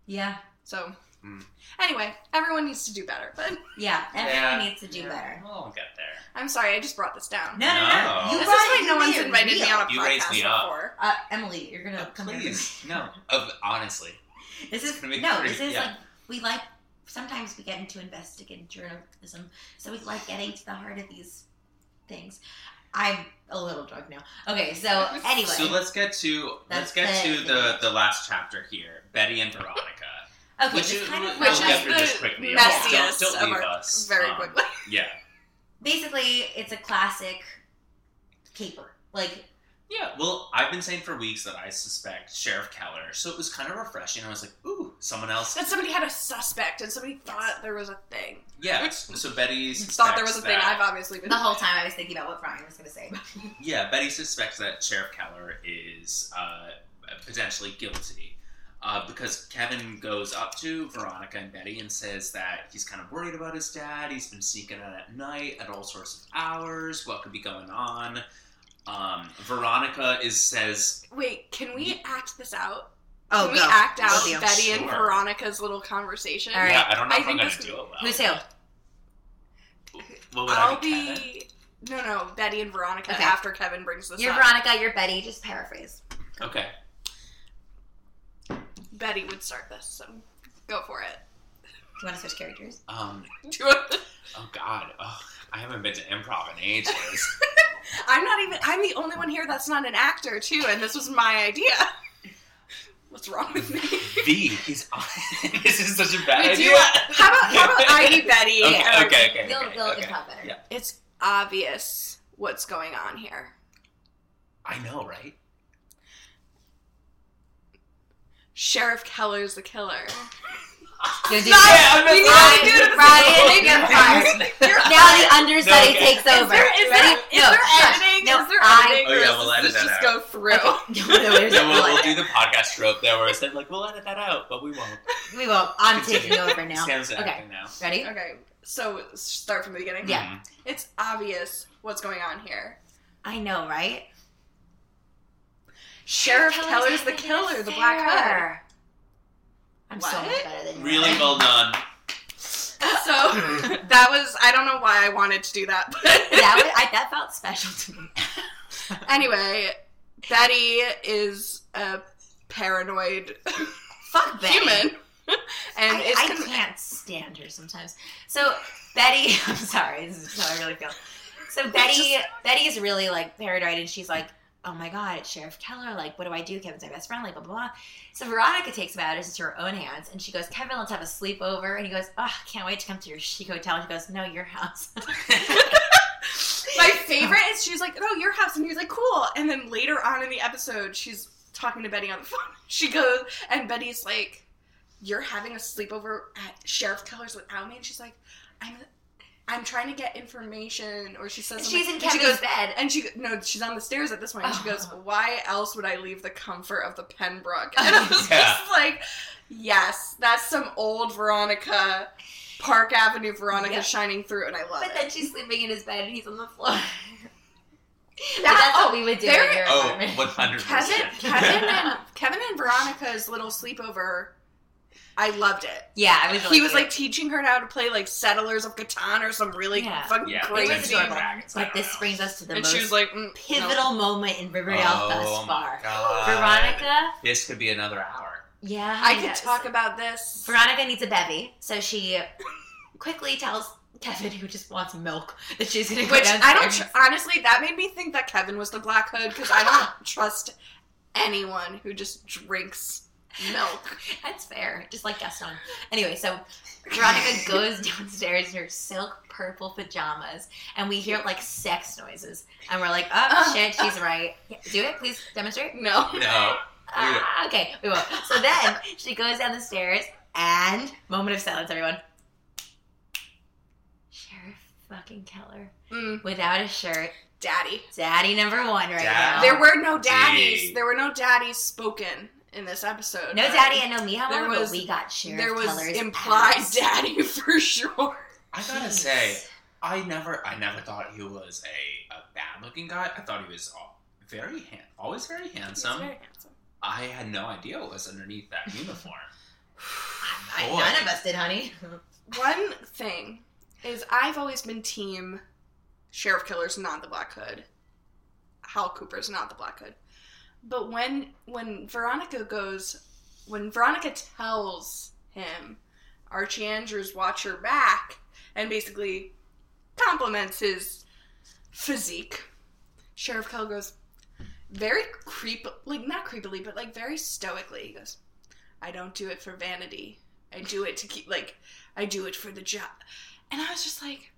[SPEAKER 2] Yeah,
[SPEAKER 3] So
[SPEAKER 1] Hmm.
[SPEAKER 3] anyway, everyone needs to do better. But
[SPEAKER 2] yeah.
[SPEAKER 1] Yeah.
[SPEAKER 2] Everyone needs to do
[SPEAKER 1] Yeah,
[SPEAKER 2] better.
[SPEAKER 1] We'll get there.
[SPEAKER 3] I'm sorry, I just brought this down.
[SPEAKER 2] No, no, no.
[SPEAKER 1] No.
[SPEAKER 2] You
[SPEAKER 3] This is
[SPEAKER 2] brought-
[SPEAKER 3] why
[SPEAKER 2] Oh, you
[SPEAKER 3] no one's
[SPEAKER 2] made it
[SPEAKER 3] invited me
[SPEAKER 2] real.
[SPEAKER 3] on a
[SPEAKER 1] You raised
[SPEAKER 3] podcast
[SPEAKER 1] me up.
[SPEAKER 3] before.
[SPEAKER 2] Uh, Emily, you're gonna come here.
[SPEAKER 1] Oh, Please. No. Of, honestly.
[SPEAKER 2] This is
[SPEAKER 1] Gonna be
[SPEAKER 2] no.
[SPEAKER 1] free,
[SPEAKER 2] This is
[SPEAKER 1] yeah.
[SPEAKER 2] like we like. Sometimes we get into investigative journalism, so we like getting to the heart of these things. I'm a little drunk now. Okay, so anyway,
[SPEAKER 1] So let's get to let's
[SPEAKER 2] That's
[SPEAKER 1] get to
[SPEAKER 2] the-
[SPEAKER 1] the the last chapter here. Betty and Veronica.
[SPEAKER 2] okay,
[SPEAKER 1] which
[SPEAKER 2] just
[SPEAKER 1] is
[SPEAKER 2] kind of
[SPEAKER 1] we'll
[SPEAKER 3] Which
[SPEAKER 1] get
[SPEAKER 3] is
[SPEAKER 1] through this
[SPEAKER 3] the
[SPEAKER 1] quickly.
[SPEAKER 3] messiest
[SPEAKER 1] don't,
[SPEAKER 3] of
[SPEAKER 1] don't leave
[SPEAKER 3] our-
[SPEAKER 1] us
[SPEAKER 3] Very
[SPEAKER 1] Um,
[SPEAKER 3] quickly.
[SPEAKER 1] Yeah.
[SPEAKER 2] basically it's a classic caper. Like
[SPEAKER 1] Yeah, well, I've been saying for weeks that I suspect Sheriff Keller, so it was kind of refreshing. I was like, ooh, someone else.
[SPEAKER 3] That somebody had a suspect and somebody thought there was a thing.
[SPEAKER 1] Yeah, so Betty suspects
[SPEAKER 3] Thought there was a thing.
[SPEAKER 1] that-
[SPEAKER 3] I've obviously been
[SPEAKER 2] the whole time I was thinking about what Brian was gonna say.
[SPEAKER 1] Yeah, Betty suspects that Sheriff Keller is uh, potentially guilty uh, because Kevin goes up to Veronica and Betty and says that he's kind of worried about his dad. He's been sneaking out at night at all sorts of hours. What could be going on? Um, Veronica is says,
[SPEAKER 3] Wait, can we act this out?
[SPEAKER 2] Oh,
[SPEAKER 3] can we act out
[SPEAKER 2] Will do.
[SPEAKER 3] Betty and
[SPEAKER 1] Sure.
[SPEAKER 3] Veronica's little conversation?
[SPEAKER 2] All right.
[SPEAKER 1] "Yeah, I don't know
[SPEAKER 3] I
[SPEAKER 1] if I'm
[SPEAKER 3] think
[SPEAKER 1] going
[SPEAKER 3] this
[SPEAKER 1] to
[SPEAKER 3] could-
[SPEAKER 1] do it well."
[SPEAKER 2] Who's who?
[SPEAKER 1] What would I
[SPEAKER 3] I'll
[SPEAKER 1] Kevin?
[SPEAKER 3] be no, no, Betty and Veronica
[SPEAKER 2] Okay.
[SPEAKER 3] after Kevin brings this
[SPEAKER 2] You're
[SPEAKER 3] up.
[SPEAKER 2] Veronica. You're Betty. Just paraphrase.
[SPEAKER 1] Okay.
[SPEAKER 3] Betty would start this, so go for it.
[SPEAKER 2] Do you want to switch characters?
[SPEAKER 1] Um,
[SPEAKER 3] Do it.
[SPEAKER 1] oh God. Oh, I haven't been to improv in ages.
[SPEAKER 3] I'm not even I'm the only one here that's not an actor too, and this was my idea. What's wrong with me?
[SPEAKER 1] V is on. this is such a bad
[SPEAKER 3] We do-
[SPEAKER 1] idea.
[SPEAKER 3] how about how about Ivy Betty?
[SPEAKER 1] Okay,
[SPEAKER 3] or-
[SPEAKER 1] okay, okay.
[SPEAKER 2] You'll-
[SPEAKER 1] okay,
[SPEAKER 2] you'll
[SPEAKER 1] okay.
[SPEAKER 2] talk better.
[SPEAKER 1] Yeah.
[SPEAKER 3] It's obvious what's going on here.
[SPEAKER 1] I know, right?
[SPEAKER 3] Sheriff Keller's the killer.
[SPEAKER 2] You're doing-
[SPEAKER 1] Yeah, I'm
[SPEAKER 3] you
[SPEAKER 1] not-
[SPEAKER 3] need to do it.
[SPEAKER 2] Brian,
[SPEAKER 3] You're
[SPEAKER 2] you're fired. Now the understudy
[SPEAKER 1] No, okay.
[SPEAKER 2] takes
[SPEAKER 3] Is
[SPEAKER 2] over.
[SPEAKER 3] there- is
[SPEAKER 2] Ready?
[SPEAKER 3] there- is
[SPEAKER 2] no,
[SPEAKER 3] there
[SPEAKER 2] shush.
[SPEAKER 3] editing?
[SPEAKER 2] No,
[SPEAKER 3] Is there
[SPEAKER 2] I-
[SPEAKER 3] editing?
[SPEAKER 1] Oh, yeah,
[SPEAKER 3] Or is
[SPEAKER 1] we'll
[SPEAKER 3] this-
[SPEAKER 1] edit
[SPEAKER 3] this
[SPEAKER 1] that
[SPEAKER 3] just
[SPEAKER 1] out.
[SPEAKER 3] go through.
[SPEAKER 2] No, no, there's
[SPEAKER 1] Yeah, we'll,
[SPEAKER 2] no
[SPEAKER 1] we'll
[SPEAKER 2] edit.
[SPEAKER 1] do the podcast trope there where it's like, we'll edit that out, but we won't.
[SPEAKER 2] We won't. I'm
[SPEAKER 1] Continue.
[SPEAKER 2] taking over now.
[SPEAKER 1] Sam's
[SPEAKER 2] Okay.
[SPEAKER 1] acting now.
[SPEAKER 2] Ready?
[SPEAKER 3] Okay, so start from the beginning.
[SPEAKER 2] Yeah.
[SPEAKER 1] Mhm.
[SPEAKER 3] It's obvious what's going on here.
[SPEAKER 2] I know, right?
[SPEAKER 3] Sheriff Keller's the killer, the Black Hood.
[SPEAKER 2] Hood. I'm so
[SPEAKER 3] What?
[SPEAKER 2] much better than you.
[SPEAKER 1] Really well done.
[SPEAKER 3] So that was I don't know why I wanted to do that, but
[SPEAKER 2] that, was, I, that felt special to me.
[SPEAKER 3] anyway, Betty is a paranoid
[SPEAKER 2] Fuck Betty.
[SPEAKER 3] human, and
[SPEAKER 2] I,
[SPEAKER 3] it's
[SPEAKER 2] I
[SPEAKER 3] con-
[SPEAKER 2] can't stand her sometimes. So Betty, I'm sorry, this is how I really feel. So Betty, Betty is really like paranoid, and she's like, "Oh my god, it's Sheriff Keller. Like, what do I do? Kevin's my best friend. Like, blah blah blah." So Veronica takes matters into her own hands, and she goes, "Kevin, let's have a sleepover." And he goes, "Oh, can't wait to come to your chic hotel." And she goes, "No, your house."
[SPEAKER 3] my favorite is she's like, "Oh, your house," and he's like, "Cool." And then later on in the episode, she's talking to Betty on the phone. She goes, and Betty's like, "You're having a sleepover at Sheriff Keller's without me," and she's like, "I'm." I'm trying to get information, or she says.
[SPEAKER 2] And
[SPEAKER 3] something-
[SPEAKER 2] she's in
[SPEAKER 3] and she goes,
[SPEAKER 2] Kevin's bed.
[SPEAKER 3] And she no, she's on the stairs at this point. And she goes,
[SPEAKER 2] Oh.
[SPEAKER 3] "Why else would I leave the comfort of the Penbrook?" And I was
[SPEAKER 1] Yeah.
[SPEAKER 3] just like, "Yes, that's some old Veronica, Park Avenue Veronica
[SPEAKER 2] Yep.
[SPEAKER 3] shining through," and I love
[SPEAKER 2] But
[SPEAKER 3] it.
[SPEAKER 2] then she's sleeping in his bed, and he's on the floor.
[SPEAKER 3] That-
[SPEAKER 2] But that's what
[SPEAKER 3] oh,
[SPEAKER 2] we would do in
[SPEAKER 3] there-
[SPEAKER 2] your
[SPEAKER 1] Oh, 100%.
[SPEAKER 2] apartment.
[SPEAKER 3] Kevin, Kevin, and Kevin and Veronica's little sleepover. I loved it.
[SPEAKER 2] Yeah, I was. Really
[SPEAKER 3] he was
[SPEAKER 2] cute.
[SPEAKER 3] like teaching her how to play like Settlers of Catan or some really
[SPEAKER 2] Yeah.
[SPEAKER 3] fucking
[SPEAKER 1] Yeah,
[SPEAKER 3] crazy.
[SPEAKER 2] It was
[SPEAKER 1] Dungeons and
[SPEAKER 2] adorable.
[SPEAKER 1] Dragons, I
[SPEAKER 2] Like
[SPEAKER 1] don't
[SPEAKER 2] this
[SPEAKER 1] know.
[SPEAKER 2] brings us to the
[SPEAKER 3] and
[SPEAKER 2] most
[SPEAKER 3] she was like mm, no.
[SPEAKER 2] pivotal moment in Riverdale
[SPEAKER 1] Oh
[SPEAKER 2] thus
[SPEAKER 1] my
[SPEAKER 2] far.
[SPEAKER 1] God.
[SPEAKER 2] Veronica,
[SPEAKER 1] This could be another hour.
[SPEAKER 2] yeah,
[SPEAKER 3] I could
[SPEAKER 2] yes.
[SPEAKER 3] talk about this.
[SPEAKER 2] Veronica needs a bevy, so she quickly tells Kevin, who just wants milk, that she's gonna go
[SPEAKER 3] Which I don't
[SPEAKER 2] downstairs.
[SPEAKER 3] tr- honestly. That made me think that Kevin was the Black Hood because I don't trust anyone who just drinks milk.
[SPEAKER 2] That's fair, just like Gaston. Anyway, so Veronica goes downstairs in her silk purple pajamas, and we hear like sex noises, and we're like, oh
[SPEAKER 3] Uh,
[SPEAKER 2] shit, she's right. Do it, please demonstrate.
[SPEAKER 3] No,
[SPEAKER 1] No.
[SPEAKER 2] Ah, okay, we won't. So then she goes down the stairs and moment of silence, everyone. Sheriff fucking Keller
[SPEAKER 3] Mm,
[SPEAKER 2] without a shirt,
[SPEAKER 3] daddy.
[SPEAKER 2] daddy number one right
[SPEAKER 1] Dad.
[SPEAKER 2] now.
[SPEAKER 3] There were no daddies.
[SPEAKER 1] Gee.
[SPEAKER 3] There were no daddies spoken in this episode.
[SPEAKER 2] no
[SPEAKER 3] but
[SPEAKER 2] daddy and no meow.
[SPEAKER 3] There
[SPEAKER 2] There
[SPEAKER 3] was-
[SPEAKER 2] but we got Sheriff
[SPEAKER 3] There was
[SPEAKER 2] Keller's
[SPEAKER 3] implied
[SPEAKER 2] ass.
[SPEAKER 3] daddy for sure.
[SPEAKER 1] I gotta
[SPEAKER 2] Jeez.
[SPEAKER 1] say, I never, I never thought he was a, a bad-looking guy. I thought he was all, very hand, always very handsome. I had no idea what was underneath that uniform.
[SPEAKER 2] I-
[SPEAKER 1] Boy.
[SPEAKER 2] none of us did, honey.
[SPEAKER 3] One thing is, I've always been team Sheriff Killer's not the Black Hood. Hal Cooper's not the Black Hood. But when when Veronica goes, when Veronica tells him, Archie Andrews watch her back, and basically compliments his physique. Sheriff Keller goes very creep, like not creepily, but like very stoically. He goes, "I don't do it for vanity. I do it to keep, like, I do it for the job." And I was just like,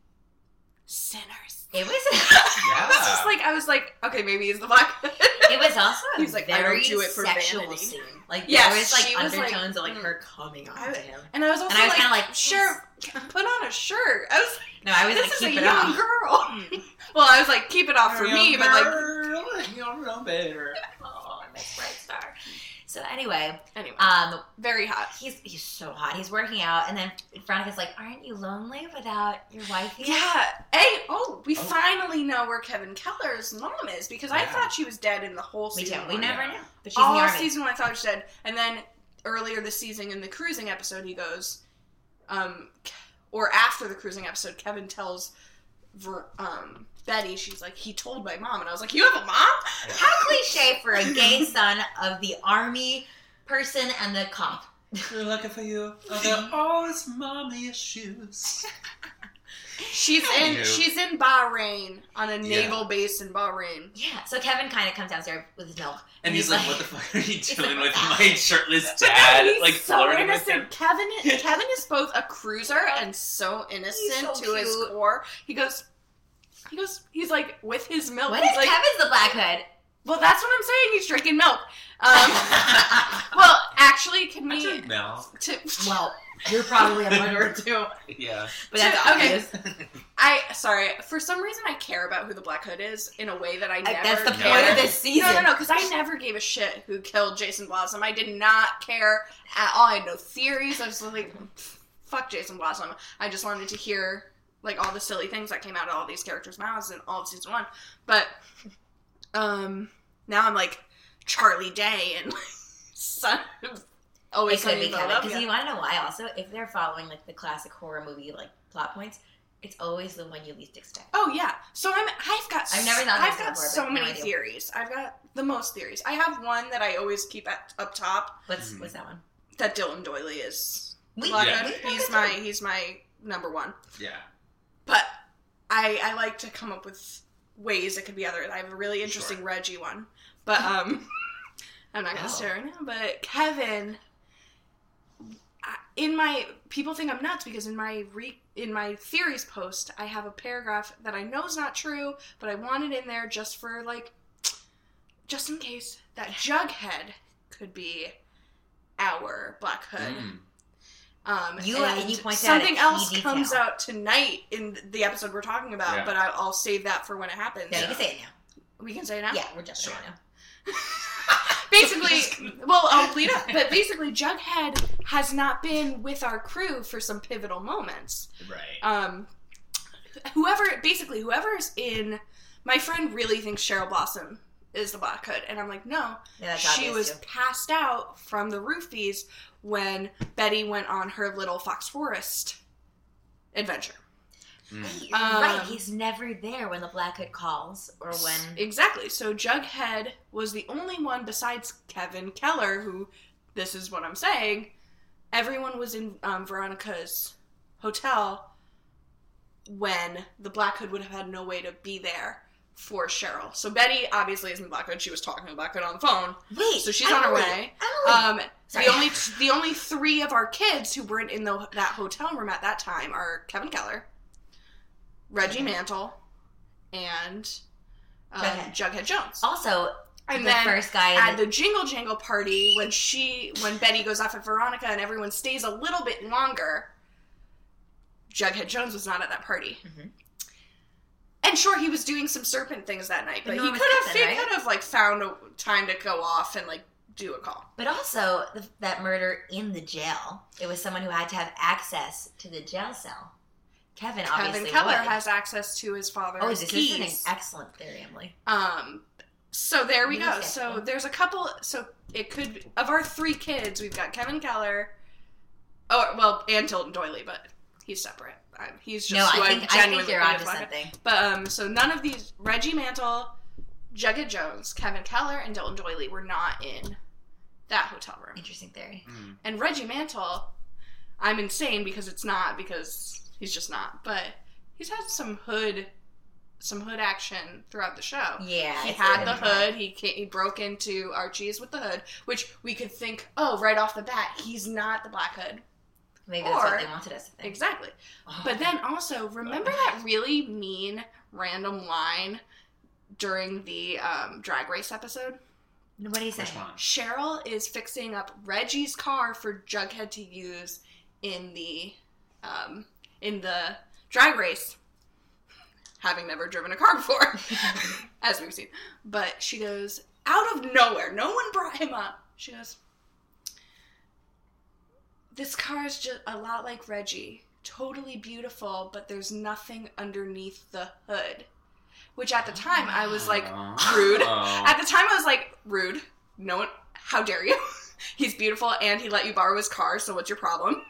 [SPEAKER 3] sinners.
[SPEAKER 2] It was.
[SPEAKER 1] Yeah.
[SPEAKER 3] I was just like, I was like, okay, maybe he's the black.
[SPEAKER 2] It was also a
[SPEAKER 3] He was like, I don't
[SPEAKER 2] very
[SPEAKER 3] do it for
[SPEAKER 2] sexual
[SPEAKER 3] vanity.
[SPEAKER 2] scene. Like
[SPEAKER 3] Yes,
[SPEAKER 2] there was
[SPEAKER 3] she
[SPEAKER 2] like
[SPEAKER 3] was, like,
[SPEAKER 2] undertones of
[SPEAKER 3] mm.
[SPEAKER 2] like her coming on
[SPEAKER 3] I-
[SPEAKER 2] to him.
[SPEAKER 3] and I was also
[SPEAKER 2] And I was
[SPEAKER 3] like,
[SPEAKER 2] kinda like,
[SPEAKER 3] sure, put on a shirt. I was
[SPEAKER 2] No, I
[SPEAKER 3] like,
[SPEAKER 2] was like,
[SPEAKER 3] this is a
[SPEAKER 2] keep it
[SPEAKER 3] young
[SPEAKER 2] up.
[SPEAKER 3] girl. well, I was like, keep it off for me, but like,
[SPEAKER 1] like, you don't know better.
[SPEAKER 2] Oh, Miss Bright Star. So anyway,
[SPEAKER 3] anyway,
[SPEAKER 2] um,
[SPEAKER 3] very hot.
[SPEAKER 2] He's he's so hot. He's working out, and then Veronica's like, "Aren't you lonely without your wife?" here?"
[SPEAKER 3] Yeah. Hey, oh, we
[SPEAKER 1] Oh.
[SPEAKER 3] finally know where Kevin Keller's mom is because I
[SPEAKER 1] Yeah.
[SPEAKER 3] thought she was dead in the whole
[SPEAKER 2] we do.
[SPEAKER 3] season.
[SPEAKER 2] We
[SPEAKER 3] one.
[SPEAKER 2] never
[SPEAKER 1] yeah.
[SPEAKER 2] knew. But she's in the
[SPEAKER 3] All
[SPEAKER 2] army.
[SPEAKER 3] season one, I thought she was dead, and then earlier this season in the cruising episode, he goes, um, or after the cruising episode, Kevin tells, Ver, um, Betty, she's like, he told my mom, and I was like, you have a mom?
[SPEAKER 2] How cliche for a gay son of the army person and the cop.
[SPEAKER 1] We're looking for you. Under all his mommy issues.
[SPEAKER 3] She's in
[SPEAKER 1] Anywho.
[SPEAKER 3] she's in Bahrain on a
[SPEAKER 1] Yeah.
[SPEAKER 3] naval base in Bahrain.
[SPEAKER 2] Yeah. So Kevin kind of comes downstairs with his milk,
[SPEAKER 1] And he's like, "What the fuck are you doing
[SPEAKER 2] like,
[SPEAKER 1] with my shirtless
[SPEAKER 3] But
[SPEAKER 1] dad?"
[SPEAKER 3] no, "Ah." he's
[SPEAKER 1] like
[SPEAKER 3] so
[SPEAKER 1] flirting with him.
[SPEAKER 3] innocent. Kevin is, Kevin is both a cruiser and so innocent
[SPEAKER 2] so
[SPEAKER 3] to his
[SPEAKER 2] cute.
[SPEAKER 3] core. He goes, he goes, he's like with his milk.
[SPEAKER 2] What
[SPEAKER 3] he's
[SPEAKER 2] if
[SPEAKER 3] like,
[SPEAKER 2] Kevin's the black hood?
[SPEAKER 3] well, that's what I'm saying. He's drinking milk. Um, well, actually, can we?
[SPEAKER 1] Imagine Mel.
[SPEAKER 3] To,
[SPEAKER 2] Well, you're probably a murderer too.
[SPEAKER 1] Yeah.
[SPEAKER 2] But that's
[SPEAKER 3] To- okay.
[SPEAKER 2] obvious.
[SPEAKER 3] I sorry for some reason I care about who the Black Hood is in a way that I never.
[SPEAKER 2] I- that's the
[SPEAKER 1] never
[SPEAKER 2] point
[SPEAKER 1] cared.
[SPEAKER 2] of this season.
[SPEAKER 3] No, no, no, because I never gave a shit who killed Jason Blossom. I did not care at all. I had no theories. I was like, fuck Jason Blossom. I just wanted to hear like all the silly things that came out of all these characters' mouths in all of season one. But um now I'm like Charlie Day and son of
[SPEAKER 2] It
[SPEAKER 3] always
[SPEAKER 2] could
[SPEAKER 3] Sunny in
[SPEAKER 2] be Kevin. Because
[SPEAKER 3] Philadelphia.
[SPEAKER 2] you want to know why? Also, if they're following like the classic horror movie like plot points, it's always the one you least expect.
[SPEAKER 3] Oh yeah. So I'm I've got
[SPEAKER 2] I've never thought of
[SPEAKER 3] I've got
[SPEAKER 2] that before,
[SPEAKER 3] so
[SPEAKER 2] but now
[SPEAKER 3] many
[SPEAKER 2] I do.
[SPEAKER 3] theories. I've got the most theories. I have one that I always keep at, up top
[SPEAKER 2] What's
[SPEAKER 1] Mhm.
[SPEAKER 2] what's that one?
[SPEAKER 3] that Dylan Doyley is
[SPEAKER 2] We,
[SPEAKER 3] Black
[SPEAKER 1] Yeah.
[SPEAKER 3] Hood,
[SPEAKER 2] we-
[SPEAKER 3] He's my he's my number one.
[SPEAKER 1] Yeah.
[SPEAKER 3] But I I like to come up with ways it could be other. I have a really interesting Reggie one, but um, I'm not gonna
[SPEAKER 2] Oh.
[SPEAKER 3] say it right now. But Kevin, I- in my people think I'm nuts because in my re in my theories post I have a paragraph that I know is not true, but I want it in there just for like just in case that Jughead could be our Black Hood.
[SPEAKER 1] Mm.
[SPEAKER 3] Um,
[SPEAKER 2] You-
[SPEAKER 3] and
[SPEAKER 2] and you pointed out a
[SPEAKER 3] something
[SPEAKER 2] key
[SPEAKER 3] else
[SPEAKER 2] detail.
[SPEAKER 3] comes out tonight in the episode we're talking about,
[SPEAKER 1] Yeah.
[SPEAKER 3] but I, I'll save that for when it happens.
[SPEAKER 2] No, you can say it now.
[SPEAKER 3] We can say it now.
[SPEAKER 2] Yeah, we're just sure. now.
[SPEAKER 3] Basically, well, I'll lead up, but basically, Jughead has not been with our crew for some pivotal moments.
[SPEAKER 1] Right.
[SPEAKER 3] Um, whoever, basically, whoever's in, my friend really thinks Cheryl Blossom is the Black Hood, and I'm like, no,
[SPEAKER 2] Yeah, that's
[SPEAKER 3] she
[SPEAKER 2] obvious
[SPEAKER 3] was
[SPEAKER 2] too.
[SPEAKER 3] passed out from the roofies when Betty went on her little Fox Forest adventure.
[SPEAKER 1] Mm.
[SPEAKER 2] Wait, you're
[SPEAKER 3] Um,
[SPEAKER 2] right, he's never there when the Black Hood calls or when.
[SPEAKER 3] Exactly. So Jughead was the only one besides Kevin Keller who, this is what I'm saying, everyone was in um, Veronica's hotel when the Black Hood would have had no way to be there for Cheryl. So Betty obviously isn't the Black Hood. She was talking to the Black Hood on the phone.
[SPEAKER 2] Wait,
[SPEAKER 3] So she's on her
[SPEAKER 2] Emily,
[SPEAKER 3] way.
[SPEAKER 2] Emily,
[SPEAKER 3] Um,
[SPEAKER 2] Oh, Sorry.
[SPEAKER 3] the only the only three of our kids who weren't in the, that hotel room at that time are Kevin Keller, Reggie Mantle, and um,
[SPEAKER 2] Jughead.
[SPEAKER 3] Jughead. Jones.
[SPEAKER 2] also,
[SPEAKER 3] and
[SPEAKER 2] the
[SPEAKER 3] then
[SPEAKER 2] first guy
[SPEAKER 3] at the
[SPEAKER 2] that-
[SPEAKER 3] Jingle Jangle party, when she when Betty goes off at Veronica and everyone stays a little bit longer, Jughead Jones was not at that party.
[SPEAKER 2] Mhm.
[SPEAKER 3] And sure, he was doing some serpent things that night,
[SPEAKER 2] But
[SPEAKER 3] but,
[SPEAKER 2] no
[SPEAKER 3] he
[SPEAKER 2] one
[SPEAKER 3] could
[SPEAKER 2] was
[SPEAKER 3] have
[SPEAKER 2] present,
[SPEAKER 3] he
[SPEAKER 2] right?
[SPEAKER 3] could have like found a time to go off and like do a call.
[SPEAKER 2] But also the, that murder in the jail. It was someone who had to have access to the jail cell. Kevin,
[SPEAKER 3] Kevin
[SPEAKER 2] obviously
[SPEAKER 3] Keller
[SPEAKER 2] would.
[SPEAKER 3] has access to his father's
[SPEAKER 2] Oh, this is an
[SPEAKER 3] keys.
[SPEAKER 2] excellent theory, Emily.
[SPEAKER 3] um, so there we
[SPEAKER 2] Really
[SPEAKER 3] go.
[SPEAKER 2] sick.
[SPEAKER 3] So there's a couple. So it could of our three kids, we've got Kevin Keller. Oh well, and Tilton Doily, but he's separate. Um, he's just
[SPEAKER 2] No,
[SPEAKER 3] who
[SPEAKER 2] I think I think
[SPEAKER 3] genuinely
[SPEAKER 2] you're
[SPEAKER 3] think
[SPEAKER 2] onto
[SPEAKER 3] is Black.
[SPEAKER 2] something.
[SPEAKER 3] But um, so none of these Reggie Mantle, Jughead Jones, Kevin Keller, and Tilton Doily were not in that hotel room.
[SPEAKER 2] Interesting theory.
[SPEAKER 1] Mm.
[SPEAKER 3] And Reggie Mantle, I'm insane because it's not because he's just not, but he's had some hood, some hood action throughout the show.
[SPEAKER 2] Yeah,
[SPEAKER 3] He
[SPEAKER 2] it's
[SPEAKER 3] had
[SPEAKER 2] a
[SPEAKER 3] the
[SPEAKER 2] good point.
[SPEAKER 3] hood. He ca- he broke into Archie's with the hood, which we could think, oh, right off the bat, he's not the Black Hood.
[SPEAKER 2] Maybe that's what
[SPEAKER 3] Or-
[SPEAKER 2] they wanted us to think. Oh,
[SPEAKER 3] Exactly. But then also remember that really mean random line during the um, drag race episode.
[SPEAKER 2] what do you say?
[SPEAKER 1] Which one?
[SPEAKER 3] Cheryl is fixing up Reggie's car for Jughead to use in the um, in the drag race. Having never driven a car before, as we've seen, but she goes out of nowhere. No one brought him up. She goes, "This car is just a lot like Reggie. Totally beautiful, but there's nothing underneath the hood." Which at the time I was like,
[SPEAKER 1] Oh.
[SPEAKER 3] rude. at the time, I was like, rude. No one, how dare you? He's beautiful and he let you borrow his car, so what's your problem?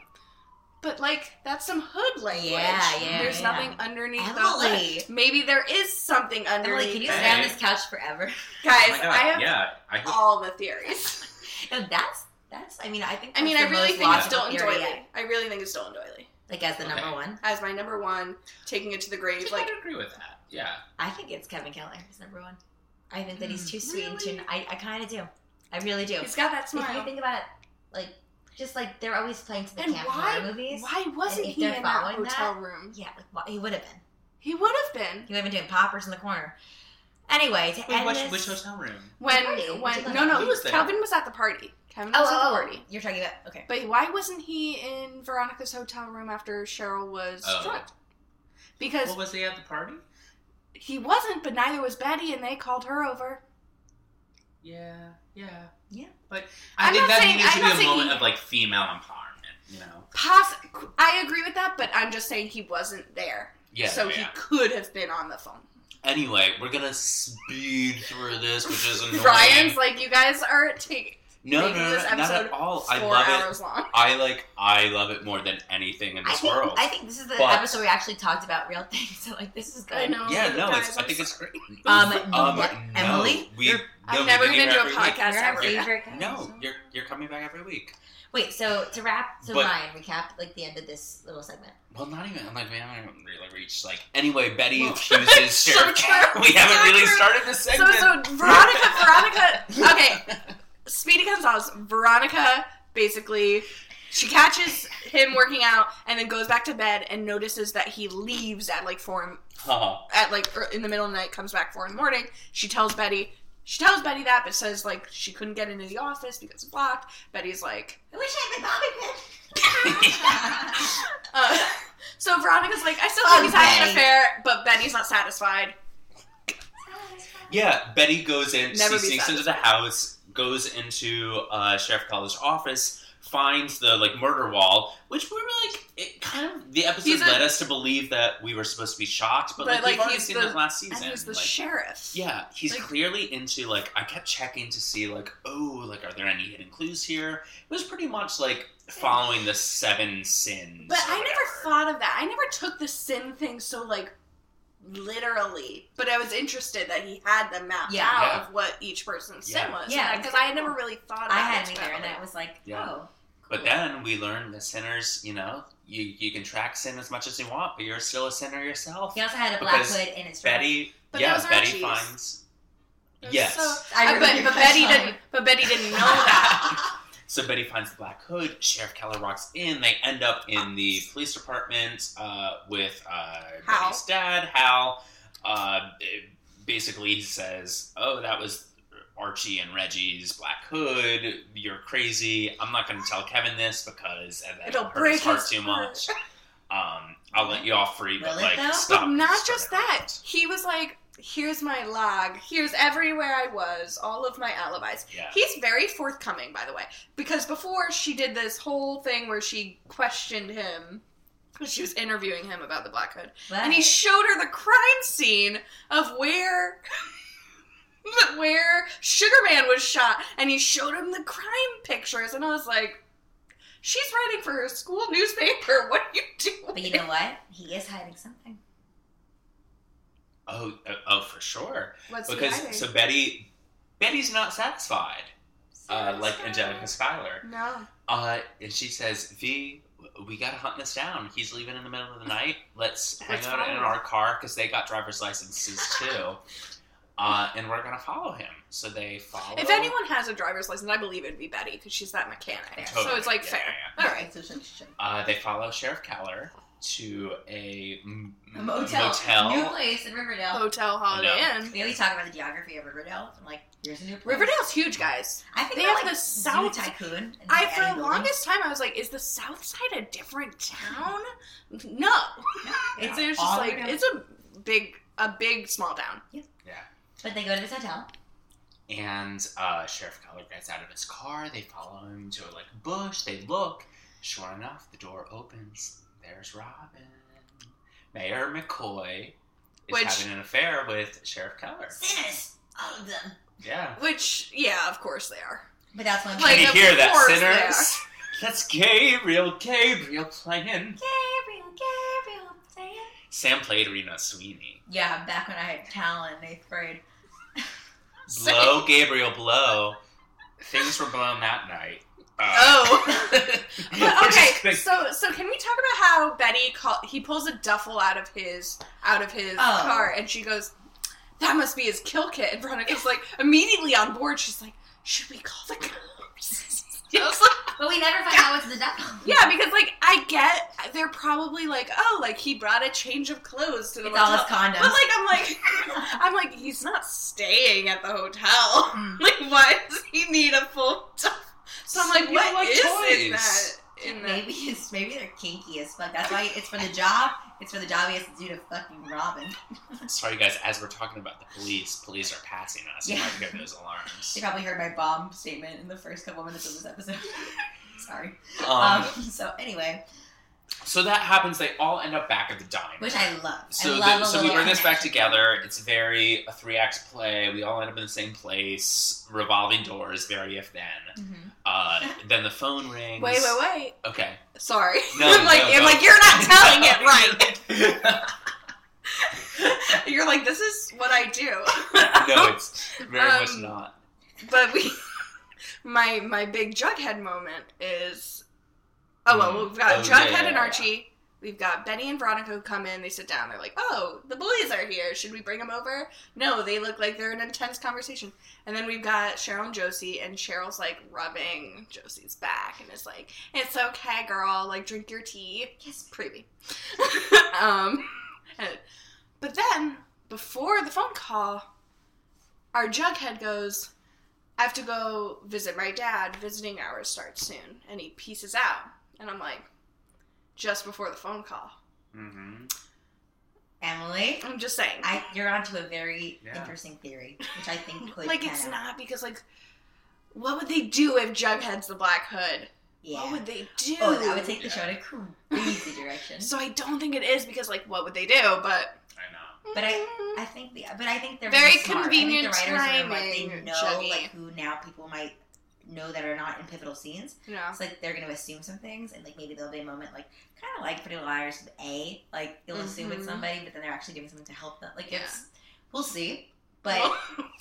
[SPEAKER 3] But, like, that's some hood language.
[SPEAKER 2] Yeah, yeah,
[SPEAKER 3] There's
[SPEAKER 2] yeah.
[SPEAKER 3] nothing underneath the
[SPEAKER 2] Emily.
[SPEAKER 3] hood. Maybe there is something underneath.
[SPEAKER 2] Emily, can you
[SPEAKER 3] it.
[SPEAKER 2] stay on this couch forever?
[SPEAKER 1] Oh
[SPEAKER 3] Guys,
[SPEAKER 1] my God,
[SPEAKER 3] I have
[SPEAKER 1] yeah. I hope-
[SPEAKER 3] all the theories.
[SPEAKER 2] no, that's that's. I mean, I think.
[SPEAKER 3] I mean, I
[SPEAKER 2] that's the
[SPEAKER 3] really
[SPEAKER 2] most
[SPEAKER 3] think it's
[SPEAKER 2] logical
[SPEAKER 3] Dylan
[SPEAKER 2] theory
[SPEAKER 3] Doily.
[SPEAKER 2] yet.
[SPEAKER 3] I really think it's Dylan Doily.
[SPEAKER 2] like as the number
[SPEAKER 1] Okay.
[SPEAKER 2] one.
[SPEAKER 3] as my number one, taking it to the
[SPEAKER 1] I
[SPEAKER 3] grave.
[SPEAKER 1] think
[SPEAKER 3] Like
[SPEAKER 1] I'd agree with that. Yeah.
[SPEAKER 2] I think it's Kevin Keller as number one. I think that he's
[SPEAKER 1] Hmm,
[SPEAKER 2] too sweet and too.
[SPEAKER 1] really?
[SPEAKER 2] I, I kind of do. I really do.
[SPEAKER 3] he's got that
[SPEAKER 2] If you
[SPEAKER 3] smile.
[SPEAKER 2] think about it, like just like they're always playing to the
[SPEAKER 3] And
[SPEAKER 2] camp
[SPEAKER 3] why?
[SPEAKER 2] in horror movies.
[SPEAKER 3] Why wasn't
[SPEAKER 2] And if
[SPEAKER 3] he in
[SPEAKER 2] they're
[SPEAKER 3] that
[SPEAKER 2] following
[SPEAKER 3] hotel room?
[SPEAKER 2] Yeah, like why, he would have been.
[SPEAKER 3] He would have been
[SPEAKER 2] He would have been doing poppers in the corner. Anyway, to
[SPEAKER 1] Wait,
[SPEAKER 2] end
[SPEAKER 1] which,
[SPEAKER 2] this,
[SPEAKER 1] which hotel room?
[SPEAKER 3] when
[SPEAKER 2] party.
[SPEAKER 3] when
[SPEAKER 2] Which
[SPEAKER 3] no no
[SPEAKER 1] He was there.
[SPEAKER 3] Calvin was at the party. Kevin
[SPEAKER 2] Oh,
[SPEAKER 3] was at the
[SPEAKER 2] oh,
[SPEAKER 3] party.
[SPEAKER 2] oh, you're talking about okay.
[SPEAKER 3] But why wasn't he in Veronica's hotel room after Cheryl was
[SPEAKER 1] Oh.
[SPEAKER 3] drugged? Because
[SPEAKER 1] What was he at the party?
[SPEAKER 3] he wasn't, but neither was Betty, and they called her over.
[SPEAKER 1] Yeah, yeah,
[SPEAKER 2] Yeah.
[SPEAKER 1] But I
[SPEAKER 3] I'm
[SPEAKER 1] think
[SPEAKER 3] not
[SPEAKER 1] that
[SPEAKER 3] saying-
[SPEAKER 1] needed
[SPEAKER 3] I'm
[SPEAKER 1] to
[SPEAKER 3] not
[SPEAKER 1] be a
[SPEAKER 3] saying
[SPEAKER 1] moment
[SPEAKER 3] he-
[SPEAKER 1] of like female empowerment, you know?
[SPEAKER 3] Poss- I agree with that, but I'm just saying he wasn't there.
[SPEAKER 1] Yeah.
[SPEAKER 3] so
[SPEAKER 1] yeah.
[SPEAKER 3] he could have been on the phone.
[SPEAKER 1] Anyway, we're gonna speed through this, which is annoying.
[SPEAKER 3] Ryan's like, you guys are taking
[SPEAKER 1] no, no,
[SPEAKER 3] making
[SPEAKER 1] no,
[SPEAKER 3] this
[SPEAKER 1] no, not
[SPEAKER 3] episode
[SPEAKER 1] at all. I
[SPEAKER 3] four
[SPEAKER 1] love it.
[SPEAKER 3] hours long.
[SPEAKER 1] I like. I love it more than anything in
[SPEAKER 2] I
[SPEAKER 1] this
[SPEAKER 2] think,
[SPEAKER 1] world.
[SPEAKER 2] I think this is the
[SPEAKER 1] But-
[SPEAKER 2] episode we actually talked about real things. So like this is good.
[SPEAKER 3] I know.
[SPEAKER 1] yeah, no,
[SPEAKER 3] guys,
[SPEAKER 1] it's, I
[SPEAKER 3] I'm
[SPEAKER 1] think it's
[SPEAKER 3] sorry.
[SPEAKER 1] great.
[SPEAKER 2] Um,
[SPEAKER 1] um,
[SPEAKER 2] what-
[SPEAKER 1] no,
[SPEAKER 2] Emily,
[SPEAKER 1] we,
[SPEAKER 2] you're-
[SPEAKER 3] I've
[SPEAKER 1] no, we
[SPEAKER 3] never
[SPEAKER 1] do
[SPEAKER 3] been
[SPEAKER 1] here
[SPEAKER 3] to a
[SPEAKER 1] every week.
[SPEAKER 3] podcast
[SPEAKER 2] You're our
[SPEAKER 3] ever.
[SPEAKER 2] favorite guy,
[SPEAKER 1] No,
[SPEAKER 2] so-
[SPEAKER 1] you're you're coming back every week.
[SPEAKER 2] Wait, so to wrap, so
[SPEAKER 1] But-
[SPEAKER 2] Ryan, recap like the end of this little segment.
[SPEAKER 1] Well, not even. I'm like, man, I haven't really reached. Like, anyway, Betty
[SPEAKER 3] Well,
[SPEAKER 1] excuses
[SPEAKER 3] so
[SPEAKER 1] Sheriff.
[SPEAKER 3] true.
[SPEAKER 1] we haven't
[SPEAKER 3] So
[SPEAKER 1] really
[SPEAKER 3] true.
[SPEAKER 1] started this
[SPEAKER 3] So,
[SPEAKER 1] segment.
[SPEAKER 3] so Veronica, Veronica. Okay, Speedy Gonzalez. Veronica basically she catches him working out and then goes back to bed and notices that he leaves at like four in-
[SPEAKER 1] Huh.
[SPEAKER 3] at like er- in the middle of the night. Comes back four in the morning. She tells Betty. She tells Betty that, but says like she couldn't get into the office because it's blocked. Betty's like,
[SPEAKER 2] I wish I had been Bobby Pin.
[SPEAKER 3] uh, so Veronica's like, I still think he's having an
[SPEAKER 2] Okay.
[SPEAKER 3] affair, but Betty's not satisfied.
[SPEAKER 1] Yeah, Betty goes in.
[SPEAKER 3] Never
[SPEAKER 1] she
[SPEAKER 3] be
[SPEAKER 1] sneaks into the house, goes into uh, Sheriff Collar's office, finds the like murder wall, which we were like, it kind of the episode
[SPEAKER 3] He's a-
[SPEAKER 1] led us to believe that we were supposed to be shocked, but,
[SPEAKER 3] But,
[SPEAKER 1] like,
[SPEAKER 3] like,
[SPEAKER 1] we've already
[SPEAKER 3] he's
[SPEAKER 1] seen
[SPEAKER 3] the-
[SPEAKER 1] that last
[SPEAKER 3] And
[SPEAKER 1] season.
[SPEAKER 3] he's the
[SPEAKER 1] like,
[SPEAKER 3] sheriff.
[SPEAKER 1] yeah, he's
[SPEAKER 3] Like-
[SPEAKER 1] clearly into like I kept checking to see like oh like are there any hidden clues here? It was pretty much like following the seven sins.
[SPEAKER 3] But
[SPEAKER 1] or
[SPEAKER 3] I never
[SPEAKER 1] whatever.
[SPEAKER 3] thought of that. I never took the sin thing so like literally. But I was interested that he had them mapped
[SPEAKER 2] Yeah.
[SPEAKER 3] out
[SPEAKER 1] Yeah.
[SPEAKER 3] of what each person's sin
[SPEAKER 1] Yeah.
[SPEAKER 3] was.
[SPEAKER 2] Yeah,
[SPEAKER 3] because I had never really thought. About
[SPEAKER 2] I had
[SPEAKER 3] it
[SPEAKER 2] me there, and
[SPEAKER 3] that
[SPEAKER 2] that was like,
[SPEAKER 1] Yeah.
[SPEAKER 2] oh,
[SPEAKER 1] But then we learn that sinners, you know, you you can track sin as much as you want, but you're still a sinner yourself.
[SPEAKER 2] he also had a black
[SPEAKER 1] Because
[SPEAKER 2] hood in his dress.
[SPEAKER 1] Betty,
[SPEAKER 3] But
[SPEAKER 1] yeah,
[SPEAKER 3] those are
[SPEAKER 1] Betty
[SPEAKER 3] cheese.
[SPEAKER 1] finds.
[SPEAKER 3] Those are
[SPEAKER 1] yes.
[SPEAKER 3] so-
[SPEAKER 2] I
[SPEAKER 3] Uh, but,
[SPEAKER 2] remember
[SPEAKER 3] but Betty
[SPEAKER 2] that
[SPEAKER 3] didn't.
[SPEAKER 2] time.
[SPEAKER 3] But Betty didn't know that.
[SPEAKER 1] so Betty finds the black hood. Sheriff Keller walks in. They end up in the police department uh, with uh,
[SPEAKER 3] Hal.
[SPEAKER 1] Betty's dad, Hal. Uh, it- basically, he says, "Oh, that was Archie and Reggie's black hood. You're crazy. I'm not going to tell Kevin this because that
[SPEAKER 3] It'll
[SPEAKER 1] hurt
[SPEAKER 3] break
[SPEAKER 1] his heart
[SPEAKER 3] his
[SPEAKER 1] too
[SPEAKER 3] heart."
[SPEAKER 1] much. Um, I'll let you all free, but
[SPEAKER 2] Will it
[SPEAKER 1] like,
[SPEAKER 2] though?
[SPEAKER 1] stop.
[SPEAKER 3] But not
[SPEAKER 1] stop
[SPEAKER 3] just
[SPEAKER 1] it.
[SPEAKER 3] that. He was like, "Here's my log. Here's everywhere I was. All of my alibis."
[SPEAKER 1] Yeah.
[SPEAKER 3] He's very forthcoming, by the way, because before she did this whole thing where she questioned him, 'cause she was interviewing him about the Black Hood, and he showed her the crime scene of where where Sugar Man was shot, and he showed him the crime pictures, and I was like, she's writing for her school newspaper. What are you doing?
[SPEAKER 2] but you know what? He is hiding something.
[SPEAKER 1] Oh, oh, oh, for sure.
[SPEAKER 3] What's he
[SPEAKER 1] Because
[SPEAKER 3] hiding?
[SPEAKER 1] so Betty, Betty's not satisfied, uh, like Angelica Schuyler.
[SPEAKER 3] no,
[SPEAKER 1] Uh, and she says, "V, we gotta hunt this down. He's leaving in the middle of the night. Let's hang
[SPEAKER 3] Let's
[SPEAKER 1] out in
[SPEAKER 3] follow
[SPEAKER 1] our car because they got driver's licenses too, uh, and we're gonna follow him." So they follow.
[SPEAKER 3] if anyone has a driver's license, I believe it'd be Betty because she's that mechanic. So
[SPEAKER 1] Totally,
[SPEAKER 3] it's like
[SPEAKER 1] yeah,
[SPEAKER 3] fair.
[SPEAKER 1] yeah,
[SPEAKER 3] All right.
[SPEAKER 1] uh, they follow Sheriff Keller to a m-
[SPEAKER 2] A motel. New place in Riverdale.
[SPEAKER 3] Hotel Holiday
[SPEAKER 1] I
[SPEAKER 3] Inn.
[SPEAKER 2] Oh, We always talk about the geography of Riverdale. I'm like, here's a new place.
[SPEAKER 3] Riverdale's huge, guys.
[SPEAKER 2] I think
[SPEAKER 3] they
[SPEAKER 2] they
[SPEAKER 3] have
[SPEAKER 2] like
[SPEAKER 3] the
[SPEAKER 2] the
[SPEAKER 3] South-
[SPEAKER 2] South Tycoon. and
[SPEAKER 3] I
[SPEAKER 2] like
[SPEAKER 3] for
[SPEAKER 2] adding
[SPEAKER 3] the
[SPEAKER 2] buildings.
[SPEAKER 3] longest time I was like, is the South Side a different town? No, it's, it's just
[SPEAKER 2] All
[SPEAKER 3] like
[SPEAKER 2] Riverdale.
[SPEAKER 3] it's a big, a big small town.
[SPEAKER 2] But they go to this hotel.
[SPEAKER 1] And uh, Sheriff Keller gets out of his car. They follow him to like a bush. They look. Sure enough, the door opens. There's Robin. Mayor McCoy is
[SPEAKER 3] Which-
[SPEAKER 1] having an affair with Sheriff Keller.
[SPEAKER 2] Sinners, all of them.
[SPEAKER 1] Yeah.
[SPEAKER 3] Which, yeah, of course they are.
[SPEAKER 2] But that's one
[SPEAKER 3] Like,
[SPEAKER 1] Can you
[SPEAKER 3] of
[SPEAKER 1] hear that,
[SPEAKER 3] course they
[SPEAKER 1] sinners? That's Gabriel, Gabriel playing.
[SPEAKER 2] Gabriel, Gabriel, say it.
[SPEAKER 1] Sam played Rena Sweeney.
[SPEAKER 2] Yeah, back when I had talent in eighth grade.
[SPEAKER 1] Blow, Gabriel, blow. Things were blown that night. Uh,
[SPEAKER 3] Oh.
[SPEAKER 1] we're just
[SPEAKER 3] okay,
[SPEAKER 1] gonna-
[SPEAKER 3] so so can we talk about how Betty call, he pulls a duffel out of his out of his
[SPEAKER 2] Oh.
[SPEAKER 3] car and she goes, "That must be his kill kit." And Veronica's like immediately on board. She's like, "Should we call the cops?" I was like,
[SPEAKER 2] But we never find out what's in the duffel.
[SPEAKER 3] yeah, because like I get they're probably like, "Oh, like he brought a change of clothes to the
[SPEAKER 2] It's all his
[SPEAKER 3] hotel."
[SPEAKER 2] condoms.
[SPEAKER 3] But like I'm like I'm like he's not staying at the hotel.
[SPEAKER 2] Mm.
[SPEAKER 3] like why does he need a full duffel? So I'm like,
[SPEAKER 1] Yeah,
[SPEAKER 3] what
[SPEAKER 1] like
[SPEAKER 3] is in that?
[SPEAKER 1] toys.
[SPEAKER 3] In that?
[SPEAKER 2] Maybe it's maybe they're kinky as fuck. That's why it's for the job. It's for the job he has to do to fucking Robin.
[SPEAKER 1] Sorry, guys. As we're talking about the police, police are passing us. You
[SPEAKER 2] Yeah.
[SPEAKER 1] might hear those
[SPEAKER 2] She
[SPEAKER 1] alarms.
[SPEAKER 2] probably heard my bomb statement in the first couple minutes of this episode. Sorry. Um,
[SPEAKER 1] Um,
[SPEAKER 2] so anyway,
[SPEAKER 1] so that happens. They all end up back at the diner.
[SPEAKER 2] which I love.
[SPEAKER 1] so
[SPEAKER 2] I
[SPEAKER 1] the-
[SPEAKER 2] love a
[SPEAKER 1] so we
[SPEAKER 2] little
[SPEAKER 1] bring this back
[SPEAKER 2] connection.
[SPEAKER 1] together. It's very a three act play. We all end up in the same place. Revolving doors. Very if then.
[SPEAKER 2] Mhm.
[SPEAKER 1] Uh, then the phone rings.
[SPEAKER 3] Wait, wait, wait.
[SPEAKER 1] Okay.
[SPEAKER 3] Sorry.
[SPEAKER 1] No,
[SPEAKER 3] I'm like
[SPEAKER 1] no,
[SPEAKER 3] I'm
[SPEAKER 1] no.
[SPEAKER 3] like you're not telling it right.
[SPEAKER 1] right.
[SPEAKER 3] You're like this is what I do.
[SPEAKER 1] no, it's very
[SPEAKER 3] Um,
[SPEAKER 1] much not.
[SPEAKER 3] But we my my big jughead moment is Oh well,
[SPEAKER 1] Mm.
[SPEAKER 3] we've got
[SPEAKER 1] Oh, yeah,
[SPEAKER 3] Jughead
[SPEAKER 1] yeah,
[SPEAKER 3] and
[SPEAKER 1] yeah.
[SPEAKER 3] Archie. We've got Betty and Veronica who come in. They sit down. They're like, "Oh, the boys are here. Should we bring them over?" No, they look like they're in an intense conversation. And then we've got Cheryl and Josie, and Cheryl's like rubbing Josie's back and is like, "It's okay, girl. Like, drink your tea."
[SPEAKER 2] Yes.
[SPEAKER 3] creepy. um, and- but then before the phone call, our jughead goes, "I have to go visit my dad. Visiting hours start soon," and he pieces out. And I'm like, just before the phone call.
[SPEAKER 1] Mm-hmm.
[SPEAKER 2] Emily,
[SPEAKER 3] I'm just saying,
[SPEAKER 2] I, you're onto a very
[SPEAKER 1] Yeah.
[SPEAKER 2] interesting theory, which I think could
[SPEAKER 3] like,
[SPEAKER 2] pan
[SPEAKER 3] it's
[SPEAKER 2] out.
[SPEAKER 3] not because like, what would they do if Jughead's the Black Hood?
[SPEAKER 2] Yeah.
[SPEAKER 3] What would they do?
[SPEAKER 2] oh, that would take the
[SPEAKER 1] Yeah.
[SPEAKER 2] show in a crazy direction.
[SPEAKER 3] so I don't think it is because like, what would they do? But
[SPEAKER 1] I know.
[SPEAKER 2] But I think, the, but I think they're
[SPEAKER 3] Very
[SPEAKER 2] really smart. I think
[SPEAKER 3] convenient
[SPEAKER 2] the writers are like they
[SPEAKER 3] timing,
[SPEAKER 2] know
[SPEAKER 3] Chuggy.
[SPEAKER 2] like who now people might know that are not in pivotal scenes.
[SPEAKER 3] you know.
[SPEAKER 2] It's like they're going to assume some things, and like maybe there'll be a moment like kind of like Pretty Little Liars with A, like they'll assume it's
[SPEAKER 3] Mhm.
[SPEAKER 2] somebody, but then they're actually giving someone to help them. Like
[SPEAKER 3] Yeah.
[SPEAKER 2] it's, we'll see. But I,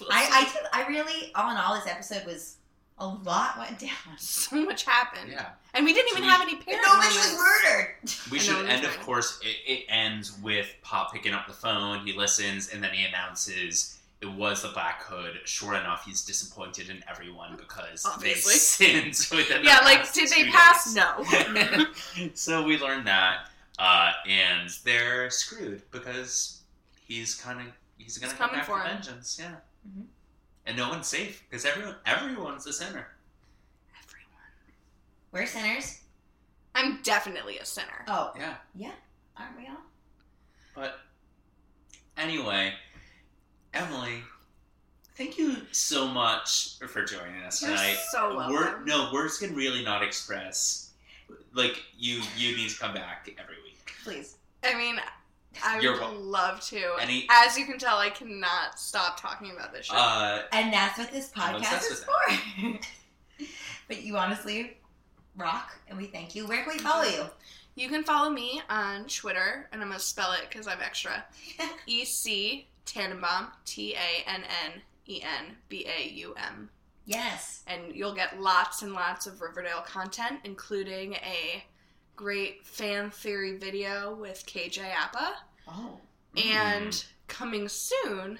[SPEAKER 2] I, did, I really, all in all, this episode was a lot went down.
[SPEAKER 3] so much happened.
[SPEAKER 1] Yeah.
[SPEAKER 3] And we didn't
[SPEAKER 1] So
[SPEAKER 3] even
[SPEAKER 1] we-
[SPEAKER 3] have any parent
[SPEAKER 2] Nobody was
[SPEAKER 3] moments.
[SPEAKER 2] murdered.
[SPEAKER 1] We
[SPEAKER 3] I know
[SPEAKER 1] should
[SPEAKER 3] what
[SPEAKER 1] end,
[SPEAKER 3] you're
[SPEAKER 1] of
[SPEAKER 3] saying.
[SPEAKER 1] course, it, it ends with Pop picking up the phone. He listens, and then he announces it was the Black Hood. Sure enough, he's disappointed in everyone because
[SPEAKER 3] Obviously.
[SPEAKER 1] they sinned within the
[SPEAKER 3] Yeah, like
[SPEAKER 1] past
[SPEAKER 3] did they
[SPEAKER 1] two
[SPEAKER 3] pass?
[SPEAKER 1] days.
[SPEAKER 3] No.
[SPEAKER 1] so we learned that, uh, and they're screwed because he's kind of he's gonna
[SPEAKER 3] He's
[SPEAKER 1] come
[SPEAKER 3] coming
[SPEAKER 1] back
[SPEAKER 3] for
[SPEAKER 1] for
[SPEAKER 3] him. Mm-hmm.
[SPEAKER 1] vengeance. Yeah,
[SPEAKER 2] Mhm.
[SPEAKER 1] and no one's safe because everyone everyone's a sinner.
[SPEAKER 2] We're sinners.
[SPEAKER 3] I'm definitely a sinner.
[SPEAKER 2] Oh,
[SPEAKER 1] Yeah,
[SPEAKER 2] aren't we all?
[SPEAKER 1] but anyway, Emily, thank you so much for joining us
[SPEAKER 3] You're
[SPEAKER 1] tonight.
[SPEAKER 3] so welcome.
[SPEAKER 1] Word, no words can really not express. Like you, you need to come back every week.
[SPEAKER 2] Please.
[SPEAKER 3] I mean, I
[SPEAKER 1] You're
[SPEAKER 3] would
[SPEAKER 1] welcome.
[SPEAKER 3] love to.
[SPEAKER 1] Any-
[SPEAKER 3] As you can tell, I cannot stop talking about this show.
[SPEAKER 1] Uh,
[SPEAKER 2] And that's what this
[SPEAKER 1] I'm
[SPEAKER 2] podcast
[SPEAKER 1] obsessed
[SPEAKER 2] is
[SPEAKER 1] with
[SPEAKER 2] for. but you honestly rock, and we thank you. Where can we follow you?
[SPEAKER 3] you can follow me on Twitter, and I'm gonna spell it because I'm extra. E C Tannenbaum, T A N N E N B A U M.
[SPEAKER 2] Yes.
[SPEAKER 3] and you'll get lots and lots of Riverdale content, including a great fan theory video with KJ Appa,
[SPEAKER 2] Oh.
[SPEAKER 3] and coming soon,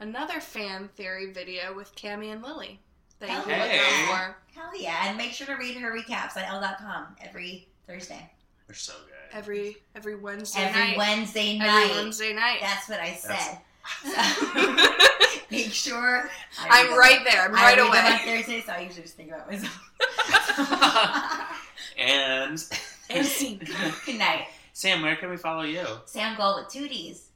[SPEAKER 3] another fan theory video with Cami and Lily that you can look
[SPEAKER 1] Hey.
[SPEAKER 3] out for
[SPEAKER 2] Hell yeah. And make sure to read her recaps on L.com every Thursday.
[SPEAKER 1] they're so good.
[SPEAKER 3] every every Wednesday
[SPEAKER 2] Every
[SPEAKER 3] night.
[SPEAKER 2] Wednesday night.
[SPEAKER 3] every Wednesday night.
[SPEAKER 2] That's what I said. make sure. I
[SPEAKER 3] I'm
[SPEAKER 2] read them-
[SPEAKER 3] right there. I'm
[SPEAKER 2] I
[SPEAKER 3] right
[SPEAKER 2] read them
[SPEAKER 3] away.
[SPEAKER 2] on Thursday, so I usually just think about myself.
[SPEAKER 1] And
[SPEAKER 3] And scene.
[SPEAKER 2] Good night.
[SPEAKER 1] Sam, where can we follow you?
[SPEAKER 2] Sam Gold with two D's.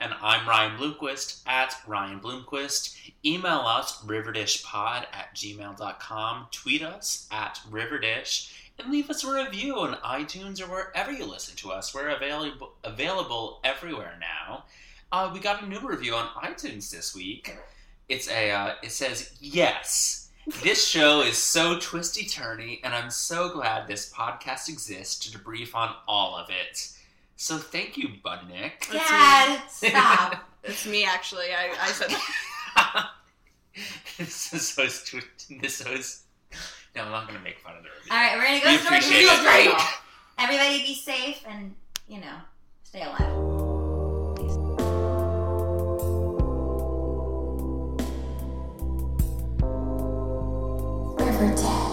[SPEAKER 1] And I'm Ryan Bloomquist at Ryan Bloomquist. Email us riverdishpod at gmail.com. Tweet us at riverdish. And leave us a review on iTunes or wherever you listen to us. We're available available everywhere now. Uh, we got a new review on iTunes this week. It's a uh, it says yes. This show is so twisty turny, and I'm so glad this podcast exists to debrief on all of it. So thank you, Budnick.
[SPEAKER 3] That's
[SPEAKER 2] Dad, stop.
[SPEAKER 3] It's me actually. I, I said
[SPEAKER 1] this is so stu- this is No, I'm not going to make fun of the review.
[SPEAKER 2] All right, we're
[SPEAKER 1] We
[SPEAKER 2] gonna go to Jordan
[SPEAKER 1] appreciate it.
[SPEAKER 2] Peele's review. Everybody, be safe and you know, stay alive.
[SPEAKER 5] Riverdale.